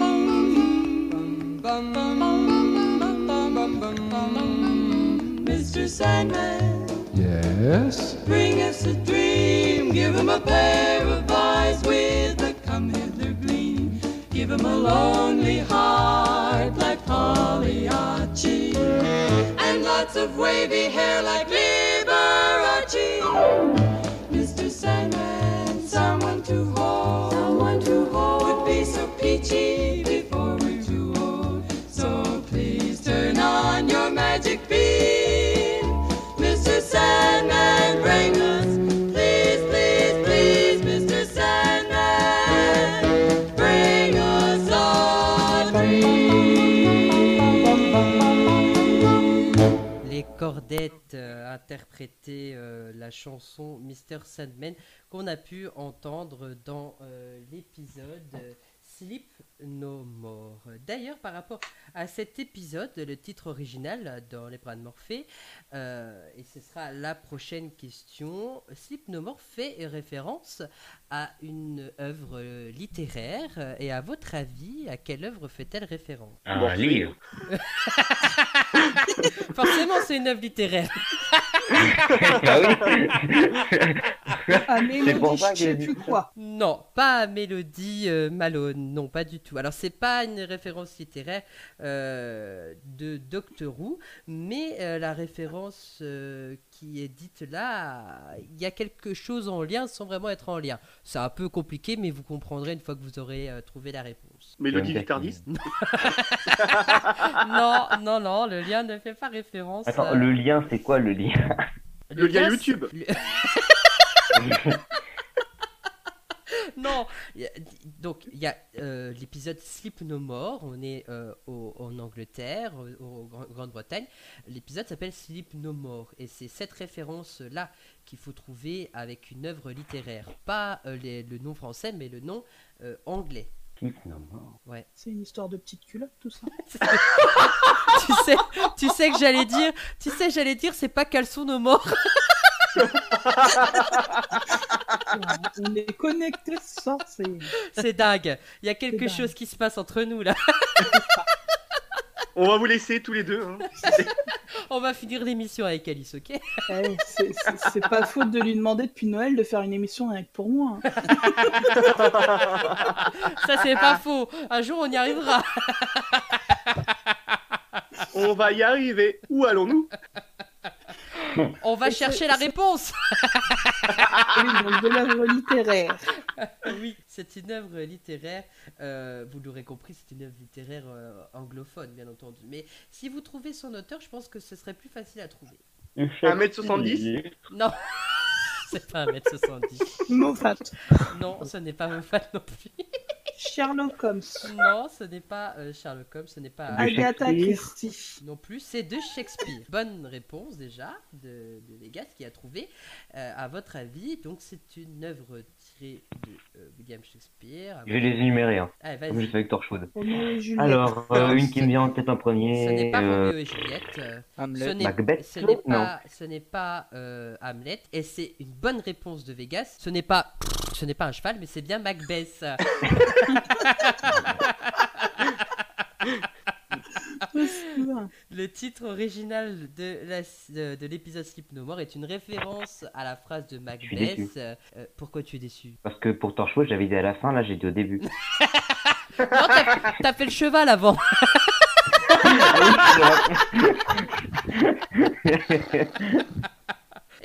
Speaker 9: bum bum bum bum bum bum bum bum bum Mr. Sandman,
Speaker 10: Yes.
Speaker 9: bring us a dream. Give him a pair of eyes with a come hither gleam. Give him a lonely heart like Pagliacci. And lots of wavy hair like Liberace. Mr. Sandman, someone to hold, someone to hold would be so peachy before we're too old. So please turn on your magic beam, Mr. Sandman, bring us. Please, please, please, Mr. Sandman, bring us a dream.
Speaker 1: Les Bordette euh, interprétait euh, la chanson Mister Sandman qu'on a pu entendre dans euh, l'épisode euh, Sleep No More. D'ailleurs, par rapport à cet épisode, le titre original euh, dans Les bras de Morphée, euh, et ce sera la prochaine question, Sleep No More fait référence à une œuvre euh, littéraire, euh, et à votre avis, à quelle œuvre fait-elle référence
Speaker 3: Un livre.
Speaker 1: Forcément, c'est une œuvre littéraire.
Speaker 3: bah oui.
Speaker 6: Ah,
Speaker 3: C'est pour
Speaker 6: Mélodie,
Speaker 3: ça
Speaker 6: je
Speaker 3: que
Speaker 6: sais
Speaker 3: j'ai
Speaker 6: plus
Speaker 3: dit
Speaker 6: quoi.
Speaker 1: Non, pas Mélodie euh, Malone, non, pas du tout. Alors, c'est pas une référence littéraire euh, de Doctor Who, mais euh, la référence euh, qui est dite là, il y a quelque chose en lien sans vraiment être en lien. C'est un peu compliqué, mais vous comprendrez une fois que vous aurez euh, trouvé la réponse.
Speaker 8: Mélodie
Speaker 3: Même
Speaker 8: du Tardis
Speaker 1: non, non, non, le lien ne fait pas référence.
Speaker 3: Attends,
Speaker 1: à-
Speaker 3: le lien, c'est quoi le lien
Speaker 8: Le lien
Speaker 1: c'est-
Speaker 8: YouTube.
Speaker 1: le- Non, y a- donc il y a euh, l'épisode Sleep No More, on est euh, au- en Angleterre, au, au Grand- Grande-Bretagne, l'épisode s'appelle Sleep No More, et c'est cette référence-là qu'il faut trouver avec une œuvre littéraire, pas euh, les- le nom français, mais le nom euh, anglais.
Speaker 7: C'est une histoire de petite culotte, tout ça.
Speaker 1: tu sais, tu sais que j'allais dire, tu sais j'allais dire, c'est pas caleçon no more.
Speaker 7: On est connectés sans c'est.
Speaker 1: C'est dingue. Il y a quelque
Speaker 7: dingue.
Speaker 1: chose qui se passe entre nous là.
Speaker 8: On va vous laisser tous les deux. hein.
Speaker 1: On va finir l'émission avec Alice, ok
Speaker 6: Eh, c'est- c'est c'est pas faute de lui demander depuis Noël de faire une émission rien que pour moi. hein.
Speaker 1: Ça c'est pas faux. Un jour on y arrivera.
Speaker 8: On va y arriver. Où allons-nous
Speaker 1: On va
Speaker 6: Et c'est- Ah,
Speaker 1: chercher la réponse.
Speaker 6: Oui, donc de l'œuvre littéraire.
Speaker 1: Oui, c'est une œuvre littéraire. euh, vous l'aurez compris, c'est une œuvre littéraire euh, anglophone, bien entendu. Mais si vous trouvez son auteur, je pense que ce serait plus facile à trouver.
Speaker 8: 1m70
Speaker 1: Non, c'est pas 1m70.
Speaker 6: Moffat.
Speaker 1: Non, ce n'est pas Moffat non plus.
Speaker 6: Sherlock Holmes.
Speaker 1: Non, ce n'est pas euh, Sherlock Holmes, ce n'est pas
Speaker 3: Ah,
Speaker 6: Agatha
Speaker 3: Shakespeare.
Speaker 6: Christie.
Speaker 1: non plus, c'est de Shakespeare. Bonne réponse déjà de, de Légat qui a trouvé. Euh, à votre avis, donc c'est une œuvre tirée de euh, William Shakespeare.
Speaker 3: Je vais les énumérer, hein,
Speaker 1: Allez,
Speaker 3: comme je
Speaker 1: vas-y.
Speaker 3: fais avec Torchwood.
Speaker 6: Roméo et Juliette.
Speaker 3: Alors, euh, une qui me vient en tête en premier.
Speaker 1: Ce n'est pas
Speaker 3: euh,
Speaker 1: Roméo et Juliette. euh, Ce
Speaker 5: Hamlet.
Speaker 1: n'est,
Speaker 3: Macbeth,
Speaker 1: ce n'est
Speaker 3: non.
Speaker 1: pas, ce n'est pas euh, Hamlet, et c'est une bonne réponse de Vegas. Ce n'est pas, ce n'est pas un cheval, mais c'est bien Macbeth. Le titre original de, la- de, de l'épisode Sleep No More est une référence à la phrase de
Speaker 3: suis
Speaker 1: Macbeth. euh, pourquoi tu es déçu
Speaker 3: Parce que pour Torchwood, j'avais dit à la fin, là j'ai dit au début.
Speaker 1: Non, t'as, t'as fait le cheval avant.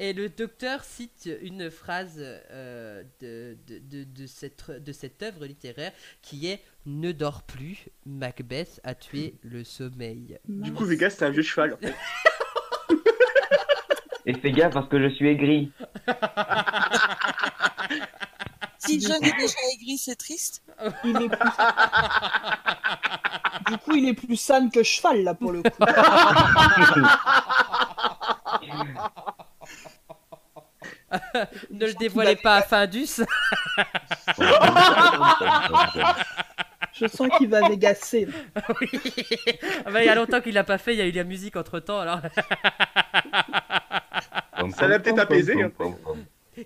Speaker 1: Et le docteur cite une phrase euh, de, de, de, de cette, de cette œuvre littéraire qui est Ne dors plus, Macbeth a tué le sommeil.
Speaker 8: Du coup, Vegas, c'est un vieux cheval.
Speaker 3: Et fais gaffe parce que je suis aigri.
Speaker 4: Si John est déjà aigri, c'est triste.
Speaker 6: Il est plus... Du coup, il est plus sane que cheval, là, pour le coup.
Speaker 1: Ne le dévoilez pas à Findus.
Speaker 6: Je sens qu'il va végasser. là.
Speaker 1: Oui. Ah bah, il y a longtemps qu'il l'a pas fait, il y a eu la musique entre temps. Alors...
Speaker 8: Ça l'a peut-être apaisé, hein.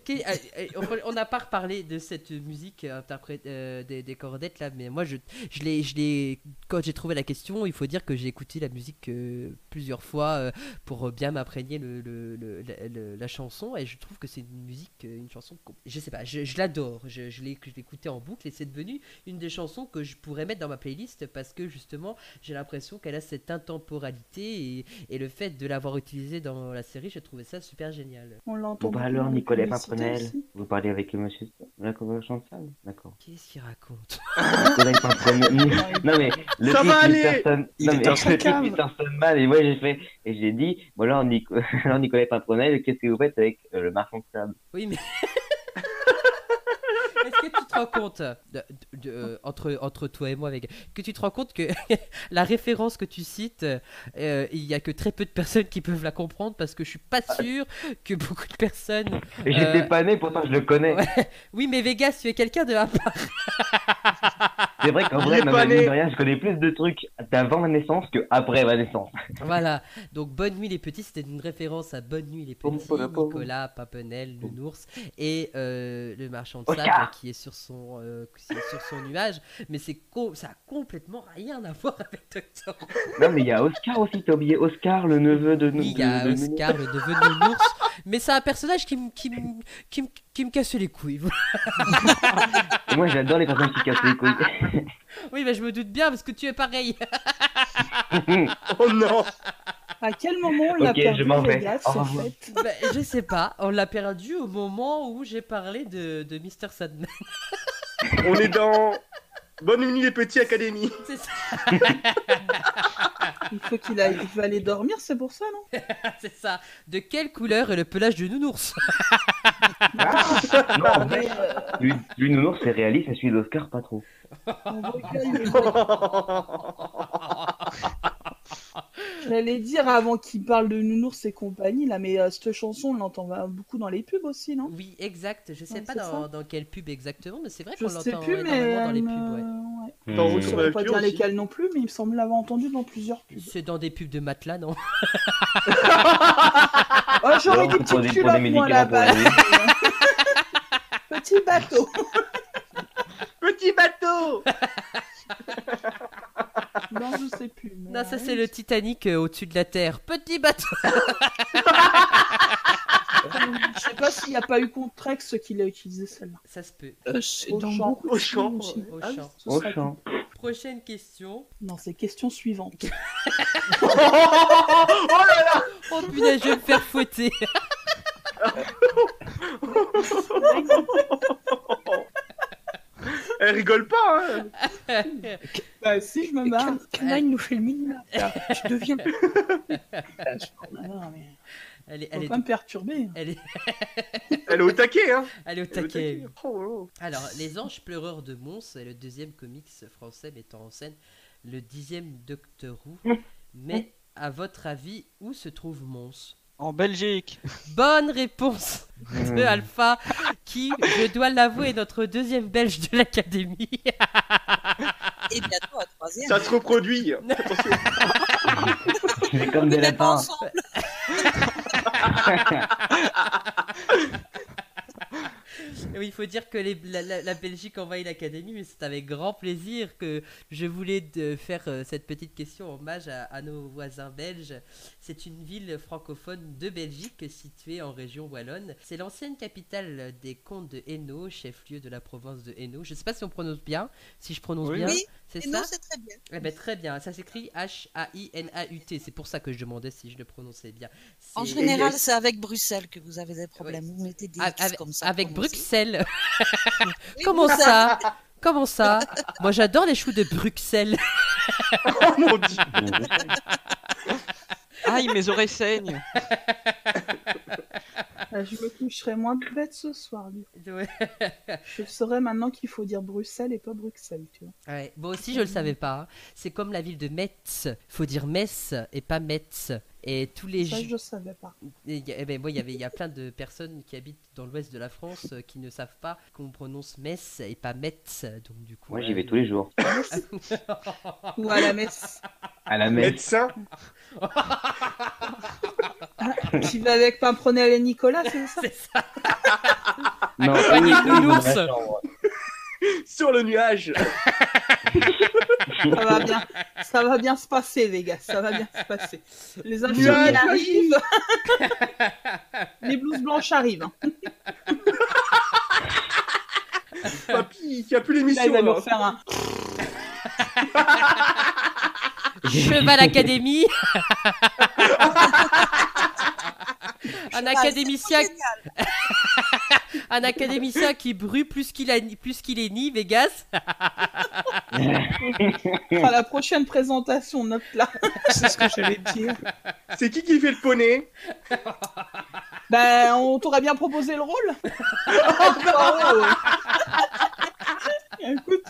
Speaker 1: Qui- euh, euh, on- on n'a pas reparlé de cette musique euh, interprète euh, des, des cordettes là, mais moi je, je l'ai, je l'ai, quand j'ai trouvé la question, il faut dire que j'ai écouté la musique euh, plusieurs fois euh, pour bien m'imprégner le, le- le- la, le- la chanson et je trouve que c'est une musique, euh, une chanson, com- je sais pas, je, je l'adore, je, je l'ai je l'ai écoutée en boucle et c'est devenu une des chansons que je pourrais mettre dans ma playlist parce que justement j'ai l'impression qu'elle a cette intemporalité et, et le fait de l'avoir utilisée dans la série, j'ai trouvé ça super génial.
Speaker 6: On l'entend.
Speaker 3: Bon bah
Speaker 6: beaucoup dans
Speaker 3: alors,
Speaker 6: les
Speaker 3: Nicolas
Speaker 6: publicités
Speaker 3: Pimprenel,
Speaker 6: aussi.
Speaker 3: vous parlez avec le monsieur de la convention de salle D'accord.
Speaker 1: Qu'est-ce qu'il raconte
Speaker 3: Nicolas Pimprenel. Non mais, le
Speaker 8: Ça
Speaker 3: type
Speaker 8: va aller
Speaker 3: Peterson- Non,
Speaker 5: Il
Speaker 3: mais
Speaker 5: est en
Speaker 3: le type
Speaker 6: cave.
Speaker 3: Peterson mal, et moi j'ai fait, et j'ai dit, bon alors, Nico... alors Nicolas Pimprenel, qu'est-ce que vous faites avec euh, le marchand de sable
Speaker 1: Oui, mais. Est-ce que tu te rends compte, de- de- euh, entre, entre toi et moi, Vega, que tu te rends compte que la référence que tu cites, euh, il y a que très peu de personnes qui peuvent la comprendre parce que je suis pas sûr que beaucoup de personnes.
Speaker 3: Et
Speaker 1: euh,
Speaker 3: j'étais pas né, pourtant je le connais.
Speaker 1: ouais. Oui, mais Vegas, tu es quelqu'un de à part.
Speaker 3: C'est vrai qu'en
Speaker 1: Il
Speaker 3: vrai,
Speaker 1: est
Speaker 3: non,
Speaker 1: pas
Speaker 3: mais mine
Speaker 1: né.
Speaker 3: de rien, je connais plus de trucs d'avant ma naissance que après ma naissance.
Speaker 1: Voilà. Donc, Bonne Nuit les Petits, c'était une référence à Bonne Nuit les Petits, Nicolas, Papenel, le Nours et euh, le marchand de sable qui est sur son, euh, qui est sur son nuage. Mais c'est co- ça a complètement rien à voir avec Doctor Who.
Speaker 3: Non, mais il y a Oscar aussi, t'as oublié Oscar, le neveu de nous.
Speaker 1: Oui, il y a
Speaker 3: de- de-
Speaker 1: Oscar, le neveu de Nounours, mais c'est un personnage qui me qui me- qui me- qui me casse les couilles.
Speaker 3: Et moi, j'adore les personnes qui cassent les couilles.
Speaker 1: Oui, bah, je me doute bien parce que tu es pareil.
Speaker 2: oh non
Speaker 6: À quel moment on
Speaker 1: Ok,
Speaker 6: l'a perdu,
Speaker 1: je m'en vais.
Speaker 6: Vegas,
Speaker 1: Au
Speaker 6: en
Speaker 1: revoir.
Speaker 6: fait
Speaker 1: Bah, je sais pas, on l'a perdu au moment où j'ai parlé de, de Mr. Sandman.
Speaker 2: On est dans Bonne nuit les petits académies.
Speaker 1: C'est ça.
Speaker 6: Il faut qu'il aille, il va aller dormir, c'est pour ça, non
Speaker 1: Ah, C'est ça. De quelle couleur est le pelage du nounours
Speaker 3: Non, en vrai, lui, lui, Nounours, c'est réaliste, et celui d'Oscar, pas trop.
Speaker 6: J'allais dire avant qu'il parle de nounours et compagnie, là, mais euh, cette chanson, on l'entend va- beaucoup dans les pubs aussi, non
Speaker 1: Oui, exact. Je sais
Speaker 6: Ouais,
Speaker 1: pas
Speaker 6: c'est
Speaker 1: dans,
Speaker 6: ça.
Speaker 1: dans quelle pub exactement, mais c'est vrai
Speaker 6: Je
Speaker 1: qu'on
Speaker 6: sais
Speaker 1: l'entend
Speaker 6: plus,
Speaker 1: énormément
Speaker 6: mais. euh,
Speaker 1: dans les pubs. ouais.
Speaker 6: ouais.
Speaker 3: Hmm.
Speaker 2: Dans
Speaker 6: Je
Speaker 2: Retour vers
Speaker 6: saurais
Speaker 2: le
Speaker 6: pas
Speaker 2: futur
Speaker 6: dire
Speaker 2: aussi.
Speaker 6: lesquelles non plus, mais il me semble l'avoir entendu dans plusieurs pubs.
Speaker 1: C'est dans des pubs de matelas, non
Speaker 6: Oh, j'aurais
Speaker 1: Non,
Speaker 6: dit
Speaker 1: pour
Speaker 6: petite
Speaker 1: des- pour
Speaker 6: culotte,
Speaker 1: des
Speaker 6: moi, là-bas. euh,
Speaker 1: médicaments
Speaker 6: Petit bateau.
Speaker 2: Petit bateau
Speaker 6: Non, je sais plus. mais-
Speaker 1: Non, ça c'est le Titanic euh, au-dessus de la Terre. Petit bateau
Speaker 6: Je sais pas s'il n'y a pas eu Contrex qui l'a utilisé celle-là.
Speaker 1: Ça se peut.
Speaker 6: Au
Speaker 1: dans
Speaker 6: champ.
Speaker 1: beaucoup de films aussi.
Speaker 6: ouais.
Speaker 1: Au
Speaker 6: Ah oui,
Speaker 1: champ.
Speaker 6: ce serait
Speaker 1: Au champ.
Speaker 6: cool.
Speaker 1: Prochaine question.
Speaker 6: Non, c'est question suivante.
Speaker 1: Oh putain, je vais me faire fouetter
Speaker 2: Elle rigole pas, hein
Speaker 6: Bah si, je me marre. Ah,
Speaker 7: Canaille nous fait le minimum. Je deviens.
Speaker 6: Non, mais...
Speaker 1: Elle est,
Speaker 6: Faut pas me perturber. hein.
Speaker 1: Elle est...
Speaker 2: Elle est au taquet, hein
Speaker 1: Elle est au taquet. oui.
Speaker 2: Oh,
Speaker 1: Alors, Les Anges pleureurs de Mons est le deuxième comics français mettant en scène le dixième Docteur Who. Mais à votre avis, où se trouve Mons
Speaker 5: En Belgique.
Speaker 1: Bonne réponse de
Speaker 5: Hmm.
Speaker 1: Alpha, qui, je dois l'avouer, est notre deuxième belge de l'académie.
Speaker 4: Et bientôt à troisième.
Speaker 2: Ça se reproduit
Speaker 3: C'est comme des lapins.
Speaker 1: Et oui, il faut dire que les- la, la- la Belgique envahit l'académie, mais c'est avec grand plaisir que je voulais de faire euh, cette petite question en hommage à, à nos voisins belges. C'est une ville francophone de Belgique située en région wallonne. C'est l'ancienne capitale des comtes de Hainaut, chef-lieu de la province de Hainaut. Je ne sais pas si on prononce bien, si je prononce
Speaker 5: Oui.
Speaker 1: bien.
Speaker 5: Oui,
Speaker 1: c'est
Speaker 4: Hainaut,
Speaker 1: ça
Speaker 4: c'est très bien.
Speaker 1: Eh ben, très bien, ça s'écrit H-A-I-N-A-U-T. C'est pour ça que je demandais si je le prononçais bien.
Speaker 4: En
Speaker 1: C'est-
Speaker 4: général, c'est avec Bruxelles que vous avez des problèmes. Vous mettez des X
Speaker 1: Ah, avec,
Speaker 4: comme ça.
Speaker 1: avec
Speaker 4: prononcés.
Speaker 1: Bruxelles.
Speaker 4: Oui,
Speaker 1: Comment
Speaker 4: vous-
Speaker 1: ça Comment ça Moi j'adore les choux de Bruxelles.
Speaker 2: oh mon dieu
Speaker 5: Aïe, mes oreilles saignent.
Speaker 6: Ah, je me coucherai moins bête ce soir. du coup.
Speaker 1: Ouais.
Speaker 6: Je saurais maintenant qu'il faut dire Bruxelles et pas Bruxelles, tu vois.
Speaker 1: Ouais, Moi aussi je le savais pas. hein. C'est comme la ville de Metz. Faut dire Metz et pas Metz. Et tous les
Speaker 6: Ça,
Speaker 1: ju-
Speaker 6: je le savais pas.
Speaker 1: Et y a- eh ben, moi, il y avait- il y a plein de personnes qui habitent dans l'ouest de la France euh, qui ne savent pas qu'on prononce Metz et pas Metz. Donc, du coup,
Speaker 3: Moi,
Speaker 1: euh,
Speaker 3: j'y vais tous les jours.
Speaker 6: Ou à la messe.
Speaker 3: À la messe.
Speaker 2: Médecin
Speaker 6: tu vas avec Pimpronel et Nicolas, c'est ça
Speaker 1: C'est ça.
Speaker 3: Non,
Speaker 1: Accompagné
Speaker 3: oui,
Speaker 1: de
Speaker 3: oui,
Speaker 1: nounours.
Speaker 3: dans la chambre.
Speaker 2: sur le nuage
Speaker 6: Ça va bien, ça va bien se passer, les gars. Ça va bien se passer. Les infirmiers
Speaker 2: Nuages
Speaker 6: arrivent. les blouses blanches arrivent. hein.
Speaker 2: Papy, il a plus
Speaker 6: Là, il
Speaker 2: l'émission
Speaker 6: va
Speaker 2: là.
Speaker 6: nous faire un.
Speaker 1: Cheval Académie. un académicien, un académicien qui brûle plus qu'il a, plus qu'il est ni Vegas.
Speaker 6: Enfin, la prochaine présentation, note là.
Speaker 7: C'est ce que j'allais te dire.
Speaker 2: C'est qui qui fait le poney
Speaker 6: Bah, Ben, on t'aurait bien proposé le rôle. Écoute,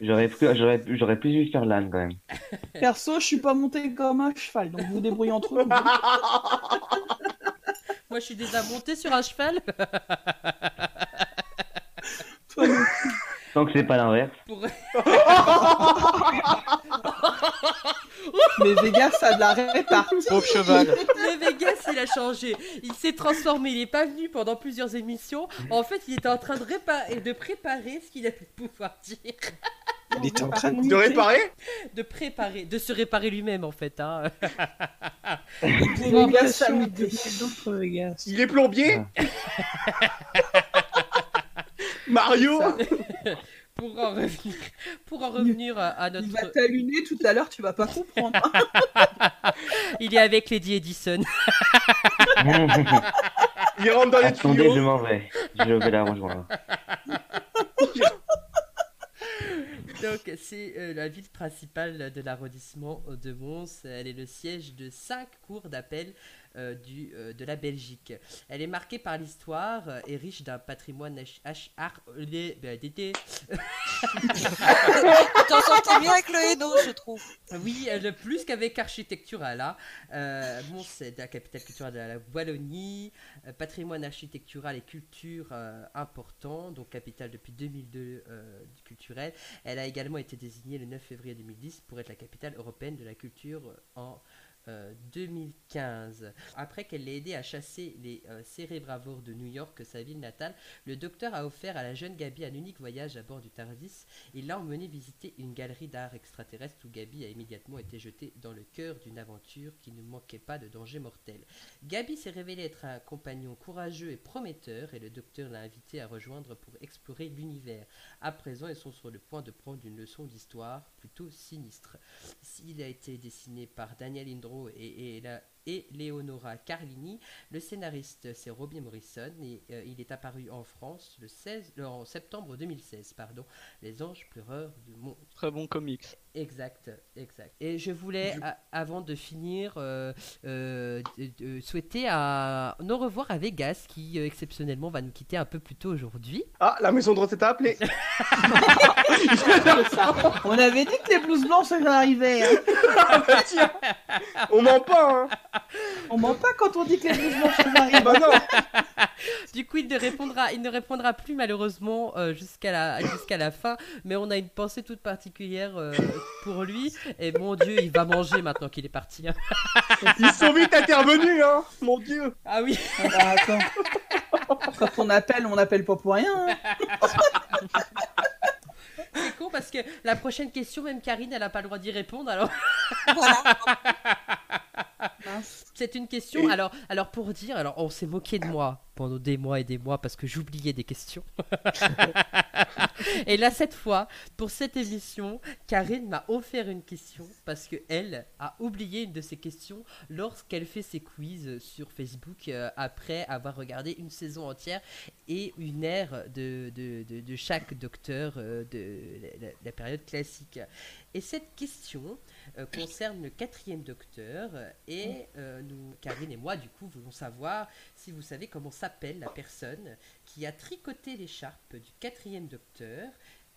Speaker 3: J'aurais pu- j'aurais j'aurais plus dû faire l'âne quand même.
Speaker 6: perso, je suis pas monté comme un cheval, donc vous vous débrouillez entre vous.
Speaker 1: Moi, je suis déjà montée sur un cheval.
Speaker 6: Toi, non.
Speaker 3: Tant que c'est pas l'inverse.
Speaker 1: Pour...
Speaker 6: Mais Vegas, ça a de la répartie.
Speaker 5: Pauvre cheval.
Speaker 1: Le Vegas, il a changé. Il s'est transformé. Il n'est pas venu pendant plusieurs émissions. En fait, il était en train de, répa- de préparer ce qu'il allait pouvoir dire.
Speaker 6: Il était en train
Speaker 2: De réparer
Speaker 1: De préparer, de se réparer lui-même, en fait. hein.
Speaker 6: Vegas, ça me dit.
Speaker 7: d'autres
Speaker 6: euh,
Speaker 7: Vegas.
Speaker 2: Il est plombier Mario
Speaker 1: Pour en revenir, pour en revenir à, à
Speaker 6: Il va
Speaker 1: notre.
Speaker 6: t'allumer tout à l'heure, tu vas pas comprendre.
Speaker 1: Il est avec Lady Edison.
Speaker 2: Il rentre dans les
Speaker 3: Attendez, je
Speaker 2: tuyaux
Speaker 3: m'en vais. Je vais la rejoindre.
Speaker 1: Donc, c'est euh, la ville principale de l'arrondissement de Mons. Elle est le siège de cinq cours d'appel euh, du, euh, de la Belgique. Elle est marquée par l'histoire euh, et riche d'un patrimoine H- H- art- les- bah, DD.
Speaker 4: T'en sortais bien avec le Hainaut, je trouve.
Speaker 1: Oui, euh, le plus qu'avec architectural. Hein. Euh, bon, c'est la capitale culturelle de la Wallonie, euh, patrimoine architectural et culture euh, important, donc capitale depuis 2002 euh, du culturel. Elle a également été désignée le 9 février 2010 pour être la capitale européenne de la culture euh, en euh, 2015. Après qu'elle l'ait aidé à chasser les euh, cérébravores de New York, sa ville natale, le docteur a offert à la jeune Gabi un unique voyage à bord du Tardis il l'a emmené visiter une galerie d'art extraterrestre où Gabi a immédiatement été jetée dans le cœur d'une aventure qui ne manquait pas de danger mortel. Gabi s'est révélé être un compagnon courageux et prometteur et le docteur l'a invité à rejoindre pour explorer l'univers. À présent, ils sont sur le point de prendre une leçon d'histoire plutôt sinistre. Il a été dessiné par Daniel Indro et, et la- et Leonora Carlini. Le scénariste, c'est Robbie Morrison et euh, il est apparu en France le 16, euh, en septembre 2016. Pardon. Les anges pleureurs du monde.
Speaker 5: Très bon comics.
Speaker 1: Exact, exact. Et je voulais, a- avant de finir, euh, euh, d- d- souhaiter à nos revoir à Vegas, qui euh, exceptionnellement va nous quitter un peu plus tôt aujourd'hui.
Speaker 2: Ah, la maison de retraite a appelé
Speaker 6: On avait dit que les blouses blanches, ça arrivait. hein.
Speaker 2: Ah bah tiens On ment pas, hein
Speaker 6: On ment pas quand on dit que les blouses blanches, ça arrivent.
Speaker 2: Bah non
Speaker 1: Du coup, il ne répondra, il ne répondra plus malheureusement euh, jusqu'à la, jusqu'à la fin, mais on a une pensée toute particulière euh, pour lui. Et mon Dieu, il va manger maintenant qu'il est parti. hein.
Speaker 2: Ils sont vite intervenus, hein Mon dieu
Speaker 1: Ah oui,
Speaker 6: Ah bah, attends. Quand on appelle, on appelle pas pour rien. hein.
Speaker 1: c'est con parce que la prochaine question, même Karine, elle n'a pas le droit d'y répondre. Alors.
Speaker 4: Voilà.
Speaker 6: Mince.
Speaker 1: C'est une question. Alors, alors pour dire, alors on s'est moqué de moi pendant des mois et des mois parce que j'oubliais des questions. et là, cette fois, pour cette émission, Karine m'a offert une question parce que elle a oublié une de ses questions lorsqu'elle fait ses quiz sur Facebook euh, après avoir regardé une saison entière et une ère de, de, de- de chaque docteur euh, de la- la- la période classique. Et cette question, euh, concerne le quatrième docteur euh, et euh, nous, Karine et moi, du coup, voulons savoir si vous savez comment s'appelle la personne qui a tricoté l'écharpe du quatrième docteur.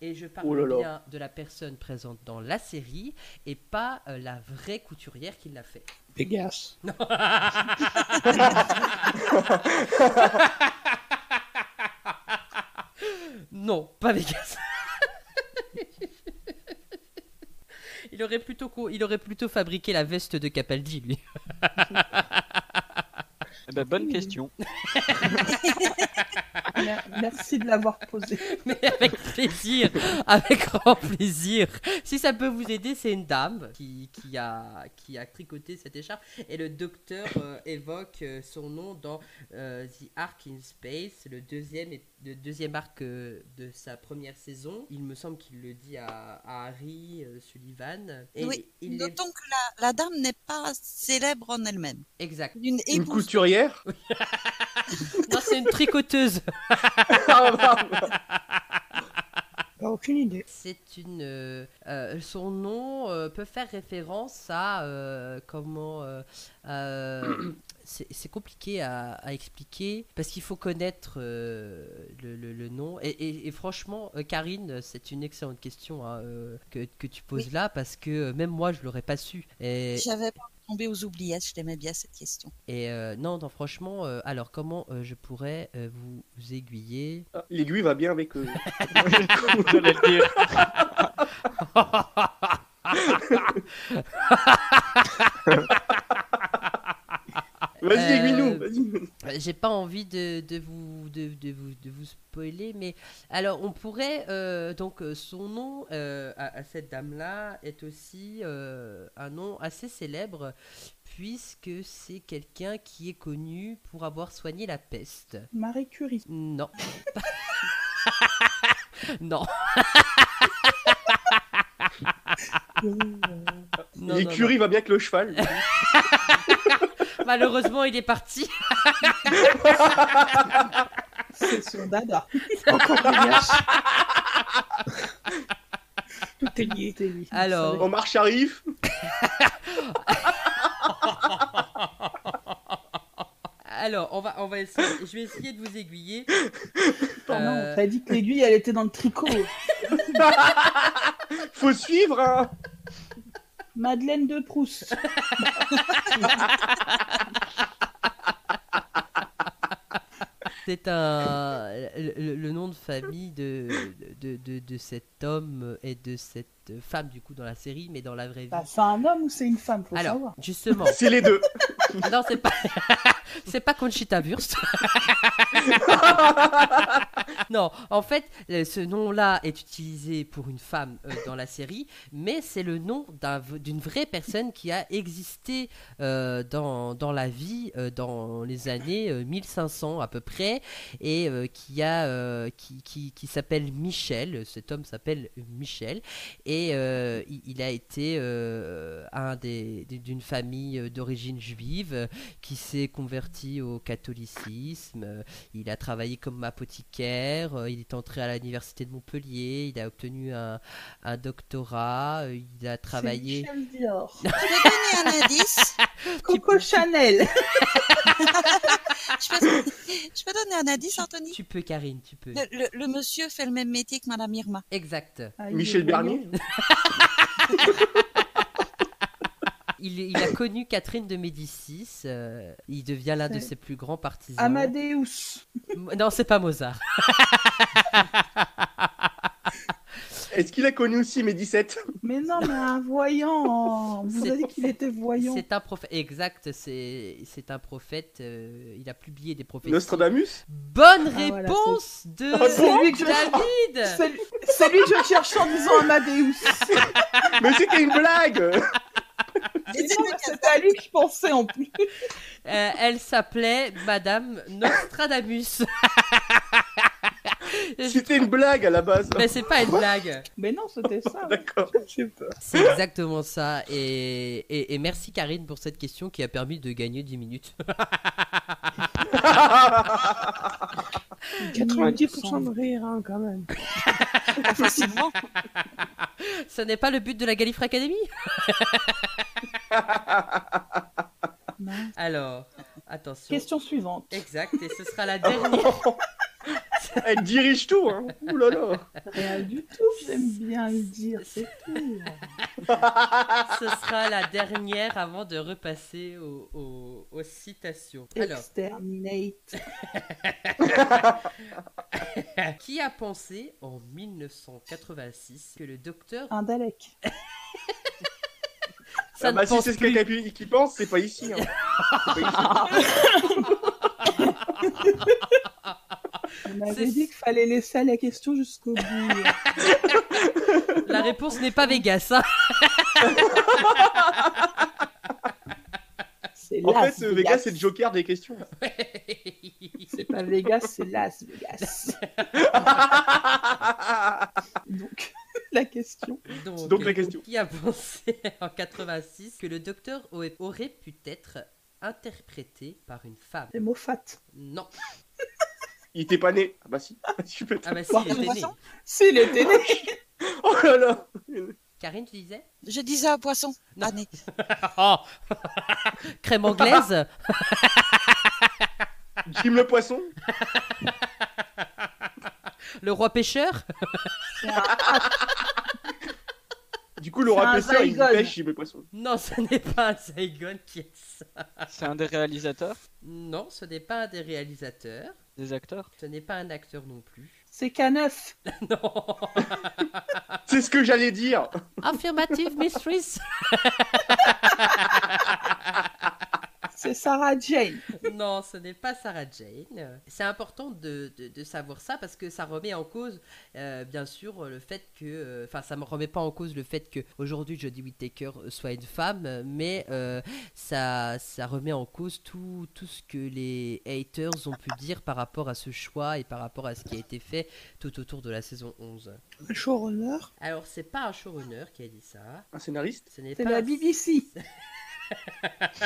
Speaker 1: Et je parle
Speaker 2: Oh là là.
Speaker 1: bien de la personne présente dans la série et pas euh, la vraie couturière qui l'a fait.
Speaker 7: Vegas.
Speaker 1: Non, pas Vegas. il, aurait plutôt, co- il aurait plutôt fabriqué la veste de Capaldi, lui.
Speaker 5: Eh ben, bonne question.
Speaker 6: Mer- Merci de l'avoir posé.
Speaker 1: Mais avec plaisir, avec grand plaisir. Si ça peut vous aider, c'est une dame qui, qui, a, qui a tricoté cette écharpe. Et le docteur euh, évoque euh, son nom dans euh, The Ark in Space, le deuxième, ép- le deuxième arc euh, de sa première saison. Il me semble qu'il le dit à, à Harry euh, Sullivan. Et
Speaker 4: Oui,
Speaker 1: il est...
Speaker 4: Notons que la, la dame n'est pas célèbre en elle-même.
Speaker 1: Exact.
Speaker 4: Une
Speaker 2: Une
Speaker 4: épouse.
Speaker 2: couturière
Speaker 1: Non, c'est une tricoteuse.
Speaker 2: Ah, bah, bah.
Speaker 7: Bah, aucune idée.
Speaker 1: C'est une. euh, euh, son nom euh, peut faire référence à. euh, comment. euh, euh, c'est c'est compliqué à, à expliquer parce qu'il faut connaître euh, le, le- le nom. Et, et- et franchement, euh, Karine, c'est une excellente question hein, euh, que, que tu poses là parce que euh, même moi, je l'aurais pas su. Et,
Speaker 4: J'avais pas tombé aux oubliettes, je t'aimais bien cette question.
Speaker 1: et, euh, non, non, franchement, euh, alors comment euh, je pourrais euh, vous, vous aiguiller
Speaker 2: Ah, L'aiguille va bien avec. euh,
Speaker 5: J'allais le dire.
Speaker 2: Vas-y,
Speaker 1: Euh,
Speaker 2: aiguille-nous, vas-y.
Speaker 1: Euh, J'ai pas envie de, de vous, de, de vous, de vous spoiler, mais alors on pourrait euh, donc euh, son nom euh, à, à cette dame-là est aussi euh, un nom assez célèbre puisque c'est quelqu'un qui est connu pour avoir soigné la peste.
Speaker 6: Marie Curie.
Speaker 1: Non. non. non, non, non.
Speaker 2: L'écurie va bien avec le cheval.
Speaker 1: Malheureusement, il est parti.
Speaker 6: C'est son dada.
Speaker 7: Encore des gâches. Tout est lié.
Speaker 6: C'était lui.
Speaker 1: Alors.
Speaker 2: En marche arrive.
Speaker 1: Alors, on va, on va essayer. Je vais essayer de vous aiguiller.
Speaker 6: Oh non,
Speaker 1: Euh,
Speaker 6: t'as dit que l'aiguille, elle était dans le tricot.
Speaker 2: Faut suivre, hein.
Speaker 6: Madeleine de Proust.
Speaker 1: C'est un le, le- le nom de famille de, de, de, de cet homme et de cette femme du coup dans la série, mais dans la vraie vie.
Speaker 6: Bah, c'est un homme ou c'est une femme, faut
Speaker 1: Alors,
Speaker 6: savoir.
Speaker 1: justement, ah
Speaker 2: C'est les deux.
Speaker 1: non, c'est pas, c'est pas Conchita Wurst. non, en fait, euh, ce nom-là est utilisé pour une femme euh, dans la série, mais c'est le nom d'un v- d'une vraie personne qui a existé euh, dans, dans la vie euh, dans les années euh, 1500 à peu près, et euh, qui a euh, qui, qui, qui s'appelle Michel. Cet homme s'appelle Michel, et euh, il, il a été euh, un des des- d'une famille d'origine juive qui s'est converti au catholicisme. euh, Il a travaillé comme apothicaire. euh, Il est entré à l'université de Montpellier. Il a obtenu un, un doctorat. euh, Il a travaillé.
Speaker 6: C'est Michel Dior.
Speaker 4: Je vais donner un indice.
Speaker 6: Coco Chanel.
Speaker 4: Je peux, je peux donner un indice, Anthony.
Speaker 1: Tu peux, Karine, tu peux.
Speaker 4: Le, le- le monsieur fait le même métier que Madame Irma.
Speaker 1: Exact.
Speaker 6: Ah, il est
Speaker 2: Michel
Speaker 6: mignon.
Speaker 2: Bernier.
Speaker 1: Il, il a connu Catherine de Médicis. euh, il devient l'un de
Speaker 6: C'est-
Speaker 1: ses plus grands partisans.
Speaker 6: Amadeus.
Speaker 1: M- Non, c'est pas Mozart.
Speaker 2: Est-ce qu'il a connu aussi mes 17
Speaker 6: Mais non, mais un voyant. Vous
Speaker 1: C'est-
Speaker 6: avez dit qu'il était voyant.
Speaker 1: C'est un prophète. Exact, c'est c'est un prophète. euh, il a publié des prophéties.
Speaker 2: Nostradamus
Speaker 1: Bonne
Speaker 6: Ah, voilà,
Speaker 1: réponse
Speaker 2: Ah,
Speaker 1: de
Speaker 6: C'est lui que je-
Speaker 1: David.
Speaker 6: C'est lui- c'est lui que je cherchais en disant Amadeus.
Speaker 2: Mais c'était une blague
Speaker 1: Ah,
Speaker 6: Mais non, C'était à lui que je pensais en plus.
Speaker 1: Euh, elle s'appelait Madame Nostradamus.
Speaker 2: C'était une blague à la base.
Speaker 1: Mais c'est pas une blague.
Speaker 6: Mais non, c'était ça.
Speaker 2: D'accord.
Speaker 1: C'est exactement ça. Et, et- et merci Karine pour cette question qui a permis de gagner 10 minutes.
Speaker 7: 90% de rire, hein, quand même.
Speaker 4: Facilement.
Speaker 1: Ce n'est pas le but de la Galifre Academy
Speaker 6: Non.
Speaker 1: Alors, attention.
Speaker 6: Question suivante.
Speaker 1: Exact, et ce sera la dernière.
Speaker 2: Elle dirige tout, hein. Ouh là là.
Speaker 6: Rien du tout, j'aime bien le dire, c'est tout.
Speaker 1: ce sera la dernière avant de repasser aux, aux- aux citations. Alors,
Speaker 6: Exterminate.
Speaker 1: qui a pensé en 1986 que le docteur.
Speaker 6: Un Dalek.
Speaker 1: Ça
Speaker 2: Ah
Speaker 1: ne
Speaker 2: bah si
Speaker 1: pense
Speaker 2: c'est ce
Speaker 1: plus.
Speaker 2: quelqu'un qui qui pense, c'est pas ici. hein. C'est pas ici.
Speaker 6: On
Speaker 1: C'est-
Speaker 6: avait dit qu'il fallait laisser la question jusqu'au bout.
Speaker 1: La réponse n'est pas Vegas. hein.
Speaker 6: C'est
Speaker 2: En
Speaker 1: Ah,
Speaker 6: Las
Speaker 2: fait, euh, Vegas, c'est le joker des questions.
Speaker 6: C'est pas Bah, Vegas, c'est Las Vegas. Donc, la question.
Speaker 1: Donc,
Speaker 2: Donc, la question.
Speaker 1: Qui a pensé en 86 que le docteur aurait- aurait pu être interprété par une femme
Speaker 6: C'est Moffat.
Speaker 1: Non.
Speaker 2: Il était pas né. Ah bah si. Je suis bête.
Speaker 1: Ah bah si, il était né.
Speaker 6: S'il était né,
Speaker 2: Oh là là.
Speaker 1: Karine, tu disais
Speaker 4: Je disais à Poisson. Année.
Speaker 1: Oh. Crème anglaise
Speaker 2: Jim le poisson
Speaker 1: Le roi pêcheur
Speaker 2: Du coup, Laura
Speaker 6: C'est un
Speaker 2: Pessler, il
Speaker 6: Zygon.
Speaker 2: pêche Jim le poisson.
Speaker 1: Non, ce n'est pas un Saigon qui est ça.
Speaker 5: C'est un des réalisateurs,
Speaker 1: Non, ce n'est pas un des réalisateurs.
Speaker 5: des acteurs.
Speaker 1: Ce n'est pas un acteur non plus.
Speaker 6: C'est K9.
Speaker 1: Non
Speaker 2: C'est ce que j'allais dire
Speaker 1: Affirmative Mistress
Speaker 6: C'est Sarah Jane.
Speaker 1: Non, ce n'est pas Sarah Jane. C'est important de, de- de savoir ça parce que ça remet en cause, euh, bien sûr, le fait que. euh, Enfin, ça ne remet pas en cause le fait que aujourd'hui Jodie Whittaker soit une femme, mais euh, ça, ça remet en cause tout, tout ce que les haters ont pu dire par rapport à ce choix et par rapport à ce qui a été fait tout autour de la saison 11.
Speaker 7: Un showrunner.
Speaker 1: Alors, c'est pas un showrunner qui a dit ça.
Speaker 2: Un scénariste
Speaker 1: Ce n'est
Speaker 6: C'est
Speaker 1: pas
Speaker 6: la
Speaker 1: un-
Speaker 6: BBC.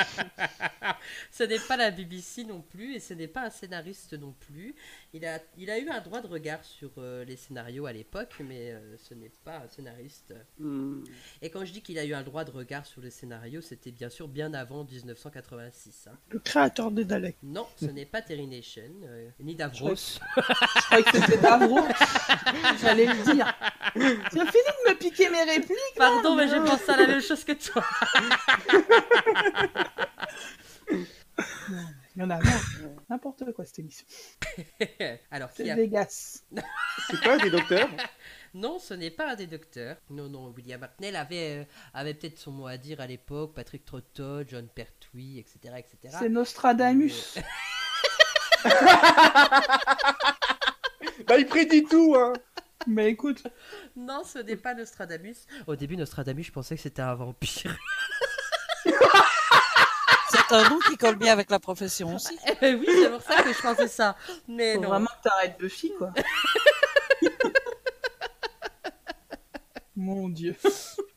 Speaker 1: ce n'est pas la BBC non plus et ce n'est pas un scénariste non plus. Il a, il a eu un droit de regard sur euh, les scénarios à l'époque, mais euh, ce n'est pas un scénariste.
Speaker 2: Hmm.
Speaker 1: Et quand je dis qu'il a eu un droit de regard sur les scénarios, c'était bien sûr bien avant 1986. hein.
Speaker 7: Le créateur des Daleks.
Speaker 1: Non, ce n'est pas Terry Nation, euh, ni Davros.
Speaker 6: Je croyais que c'était Davro. J'allais le dire. Tu as fini de me piquer mes répliques.
Speaker 1: Pardon, mais j'ai pensé à la même chose que toi.
Speaker 6: Il y en a marre. euh, N'importe quoi cette émission.
Speaker 1: Alors, qui
Speaker 6: C'est
Speaker 1: a
Speaker 6: Vegas.
Speaker 2: C'est pas des docteurs
Speaker 1: Non, ce n'est pas un des docteurs. Non, non, William Hartnell avait, euh, avait peut-être son mot à dire à l'époque, Patrick Trottot, John Pertwee, etc. etc.
Speaker 6: C'est Nostradamus.
Speaker 1: Euh.
Speaker 2: Bah, il prédit tout, hein
Speaker 6: Mais écoute,
Speaker 1: Non, ce n'est pas Nostradamus. Au début, Nostradamus, je pensais que c'était un vampire.
Speaker 4: C'est un nom qui colle bien avec la profession aussi.
Speaker 1: Eh ben oui, c'est pour ça que je pensais ça. Mais
Speaker 6: faut
Speaker 1: non.
Speaker 6: vraiment que t'arrêtes Buffy quoi. Mon dieu.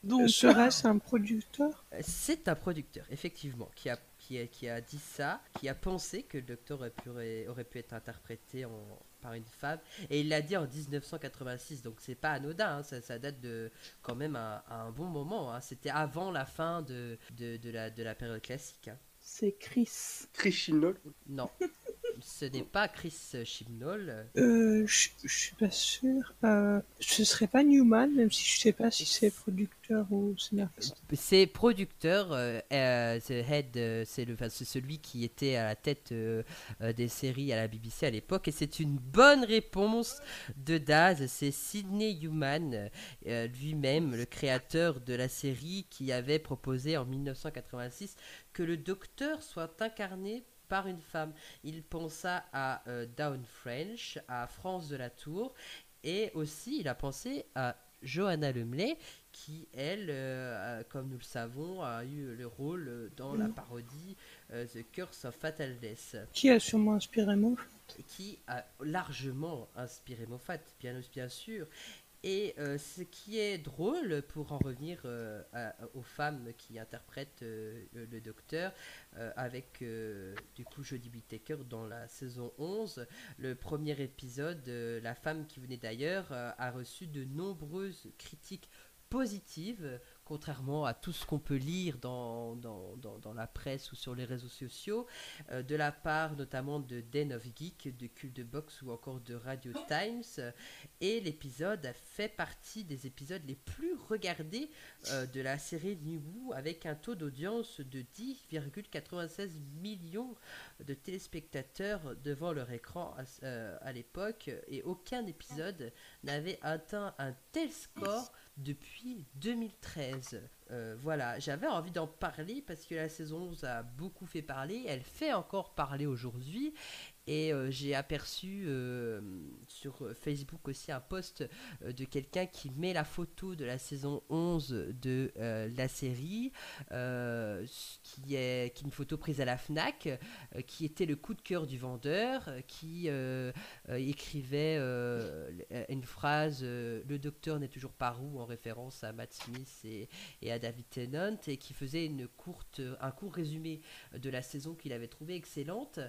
Speaker 7: Donc, serait-ce un producteur
Speaker 1: C'est un producteur, effectivement, qui a, qui, a, qui a dit ça, qui a pensé que le docteur aurait pu, aurait pu être interprété en- par une femme. Et il l'a dit en 1986, donc c'est pas anodin, hein, ça, ça date de quand même un, un bon moment. hein. C'était avant la fin de, de, de la, de la période classique. hein.
Speaker 6: C'est Chris.
Speaker 2: Krishinok.
Speaker 1: Non, ce n'est pas Chris Chibnall.
Speaker 7: euh, Je je suis pas sûr. Euh, ce serait pas Newman, même si je sais pas si c'est producteur ou scénariste.
Speaker 1: C'est producteur, euh, euh, the head, euh, c'est le, enfin, c'est celui qui était à la tête euh, euh, des séries à la BBC à l'époque, et c'est une bonne réponse de Daz. C'est Sidney Human euh, lui-même, le créateur de la série, qui avait proposé en 1986 que le Docteur soit incarné par une femme. Il pensa à euh, Down French, à France de la Tour, et aussi il a pensé à Johanna Lemley qui, elle, euh, a- comme nous le savons, a eu le rôle euh, dans la parodie euh, The Curse of Fatal Death,
Speaker 7: Qui a sûrement inspiré moi
Speaker 1: qui a largement inspiré Moffat, bien, bien sûr. Et euh, ce qui est drôle, pour en revenir euh, à- aux femmes qui interprètent euh, le le docteur, euh, avec euh, du coup Jodie Whittaker dans la saison 11, le premier épisode, euh, La femme qui venait d'ailleurs, euh, a reçu de nombreuses critiques positives, contrairement à tout ce qu'on peut lire dans, dans, dans- dans la presse ou sur les réseaux sociaux, euh, de la part notamment de Den of Geek, de Cul de Box ou encore de Radio Times. Et l'épisode a fait partie des épisodes les plus regardés euh, de la série New Who avec un taux d'audience de 10,96 millions de téléspectateurs devant leur écran à, s- euh, à l'époque et aucun épisode n'avait atteint un tel score depuis 2013. Euh, voilà, j'avais envie d'en parler parce que la saison 11 a beaucoup fait parler, elle fait encore parler aujourd'hui et euh, j'ai aperçu euh, sur Facebook aussi un post euh, de quelqu'un qui met la photo de la saison 11 de euh, la série, euh, ce qui, est, qui est une photo prise à la FNAC, euh, qui était le coup de cœur du vendeur, euh, qui euh, euh, écrivait euh, l- euh, une phrase euh, Le docteur n'est toujours pas roux » en référence à Matt Smith et, et à David Tennant et qui faisait une courte, euh, un court résumé de la saison qu'il avait trouvée excellente.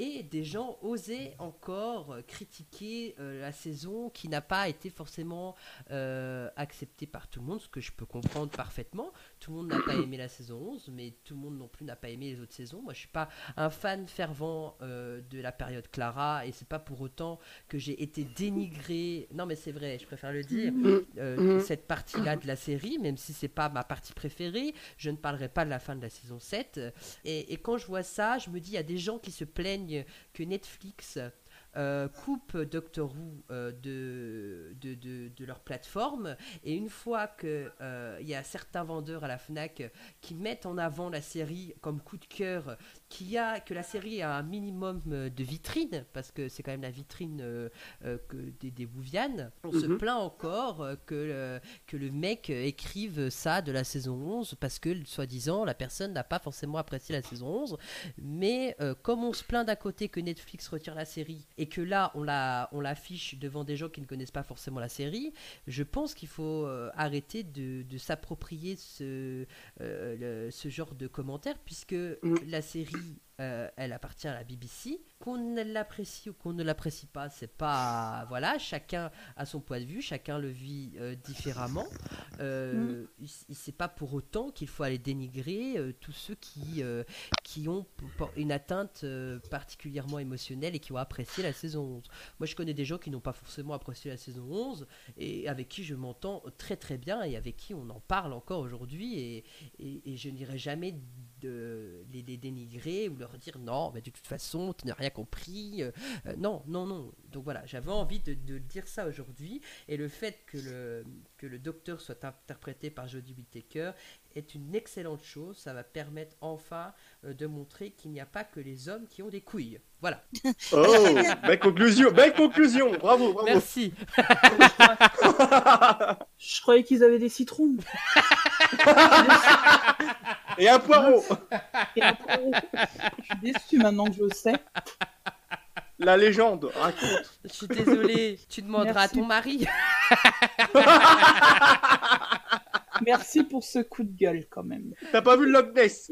Speaker 1: Et des gens osaient encore critiquer euh, la saison qui n'a pas été forcément euh, acceptée par tout le monde, ce que je peux comprendre parfaitement. Tout le monde n'a pas aimé la saison 11, mais tout le monde non plus n'a pas aimé les autres saisons. Moi, je suis pas un fan fervent euh, de la période Clara et c'est pas pour autant que j'ai été dénigré. Non, mais c'est vrai, je préfère le dire. euh, cette partie-là de la série, même si c'est pas ma partie préférée, je ne parlerai pas de la fin de la saison 7. Et, et quand je vois ça, je me dis, il y a des gens qui se plaignent que Netflix euh, coupe Doctor Who euh, de, de, de- de leur plateforme. Et une fois que euh, il y a certains vendeurs à la FNAC euh, qui mettent en avant la série comme coup de cœur, qu'il y a, que la série a un minimum euh, de vitrine, parce que c'est quand même la vitrine euh, euh, que des, des Bouvianes, on se
Speaker 2: Mhm.
Speaker 1: plaint encore euh, que, euh, que le mec euh, écrive ça de la saison 11, parce que, soi-disant, la personne n'a pas forcément apprécié la saison 11. Mais euh, comme on se plaint d'un côté que Netflix retire la série et que là on la on l'affiche devant des gens qui ne connaissent pas forcément la série, je pense qu'il faut euh, arrêter de, de s'approprier ce euh, le- ce genre de commentaires puisque la série euh, elle appartient à la BBC. Qu'on l'apprécie ou qu'on ne l'apprécie pas, c'est pas voilà. Chacun a son point de vue, chacun le vit euh, différemment. Euh, il- il- C'est pas pour autant qu'il faut aller dénigrer euh, tous ceux qui euh, qui ont p- por- une atteinte euh, particulièrement émotionnelle et qui ont apprécié la saison 11. Moi, je connais des gens qui n'ont pas forcément apprécié la saison 11 et avec qui je m'entends très très bien et avec qui on en parle encore aujourd'hui et, et- et je n'irai jamais de, les, les dénigrer ou leur dire non, mais de toute façon, tu n'as rien compris. euh, euh, non, non, non. Donc voilà, j'avais envie de, de dire ça aujourd'hui et le fait que le, que le docteur soit interprété par Jodie Whittaker est une excellente chose. Ça va permettre enfin euh, de montrer qu'il n'y a pas que les hommes qui ont des couilles. Voilà.
Speaker 2: Oh, belle conclusion, belle conclusion, bravo, bravo.
Speaker 1: Merci.
Speaker 6: Je croyais qu'ils avaient des citrons.
Speaker 2: Et un poireau,
Speaker 6: Et après, je suis déçue maintenant que je le sais.
Speaker 2: la légende raconte.
Speaker 1: Je suis désolée. tu demanderas
Speaker 6: Merci.
Speaker 1: à ton mari.
Speaker 6: Merci pour ce coup de gueule quand même.
Speaker 2: T'as pas vu le Loch Ness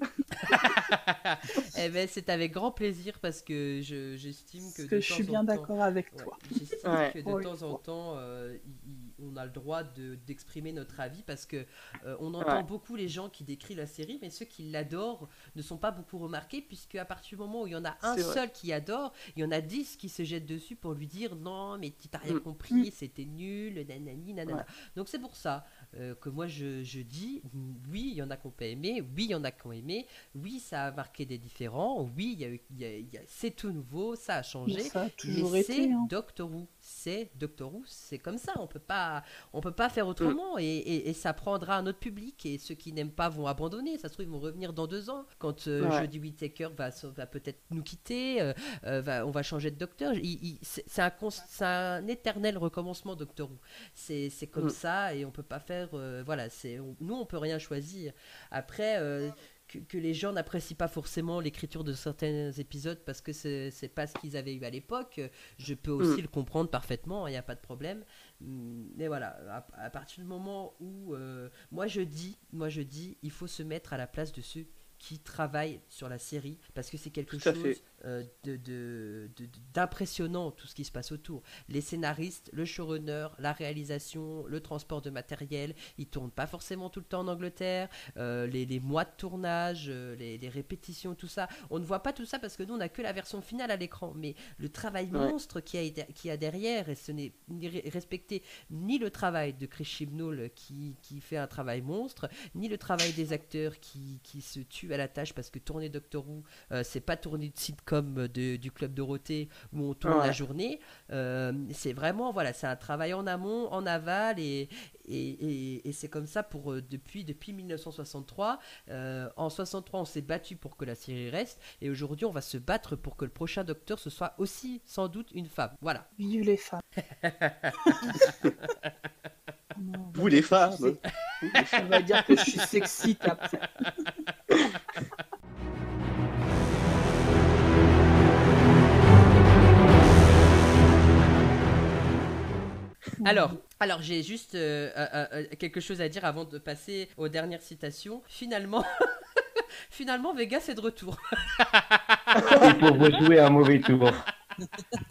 Speaker 1: eh ben, c'est avec grand plaisir parce que je- j'estime que.
Speaker 6: Parce que
Speaker 1: de
Speaker 6: je
Speaker 1: temps
Speaker 6: suis
Speaker 1: en
Speaker 6: bien
Speaker 1: temps-
Speaker 6: d'accord avec
Speaker 1: Ouais,
Speaker 6: toi.
Speaker 1: J'estime
Speaker 2: Ouais.
Speaker 1: que de
Speaker 6: Pour une
Speaker 1: temps en
Speaker 6: fois.
Speaker 1: temps, euh, il- il- on a le droit de- d'exprimer notre avis parce que euh, on entend
Speaker 2: Ouais.
Speaker 1: beaucoup les gens qui décrivent la série, mais ceux qui l'adorent ne sont pas beaucoup remarqués puisque à partir du moment où il y en a un
Speaker 2: C'est vrai.
Speaker 1: seul qui adore, il y en a dix qui se jettent dessus pour lui dire non mais tu t'as rien compris, c'était nul, nanani, nanana.
Speaker 6: Ouais.
Speaker 1: Donc c'est pour ça euh, que moi je, je dis mm, oui, il y en a qui n'ont pas aimé, oui, il y en a qui ont aimé, oui, ça a marqué des différents, oui, il y a eu- il y a- il y a- c'est tout nouveau, ça a changé.
Speaker 6: Ça a toujours
Speaker 1: Mais c'est
Speaker 6: été. hein.
Speaker 1: Doctor Who, c'est Doctor Who, c'est comme ça. On peut pas, on peut pas faire
Speaker 2: Mm.
Speaker 1: autrement. Et, et- et ça prendra un autre public. Et ceux qui n'aiment pas vont abandonner. Ça se trouve, ils vont revenir dans deux ans quand euh,
Speaker 2: Ouais.
Speaker 1: Jodie Whittaker va, se- va peut-être nous quitter. euh, euh, va- on va changer de docteur. Il- il- c'est c'est un, const- c'est un éternel recommencement Doctor Who. C'est c'est comme
Speaker 2: Mm.
Speaker 1: ça et on peut pas faire. euh, voilà, c'est on- nous on peut rien choisir. Après. euh, que, que les gens n'apprécient pas forcément l'écriture de certains épisodes parce que c'est c'est pas ce qu'ils avaient eu à l'époque. Je peux
Speaker 2: Mm.
Speaker 1: aussi le comprendre parfaitement, il n'y a pas de problème. Mm, Mais voilà, à, à partir du moment où euh, moi je dis, moi je dis, il faut se mettre à la place de ceux qui travaillent sur la série parce que c'est quelque
Speaker 2: Tout à
Speaker 1: chose
Speaker 2: fait.
Speaker 1: euh, de- de- de- d'impressionnant tout ce qui se passe autour. Les scénaristes, le showrunner, la réalisation, le transport de matériel, ils tournent pas forcément tout le temps en Angleterre, euh, les, les mois de tournage, euh, les, les répétitions, tout ça. On ne voit pas tout ça parce que nous on n'a que la version finale à l'écran, mais le travail
Speaker 2: Ouais.
Speaker 1: monstre qui a, été- qui a derrière, et ce n'est ni ré- respecté ni le travail de Chris Chibnall qui, qui fait un travail monstre, ni le travail des acteurs qui, qui se tuent à la tâche parce que tourner Doctor Who, euh, c'est pas tourner de sitcom de- du Club Dorothée où on tourne
Speaker 2: Ouais.
Speaker 1: la journée. Euh, c'est vraiment, voilà, c'est un travail en amont, en aval, et, et, et- et c'est comme ça pour, euh, depuis, depuis 1963. Euh, en 63, on s'est battu pour que la série reste, et aujourd'hui, on va se battre pour que le prochain Docteur, ce soit aussi, sans doute, une femme. Voilà.
Speaker 6: Vive les femmes. Non,
Speaker 2: Vous les
Speaker 6: Ah, bah.
Speaker 2: femmes.
Speaker 6: on va dire que je suis sexy après.
Speaker 1: Alors, Alors j'ai juste euh, euh, euh, quelque chose à dire avant de passer aux dernières citations. Finalement, finalement Vegas est de retour.
Speaker 3: Et pour rejouer un mauvais tour.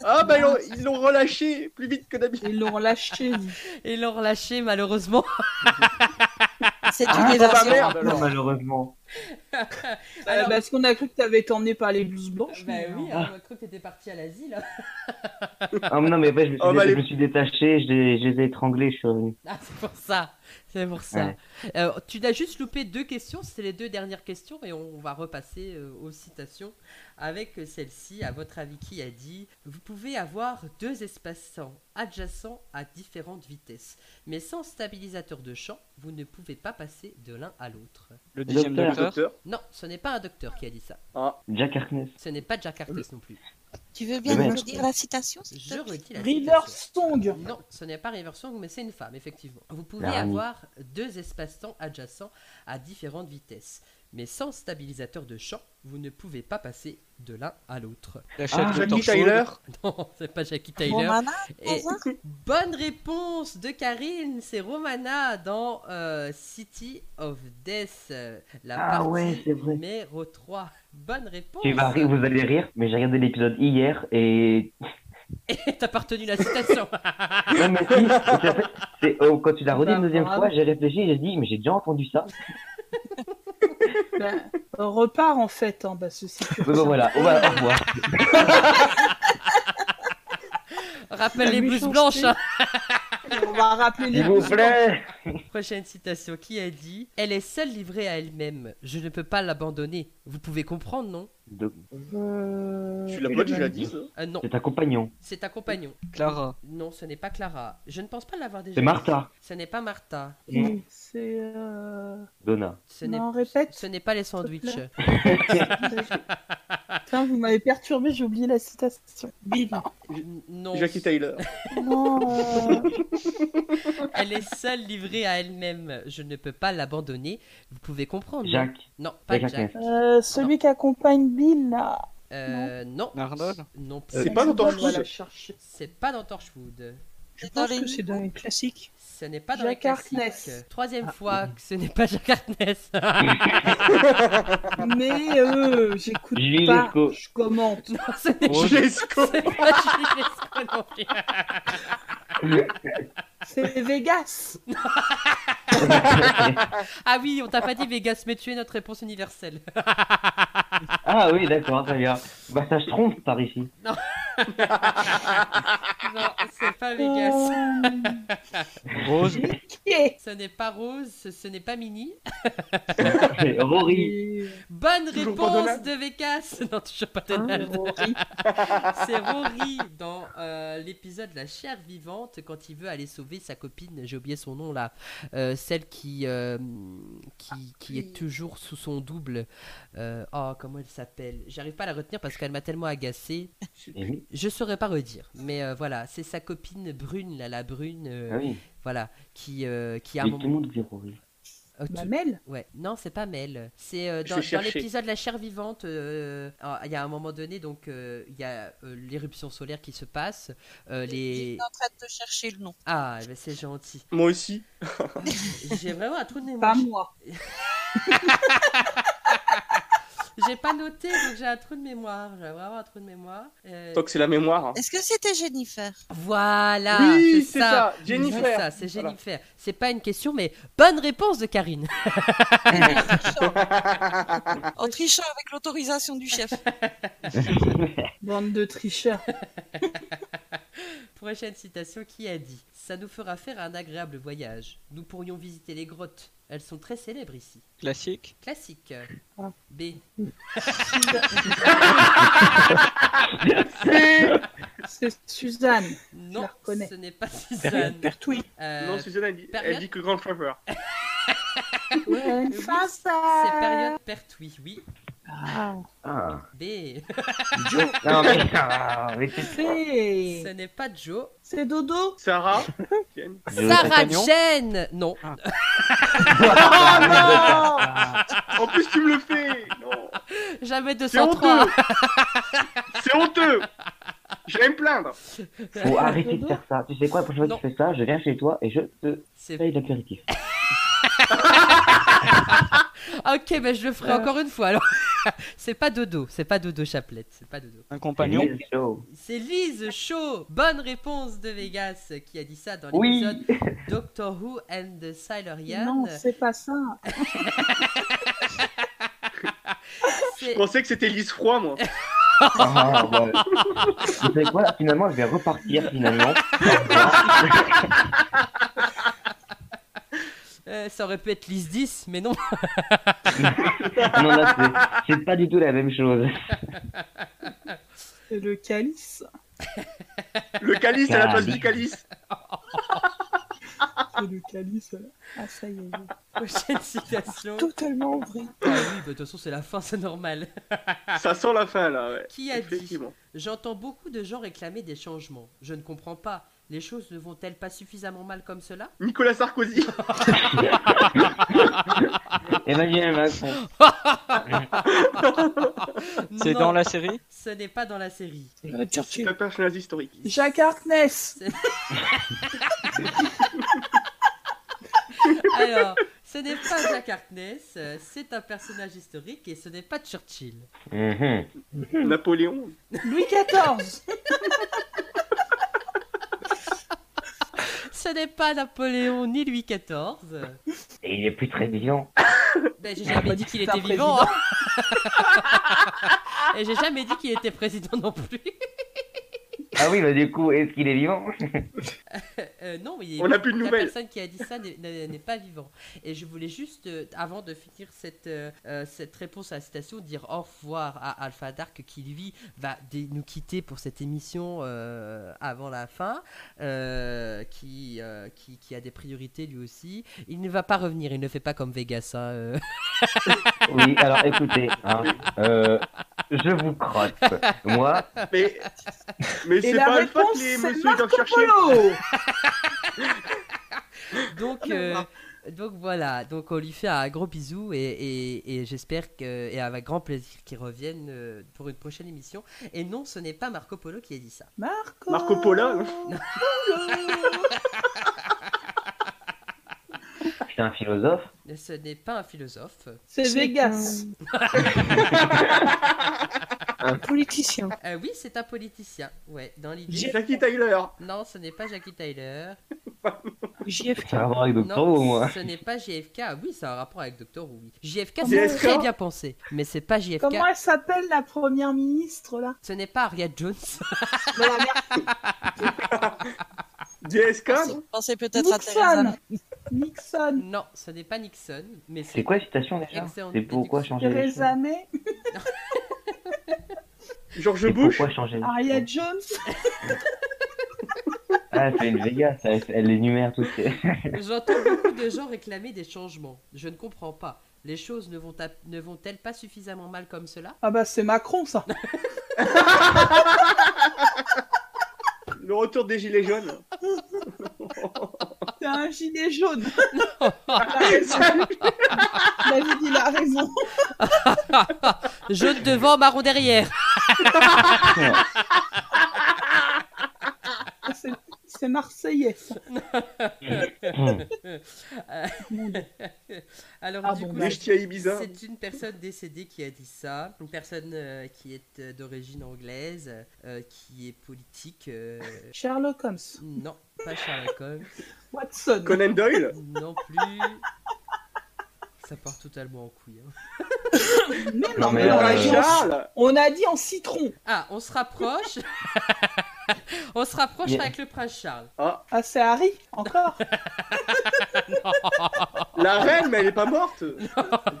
Speaker 2: Ah bah ils l'ont- ils l'ont relâché plus vite que d'habitude.
Speaker 6: Ils l'ont lâché. dis.
Speaker 1: Ils l'ont relâché malheureusement.
Speaker 4: C'est une
Speaker 2: Ah, bah
Speaker 4: évasion.
Speaker 2: merde alors.
Speaker 3: malheureusement.
Speaker 1: Alors-
Speaker 6: Euh, parce qu'on a cru que t'avais été emmené par les blouses blanches.
Speaker 1: bah
Speaker 6: mais
Speaker 1: oui,
Speaker 6: non.
Speaker 1: hein, on a cru que t'étais parti à l'asile. hein.
Speaker 3: Ah, mais non, mais après, je me suis,
Speaker 2: Oh, bah,
Speaker 3: je
Speaker 2: les-
Speaker 3: me suis détaché, je les, je les ai étranglés, je suis revenu.
Speaker 1: Ah, c'est pour ça. C'est pour ça.
Speaker 3: Ouais.
Speaker 1: Euh, tu as juste loupé deux questions, c'est les deux dernières questions et on va repasser euh, aux citations avec euh, celle-ci. À votre avis, qui a dit Vous pouvez avoir deux espaces-temps adjacents à différentes vitesses, mais sans stabilisateur de champ, vous ne pouvez pas passer de l'un à l'autre.
Speaker 5: Le dixième
Speaker 3: Docteur.
Speaker 5: docteur.
Speaker 2: Docteur.
Speaker 1: Non, ce n'est pas un docteur qui a dit ça.
Speaker 3: Jack Harkness.
Speaker 1: Ce n'est pas Jack Artes non plus.
Speaker 4: Tu veux bien
Speaker 3: Le
Speaker 4: nous
Speaker 3: mec.
Speaker 4: dire la citation s'il te
Speaker 1: Je
Speaker 4: plaît
Speaker 1: redis la
Speaker 6: River
Speaker 1: citation.
Speaker 6: Song.
Speaker 1: Non, ce n'est pas River Song, mais c'est une femme, effectivement. Vous pouvez
Speaker 3: L'araignée.
Speaker 1: avoir deux espaces-temps adjacents à différentes vitesses. Mais sans stabilisateur de champ, vous ne pouvez pas passer de l'un à l'autre.
Speaker 5: La chef
Speaker 2: Ah,
Speaker 5: de
Speaker 2: Jackie
Speaker 5: Torchwood.
Speaker 2: Tyler.
Speaker 1: Non, c'est pas Jackie Tyler.
Speaker 4: Romana,
Speaker 1: Et-
Speaker 4: au revoir.
Speaker 1: bonne réponse de Karine, c'est Romana dans euh, City of Death, euh, la
Speaker 3: Ah
Speaker 1: partie
Speaker 3: ouais, c'est vrai.
Speaker 1: numéro 3. Bonne réponse.
Speaker 3: Tu vas rire, vous allez rire, mais j'ai regardé l'épisode hier et.
Speaker 1: Et t'as pas retenu la citation.
Speaker 3: Non, mais si, parce qu'en fait, c'est- euh, quand tu l'as redit
Speaker 6: Bah,
Speaker 3: une deuxième
Speaker 6: bravo.
Speaker 3: fois, j'ai réfléchi, j'ai dit, mais j'ai déjà entendu ça.
Speaker 6: Ben, repart en fait, hein, bah, ceci.
Speaker 3: Bon, bon, voilà, on va au revoir.
Speaker 1: Rappelle
Speaker 6: La
Speaker 1: les blouses
Speaker 6: méchanceté.
Speaker 1: blanches. hein.
Speaker 6: On va rappeler les
Speaker 3: S'il vous
Speaker 6: blouses blanches.
Speaker 3: plaît.
Speaker 1: Prochaine citation qui a dit Elle est seule livrée à elle-même. Je ne peux pas l'abandonner. Vous pouvez comprendre, non
Speaker 3: Donc,
Speaker 7: Euh,
Speaker 2: Tu l'as pas déjà dit ça
Speaker 1: Euh, Non,
Speaker 3: C'est un compagnon.
Speaker 1: c'est un compagnon.
Speaker 5: Clara.
Speaker 1: Non, ce n'est pas Clara. Je ne pense pas l'avoir déjà.
Speaker 3: C'est
Speaker 1: dit.
Speaker 3: Martha.
Speaker 1: Ce n'est pas Martha.
Speaker 3: Non,
Speaker 6: C'est. Euh...
Speaker 3: Donna.
Speaker 1: Ce n'est
Speaker 6: Non, répète.
Speaker 1: ce n'est pas les sandwichs.
Speaker 6: plaît. Putain, vous m'avez perturbé, j'ai oublié la citation. Bim.
Speaker 1: N- Non,
Speaker 2: Jackie Tyler.
Speaker 6: Non. euh,
Speaker 1: elle est seule livrée à elle-même. Je ne peux pas l'abandonner. Vous pouvez comprendre. non
Speaker 3: Jacques.
Speaker 1: Non, pas
Speaker 3: Jacques hein.
Speaker 1: Jack.
Speaker 6: euh, celui qui accompagne Bill, là.
Speaker 1: Euh, non.
Speaker 5: Arnold
Speaker 3: Euh,
Speaker 1: Non plus.
Speaker 2: C'est pas dans
Speaker 6: On va
Speaker 2: Torchwood.
Speaker 6: la chercher.
Speaker 1: C'est pas dans Torchwood.
Speaker 7: Je
Speaker 4: Dans
Speaker 7: pense
Speaker 4: les
Speaker 7: que c'est dans les classiques.
Speaker 1: Ce n'est pas dans
Speaker 6: Jack
Speaker 1: les classiques.
Speaker 6: Harkness. Ah.
Speaker 1: Troisième fois que ce n'est pas Jack Harkness.
Speaker 6: Mais euh, j'écoute
Speaker 3: Julie
Speaker 6: pas,
Speaker 3: Lescaut.
Speaker 6: je commente.
Speaker 1: Non, ce n'est
Speaker 5: Oh,
Speaker 2: Jesco.
Speaker 1: C'est pas Julie Lescaut non plus.
Speaker 6: C'est Vegas.
Speaker 1: Ah oui, on t'a pas dit Vegas, mais tu es notre réponse universelle.
Speaker 3: Ah oui, d'accord, très bien. Bah, ça se trompe par ici.
Speaker 1: Non, c'est pas Vegas.
Speaker 5: Rose.
Speaker 6: Yeah.
Speaker 1: Ce n'est pas Rose, ce ce n'est pas Mini.
Speaker 3: C'est Rory.
Speaker 6: Et-
Speaker 1: Bonne
Speaker 2: Toujours pas
Speaker 1: réponse
Speaker 2: Donald.
Speaker 1: de Vegas. Non, toujours pas
Speaker 6: hein,
Speaker 1: Donald.
Speaker 6: Rory.
Speaker 1: C'est Rory dans euh, l'épisode La chair vivante quand il veut aller sauver sa copine, j'ai oublié son nom là, Euh, celle qui, euh, qui, qui est toujours sous son double. Euh, oh, comment elle s'appelle J'arrive pas à la retenir parce qu'elle m'a tellement agacée.
Speaker 3: Eh oui,
Speaker 1: Je saurais pas redire, mais euh, voilà, c'est sa copine brune là, la brune, euh,
Speaker 3: ah oui.
Speaker 1: voilà, qui, euh, qui a un
Speaker 3: Mais tout le
Speaker 1: moment.
Speaker 3: monde dit Rory.
Speaker 1: euh, tout-
Speaker 6: Ma Mel.
Speaker 1: Ouais, non, c'est pas Mel. C'est euh,
Speaker 2: Je
Speaker 1: dans,
Speaker 2: vais
Speaker 1: dans
Speaker 2: chercher.
Speaker 1: l'épisode La chair vivante. euh, alors, Il y a un moment donné, donc euh, il y a euh, l'éruption solaire qui se passe. euh,
Speaker 4: Il
Speaker 1: les
Speaker 4: est en train de te chercher le nom.
Speaker 1: ah, ben, c'est gentil.
Speaker 2: Moi aussi.
Speaker 1: J'ai vraiment un trou de
Speaker 6: Pas
Speaker 1: mémoire.
Speaker 6: moi.
Speaker 1: J'ai pas noté, donc j'ai un trou de mémoire. J'ai vraiment un trou de mémoire. Euh,
Speaker 2: Tant que c'est la mémoire. hein.
Speaker 4: Est-ce que c'était Jennifer
Speaker 1: Voilà.
Speaker 2: oui,
Speaker 1: c'est
Speaker 2: c'est
Speaker 1: ça.
Speaker 2: ça. Jennifer.
Speaker 1: C'est ça, c'est
Speaker 2: Voilà.
Speaker 1: Jennifer. C'est pas une question, mais bonne réponse de Karine.
Speaker 4: En trichant avec l'autorisation du chef.
Speaker 6: Bande de tricheurs.
Speaker 1: Prochaine citation qui a dit Ça nous fera faire un agréable voyage. Nous pourrions visiter les grottes. Elles sont très célèbres ici.
Speaker 5: Classique.
Speaker 1: Classique.
Speaker 6: Ah.
Speaker 1: B.
Speaker 6: C'est Suzanne.
Speaker 1: Non,
Speaker 6: la reconnais.
Speaker 1: ce n'est pas Suzanne.
Speaker 7: Pertwee.
Speaker 1: Euh,
Speaker 2: Non, Suzanne, elle dit,
Speaker 1: période-
Speaker 2: elle dit que Grand Trevor.
Speaker 6: Ouais,
Speaker 1: Oui,
Speaker 6: ça,
Speaker 1: c'est
Speaker 6: ça.
Speaker 1: période pertwee, oui.
Speaker 6: Ah,
Speaker 3: Ah.
Speaker 1: B.
Speaker 3: Non, mais. Ah, mais c'est-
Speaker 1: Ce
Speaker 6: C'est
Speaker 1: n'est pas Joe.
Speaker 6: c'est Dodo.
Speaker 2: Sarah.
Speaker 3: Je-
Speaker 1: Sarah
Speaker 5: compagnon.
Speaker 1: Jane Non.
Speaker 2: En plus, tu me le fais. Non.
Speaker 1: Jamais
Speaker 2: C'est honteux.
Speaker 1: 203.
Speaker 2: C'est honteux. Je vais me plaindre.
Speaker 3: Faut arrêter de faire ça. Tu sais quoi, la prochaine fois que
Speaker 1: Non.
Speaker 3: tu fais ça, je viens chez toi et je te
Speaker 1: C'est-
Speaker 3: paye l'apéritif.
Speaker 1: Ok, ben je le ferai encore une fois. Alors, c'est pas Dodo, c'est pas Dodo Chaplette, c'est pas Dodo.
Speaker 5: Un compagnon
Speaker 3: Let's go.
Speaker 1: C'est Lise Shaw. Bonne réponse de Vegas qui a dit ça dans
Speaker 3: Oui.
Speaker 1: l'épisode Doctor Who and the Silurian.
Speaker 7: Non, c'est pas ça.
Speaker 1: C'est-
Speaker 2: Je pensais que c'était Lise Froid, moi.
Speaker 3: Ah, ouais. Tu sais quoi, finalement, je vais repartir finalement.
Speaker 1: euh, ça aurait pu être Lise 10, mais non.
Speaker 3: Non, là, c'est- c'est pas du tout la même chose.
Speaker 6: C'est le calice.
Speaker 2: Le calice à la place du calice.
Speaker 6: C'est le calice. voilà.
Speaker 7: Ah, ça y est.
Speaker 1: Prochaine citation.
Speaker 7: Totalement vrai.
Speaker 1: Ah oui, bah, de toute façon, c'est la fin, c'est normal.
Speaker 2: Ça sent la fin, là, ouais.
Speaker 1: Qui a dit
Speaker 2: Effectivement.
Speaker 1: J'entends beaucoup de gens réclamer des changements. Je ne comprends pas. Les choses ne vont-elles pas suffisamment mal comme cela
Speaker 2: Nicolas Sarkozy.
Speaker 3: Emmanuel Macron.
Speaker 5: C'est
Speaker 1: Non,
Speaker 5: dans la série
Speaker 1: Ce n'est pas dans la série.
Speaker 7: Euh,
Speaker 2: C'est un personnage historique.
Speaker 6: Jacques Harkness.
Speaker 1: Alors, ce n'est pas Jack Harkness, euh, c'est un personnage historique et ce n'est pas Churchill.
Speaker 3: Mhm.
Speaker 2: Napoléon.
Speaker 6: Louis XIV.
Speaker 1: Ce n'est pas Napoléon ni Louis XIV.
Speaker 3: Et il est plus très bien.
Speaker 1: Ben, j'ai jamais dit qu'il
Speaker 6: c'est un
Speaker 1: était vivant. hein. et j'ai jamais dit qu'il était président non plus.
Speaker 3: Ah oui, bah du coup, est-ce qu'il est vivant
Speaker 1: Euh, non, il est-
Speaker 2: On n'a plus de
Speaker 1: la
Speaker 2: nouvelles.
Speaker 1: personne qui a dit ça n'est- n'est n'est pas vivant. Et je voulais juste, euh, avant de finir cette, euh, euh, cette réponse à la citation, dire au revoir à Alpha Dark qui, lui, va dé- nous quitter pour cette émission euh, avant la fin, euh, qui, euh, qui, qui a des priorités lui aussi. Il ne va pas revenir, il ne fait pas comme Vegas. hein, euh.
Speaker 3: Oui, alors écoutez, hein, euh, je vous crotte. Moi,
Speaker 2: Mais, mais
Speaker 6: Et
Speaker 2: c'est
Speaker 6: la
Speaker 2: pas le
Speaker 6: réponse,
Speaker 2: fait les
Speaker 6: c'est
Speaker 2: messieurs doivent
Speaker 6: Marco
Speaker 2: chercher.
Speaker 6: Polo.
Speaker 3: Oh
Speaker 1: Donc, euh, donc voilà, donc on lui fait un gros bisou et, et- et j'espère que, et avec grand plaisir qu'il revienne euh, pour une prochaine émission. Et non, ce n'est pas Marco Polo qui a dit ça.
Speaker 6: Marco.
Speaker 2: Marco Polo.
Speaker 3: je suis un philosophe.
Speaker 1: Mais Ce n'est pas un philosophe.
Speaker 6: C'est Vegas.
Speaker 7: Un politicien.
Speaker 1: Euh, oui, c'est un politicien. Ouais, dans l'idée.
Speaker 2: Jackie Tyler.
Speaker 1: Non, ce n'est pas Jackie Tyler.
Speaker 7: JFK.
Speaker 3: Ça va voir avec Doctor Who,
Speaker 1: non,
Speaker 3: moi.
Speaker 1: ce n'est pas JFK. Ah Oui, c'est un rapport avec Doctor Who. oui. JFK, c'est
Speaker 2: JFK?
Speaker 1: très bien pensé, mais c'est pas JFK.
Speaker 6: Comment elle s'appelle la première ministre là
Speaker 1: Ce n'est pas Harriet Jones.
Speaker 6: Non, la merde,
Speaker 2: DSK.
Speaker 3: Ah,
Speaker 4: Pensez- Pensez peut-être à Teresa.
Speaker 6: Nixon. Nixon.
Speaker 1: non, ce n'est pas Nixon, mais c'est.
Speaker 3: C'est quoi la citation déjà
Speaker 1: Excellente
Speaker 3: C'est pourquoi changer les choses
Speaker 6: Theresa May.
Speaker 2: George
Speaker 3: C'est
Speaker 2: Bush.
Speaker 3: pourquoi changer les
Speaker 6: Aria
Speaker 3: choses
Speaker 6: Jones.
Speaker 3: Ah, c'est une Vegas, elle, elle énumère toutes ces...
Speaker 1: J'entends beaucoup de gens réclamer des changements. Je ne comprends pas. Les choses ne vont-elles ne vont pas suffisamment mal comme cela
Speaker 6: Ah bah c'est Macron ça.
Speaker 2: Le retour des Gilets jaunes.
Speaker 6: C'est un gilet jaune.
Speaker 2: Ça-
Speaker 6: David il a raison.
Speaker 1: Jaune devant, marron derrière.
Speaker 6: C'est- C'est Marseillais ça.
Speaker 1: Alors,
Speaker 6: Ah
Speaker 1: du
Speaker 6: bon,
Speaker 1: coup,
Speaker 2: Les
Speaker 1: je-
Speaker 2: ch'tis à Ibiza.
Speaker 1: C'est une personne décédée qui a dit ça, une personne euh, qui est euh, d'origine anglaise, euh, qui est politique. euh,
Speaker 6: Sherlock Holmes.
Speaker 1: non, pas Sherlock Holmes,
Speaker 6: Watson.
Speaker 2: Conan Doyle.
Speaker 1: non plus. Ça part totalement en couille. hein.
Speaker 6: Mais
Speaker 3: Non,
Speaker 6: non,
Speaker 3: mais,
Speaker 6: mais on,
Speaker 2: Laura
Speaker 6: a
Speaker 3: euh,
Speaker 6: dit en-
Speaker 2: Charles.
Speaker 6: on a dit en citron.
Speaker 1: Ah, on se rapproche. on se rapproche
Speaker 3: Yeah.
Speaker 1: avec le prince Charles.
Speaker 2: Ah,
Speaker 6: Ah c'est Harry encore.
Speaker 2: la reine, mais elle est pas morte.
Speaker 7: Reine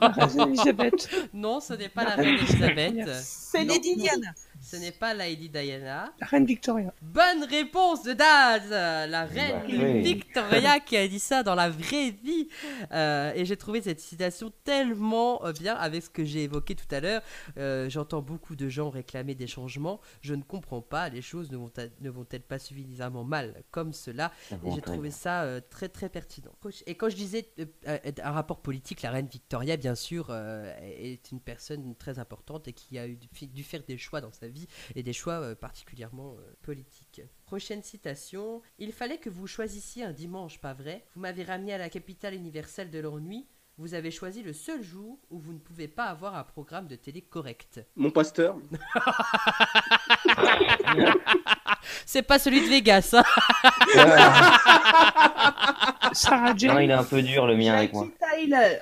Speaker 7: Ah, Elisabeth.
Speaker 1: Non, ce n'est pas la reine Elisabeth.
Speaker 6: C'est
Speaker 1: Non.
Speaker 6: Lady
Speaker 4: Lady
Speaker 6: Diana.
Speaker 4: Diana.
Speaker 1: Ce n'est pas Lady Diana.
Speaker 7: Reine Victoria.
Speaker 1: Bonne réponse de Daz, euh, la reine
Speaker 3: Bah oui.
Speaker 1: Victoria qui a dit ça dans la vraie vie. Euh, et j'ai trouvé cette citation tellement euh, bien avec ce que j'ai évoqué tout à l'heure. Euh, J'entends beaucoup de gens réclamer des changements. Je ne comprends pas. Les choses ne vont- ne vont-elles pas suffisamment mal comme cela et j'ai trouvé ça euh, très très pertinent. Coach- Et quand je disais euh, euh, un rapport politique, la reine Victoria, bien sûr, euh, est une personne très importante et qui a eu, dû- dû faire des choix dans sa vie vie et des choix euh, particulièrement euh, politiques. Prochaine citation. Il fallait que vous choisissiez un dimanche, pas vrai Vous m'avez ramené à la capitale universelle de l'ennui. Vous avez choisi le seul jour où vous ne pouvez pas avoir un programme de télé correct.
Speaker 2: Mon pasteur.
Speaker 1: C'est pas celui de Vegas, hein
Speaker 7: Sarah Jane.
Speaker 3: Non, Ah, il est un peu dur le mien avec moi.
Speaker 6: Jackie Tyler.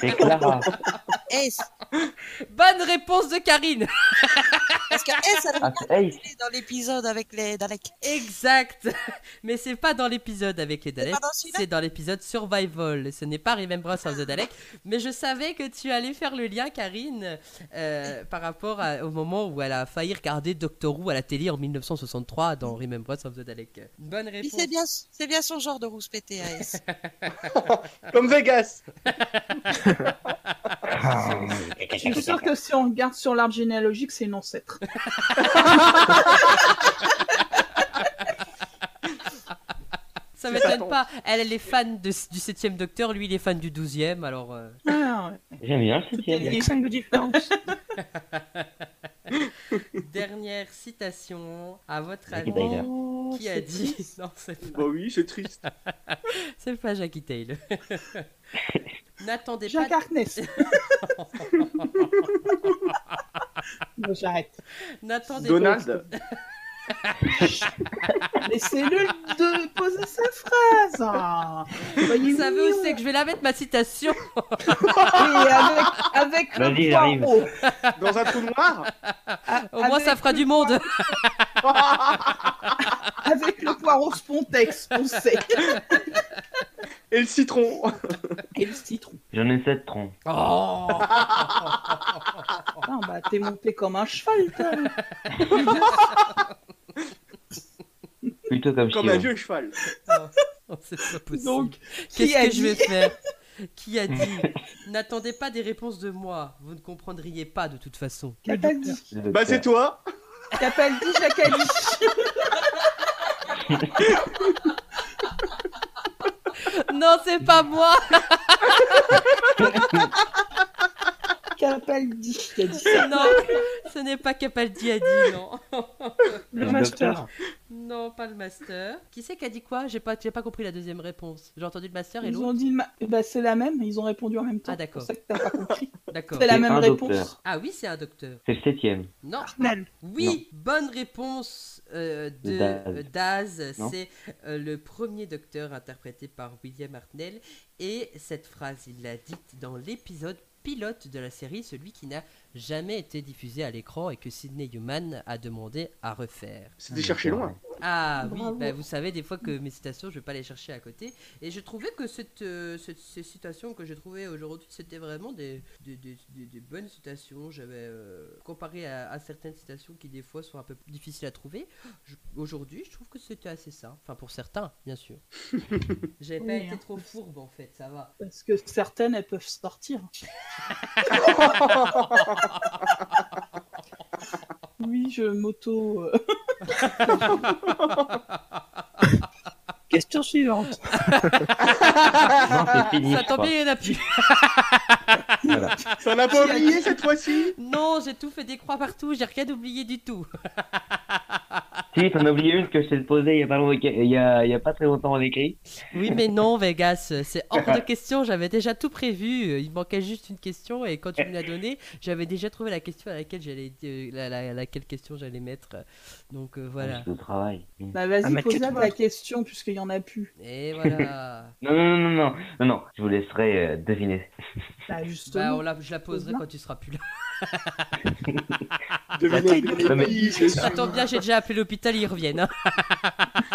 Speaker 3: C'est Clara.
Speaker 4: S.
Speaker 1: Bonne réponse de Karine
Speaker 4: Parce que S, elle
Speaker 3: Ah, c'est Ace.
Speaker 4: est dans l'épisode avec les Daleks.
Speaker 1: Exact Mais c'est pas dans l'épisode avec les Daleks,
Speaker 4: pas dans celui-là
Speaker 1: c'est dans l'épisode Survival. Ce n'est pas Remembrance of the Daleks, mais je savais que tu allais faire le lien, Karine, euh, par rapport à- au moment où elle a failli regarder Doctor Who à la télé en 1963 dans Remembrance of the Daleks. Bonne
Speaker 4: Puis
Speaker 1: réponse.
Speaker 4: C'est bien, c'est bien son genre de rousse pété à S.
Speaker 2: Comme Vegas. Ah,
Speaker 6: Je suis sûr que si on regarde sur l'arbre généalogique, c'est une ancêtre.
Speaker 1: Ça
Speaker 2: Ça
Speaker 1: m'étonne
Speaker 2: tombe.
Speaker 1: pas. Elle, elle est fan de- du 7 Docteur, lui, il est fan du 12e, alors... euh,
Speaker 6: Ah, ouais.
Speaker 3: J'aime bien le
Speaker 7: Il y
Speaker 3: septième.
Speaker 7: a cinq de différence.
Speaker 1: Dernière citation, à votre
Speaker 3: Jackie
Speaker 1: avis,
Speaker 3: Taylor.
Speaker 1: qui a dit... Non, c'est pas...
Speaker 2: Bah oui, c'est triste.
Speaker 1: C'est pas Jackie Taylor. N'attendez pas...
Speaker 6: Jacques Harkness. Bon, J'arrête.
Speaker 1: N'attendez
Speaker 2: Donald.
Speaker 6: Laissez-le de poser sa phrase. Ah. Soyez
Speaker 1: Vous savez où
Speaker 6: mignons.
Speaker 1: c'est que je vais la mettre ma citation
Speaker 6: Et avec, avec
Speaker 3: Vas-y,
Speaker 6: le
Speaker 3: j'arrive.
Speaker 6: poireau.
Speaker 2: Dans un trou noir.
Speaker 6: A-
Speaker 1: Au moins
Speaker 6: avec-
Speaker 1: ça fera du monde
Speaker 6: Avec le poireau spontex, on sait.
Speaker 2: Et le citron.
Speaker 6: Et le citron.
Speaker 3: J'en ai sept troncs.
Speaker 1: Oh
Speaker 6: Ah, bah, t'es monté comme un cheval, toi.
Speaker 3: Plutôt comme
Speaker 2: Comme un
Speaker 3: Chiron.
Speaker 2: vieux cheval.
Speaker 1: Oh, C'est pas possible.
Speaker 6: Donc, qui
Speaker 1: Qu'est-ce
Speaker 6: a
Speaker 1: que je vais
Speaker 6: dit
Speaker 1: faire Qui a dit N'attendez pas des réponses de moi, vous ne comprendriez pas de toute façon.
Speaker 6: Qu'a-t-elle dit
Speaker 3: Le
Speaker 2: Bah c'est
Speaker 3: docteur.
Speaker 2: toi.
Speaker 6: T'appelles dit Jacques Ali.
Speaker 1: Non, c'est pas moi
Speaker 6: Capaldi qui a dit ça.
Speaker 1: Non, ce n'est pas Capaldi a dit, non.
Speaker 7: Le
Speaker 3: Le
Speaker 7: master.
Speaker 1: Non, pas le master. Qui c'est qui a dit quoi J'ai pas, j'ai pas compris la deuxième réponse. J'ai entendu le master et
Speaker 6: Ils
Speaker 1: l'autre.
Speaker 6: ont dit, le ma- bah, c'est la même, ils ont répondu en même temps.
Speaker 1: Ah, d'accord.
Speaker 6: C'est pour ça que t'as pas compris.
Speaker 1: D'accord.
Speaker 6: C'est la
Speaker 3: C'est
Speaker 6: même
Speaker 3: un
Speaker 6: réponse.
Speaker 3: docteur.
Speaker 1: Ah oui, c'est un docteur.
Speaker 3: C'est le septième.
Speaker 1: Non.
Speaker 7: Nel.
Speaker 1: Oui, bonne réponse euh, de
Speaker 3: Daz.
Speaker 1: euh, Daz.
Speaker 3: Non.
Speaker 1: C'est euh, le premier docteur interprété par William Hartnell. Et cette phrase, il l'a dite dans l'épisode pilote de la série, celui qui n'a jamais été diffusé à l'écran et que Sidney Human a demandé à refaire.
Speaker 2: C'était chercher loin.
Speaker 1: Ah
Speaker 6: Bravo.
Speaker 1: oui, bah, vous savez des fois que mes citations, je vais pas les chercher à côté. Et je trouvais que cette, euh, cette- ces citations que j'ai trouvées aujourd'hui, c'était vraiment des, des, des- des- des bonnes citations. J'avais euh, comparé à, à certaines citations qui des fois sont un peu plus difficiles à trouver. je- Aujourd'hui, je trouve que c'était assez ça. Enfin, pour certains, bien sûr. J'ai pas
Speaker 6: Oui,
Speaker 1: été
Speaker 6: hein.
Speaker 1: trop fourbe en fait, ça va.
Speaker 6: Parce que certaines, elles peuvent sortir. oui, je m'auto. euh,
Speaker 7: Question suivante.
Speaker 3: Non, c'est fini.
Speaker 1: Ah, ça
Speaker 3: je
Speaker 1: tombe
Speaker 3: crois.
Speaker 1: bien, il y en a plus.
Speaker 3: Voilà.
Speaker 2: Ça n'a pas oublié cette fois-ci.
Speaker 1: Non, j'ai tout fait des croix partout, j'ai rien oublié du tout.
Speaker 3: Si, t'en as oublié une que je t'ai posée il y a pas longtemps- il y a, il y a pas très longtemps avec Eric.
Speaker 1: Oui, mais non, Vegas, euh, c'est hors de question. J'avais déjà tout prévu. Euh, Il manquait juste une question et quand tu me l'as donnée, j'avais déjà trouvé la question à laquelle j'allais, euh, la, la- laquelle question j'allais mettre. Donc euh, voilà.
Speaker 3: Je travaille. Mm.
Speaker 6: Bah,
Speaker 7: Ah,
Speaker 6: vas-y,
Speaker 7: mais
Speaker 6: pose-la
Speaker 7: tais-toi.
Speaker 6: la question, puisqu'il y en a plus.
Speaker 2: Ah,
Speaker 1: Et voilà.
Speaker 3: Non, non, non, non, non, non, non, je vous laisserai euh, deviner.
Speaker 6: Bah,
Speaker 1: Bah,
Speaker 6: justement.
Speaker 1: on la, je la poserai quand tu seras plus là.
Speaker 3: Bah,
Speaker 2: Devinez
Speaker 7: taille
Speaker 2: bien
Speaker 3: de-
Speaker 2: qui je suis.
Speaker 1: Ça tombe bien, j'ai déjà appelé l'hôpital, ils reviennent. hein.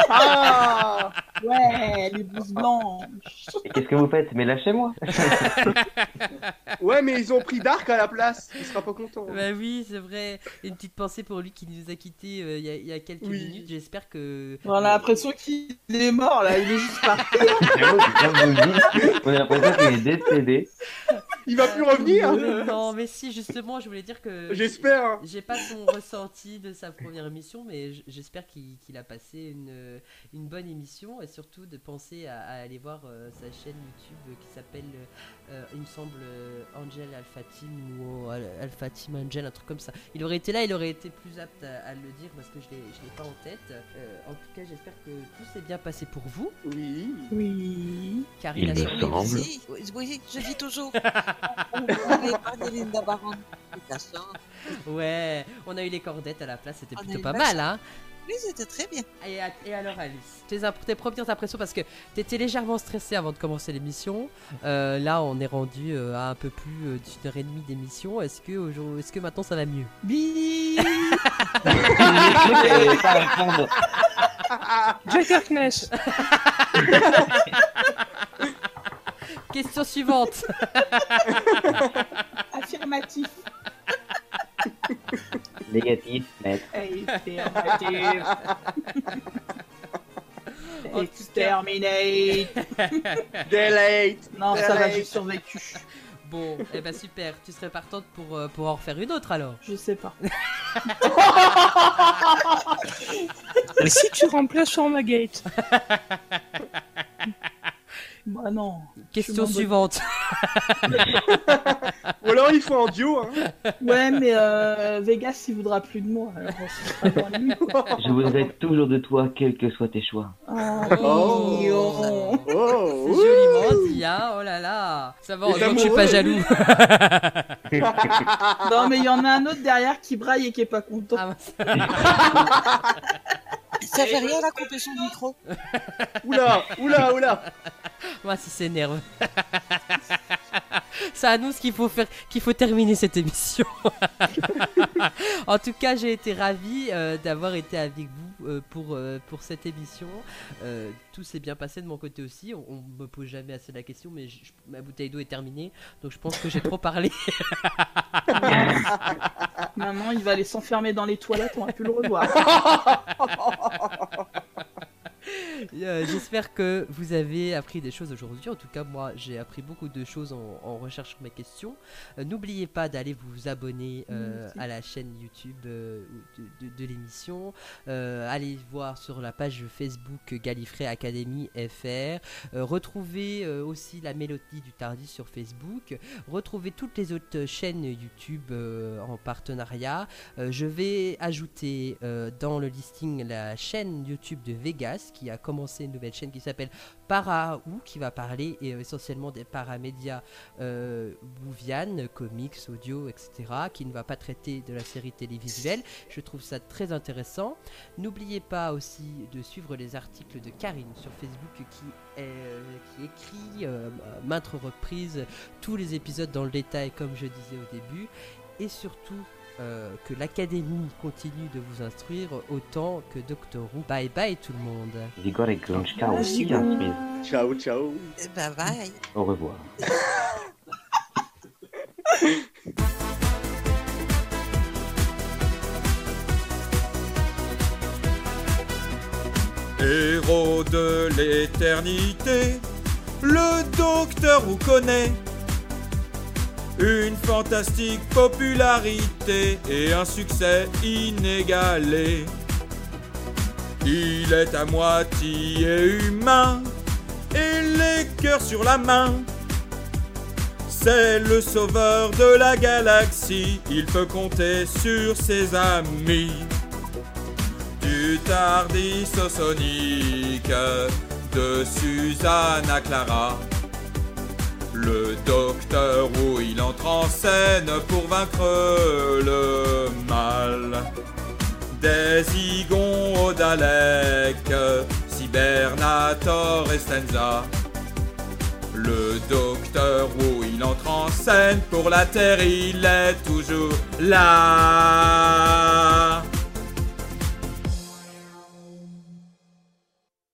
Speaker 2: Ah
Speaker 6: Ouais, les blouses blanches.
Speaker 3: Et Qu'est-ce que vous faites Mais lâchez-moi
Speaker 2: Ouais, mais ils ont pris Dark à la place. Il sera pas content.
Speaker 1: Bah oui, c'est vrai. Une petite pensée pour lui qui nous a quittés euh, il y, a- il y a quelques
Speaker 2: Oui.
Speaker 1: minutes. J'espère que.
Speaker 6: On a l'impression qu'il est mort, là. Il est juste parti.
Speaker 3: J'avoue que quand vous le dites, On a l'impression qu'il est décédé.
Speaker 2: Il va plus revenir
Speaker 1: Euh, Non, mais si, justement, je voulais dire que.
Speaker 2: J'espère hein.
Speaker 1: J'ai pas son ressenti de sa première émission, mais j- j'espère qu'il qu'il a passé une, une bonne émission et surtout de penser à, à aller voir euh, sa chaîne YouTube euh, qui s'appelle, euh, euh, il me semble, euh, Angel Alpha Team ou euh, Al- Alpha Team Angel, un truc comme ça. Il aurait été là, il aurait été plus apte à, à le dire parce que je l'ai je l'ai pas en tête. Euh, en tout cas, j'espère que tout s'est bien passé pour vous.
Speaker 2: Oui.
Speaker 7: Oui.
Speaker 1: Car
Speaker 3: Il
Speaker 1: a
Speaker 3: me
Speaker 1: survécu.
Speaker 3: semble.
Speaker 4: Si, oui, oui, je vis toujours. On va épargner Linda Baron. C'est la chance.
Speaker 1: Ouais, on a eu les cordettes à la place, c'était
Speaker 4: On a
Speaker 1: plutôt
Speaker 4: eu
Speaker 1: pas
Speaker 4: vachement-
Speaker 1: mal, hein.
Speaker 4: Oui, c'était très bien.
Speaker 1: Et, à- et alors Alice, tes, imp- tes premières impressions parce que t'étais légèrement stressée avant de commencer l'émission. Euh, là, on est rendu euh, à un peu plus euh, d'une heure et demie d'émission. Est-ce que aujourd'hui- est-ce que maintenant ça va mieux
Speaker 6: Bi
Speaker 3: Euh, pas répondre.
Speaker 7: Jack Harkness.
Speaker 1: Question suivante.
Speaker 6: Affirmatif.
Speaker 3: Négatif, maître.
Speaker 6: Affirmatif.
Speaker 1: En tout cas-
Speaker 6: Exterminate.
Speaker 2: Delete
Speaker 6: Non, ça va, j'ai survécu.
Speaker 1: bon, eh ben super. Tu serais partante pour euh, pour en refaire une autre alors
Speaker 6: Je sais pas.
Speaker 7: Et si tu remplaces Formagate
Speaker 6: Bah non.
Speaker 1: Question
Speaker 6: m'en vais.
Speaker 1: suivante.
Speaker 2: Ou alors il faut en duo, hein
Speaker 6: Ouais, mais euh, Vegas, il voudra plus de moi. Alors, c'est pas vraiment lui.
Speaker 3: Je voudrais toujours de toi, quels que soient tes choix.
Speaker 6: Oh, mignon.
Speaker 1: C'est
Speaker 2: Oh ouh.
Speaker 1: joliment dit, hein. Oh là là. Ça va,
Speaker 2: Les
Speaker 1: heureusement que je suis pas
Speaker 2: amoureux.
Speaker 1: jaloux.
Speaker 6: Non, mais il y en a un autre derrière qui braille et qui est pas content.
Speaker 1: Ah, mince.
Speaker 4: Ça fait rien la couper son micro.
Speaker 2: Oula Oula Oula
Speaker 1: Moi, si c'est nerveux. Ça annonce qu'il faut faire, qu'il faut terminer cette émission. en tout cas, j'ai été ravi euh, d'avoir été avec vous euh, pour euh, pour cette émission. Euh, tout s'est bien passé de mon côté aussi. On, on me pose jamais assez la question, mais je- je- ma bouteille d'eau est terminée, donc je pense que j'ai trop parlé.
Speaker 6: Maintenant, il va aller s'enfermer dans les toilettes, on va plus le revoir.
Speaker 1: Euh, J'espère que vous avez appris des choses aujourd'hui. En tout cas, moi, j'ai appris beaucoup de choses en, en recherchant mes questions. Euh, N'oubliez pas d'aller vous abonner euh,
Speaker 6: Merci.
Speaker 1: à la chaîne YouTube euh, de, de- de l'émission. Euh, allez voir sur la page Facebook Gallifrey Academy FR. Euh, retrouvez euh, aussi la Mélodie du Tardi sur Facebook. Retrouvez toutes les autres chaînes YouTube euh, en partenariat. Euh, je vais ajouter euh, dans le listing la chaîne YouTube de Vegas qui a commencé une nouvelle chaîne qui s'appelle Paraou qui va parler euh, essentiellement des paramédias euh, bouvianes, comics, audio, etc. qui ne va pas traiter de la série télévisuelle. Je trouve ça très intéressant. N'oubliez pas aussi de suivre les articles de Karine sur Facebook qui, est- qui écrit euh, à maintes reprises tous les épisodes dans le détail comme je disais au début. Et surtout, euh, que l'Académie continue de vous instruire autant que Doctor Who. Bye bye tout le monde.
Speaker 3: Zigor et Glonchka aussi instruisent.
Speaker 2: Ciao, ciao
Speaker 4: Eh ben, bye.
Speaker 3: Au revoir.
Speaker 9: Héros de l'éternité, le docteur vous connaît. Une fantastique popularité et un succès inégalé. Il est à moitié humain et les cœurs sur la main. C'est le sauveur de la galaxie, il peut compter sur ses amis du Tardis au Sonic, de Suzanne à Clara. Le docteur où il entre en scène pour vaincre le mal. Des Igons au Dalek, Cybernator et Stenza. Le docteur où il entre en scène pour la Terre, il est toujours là.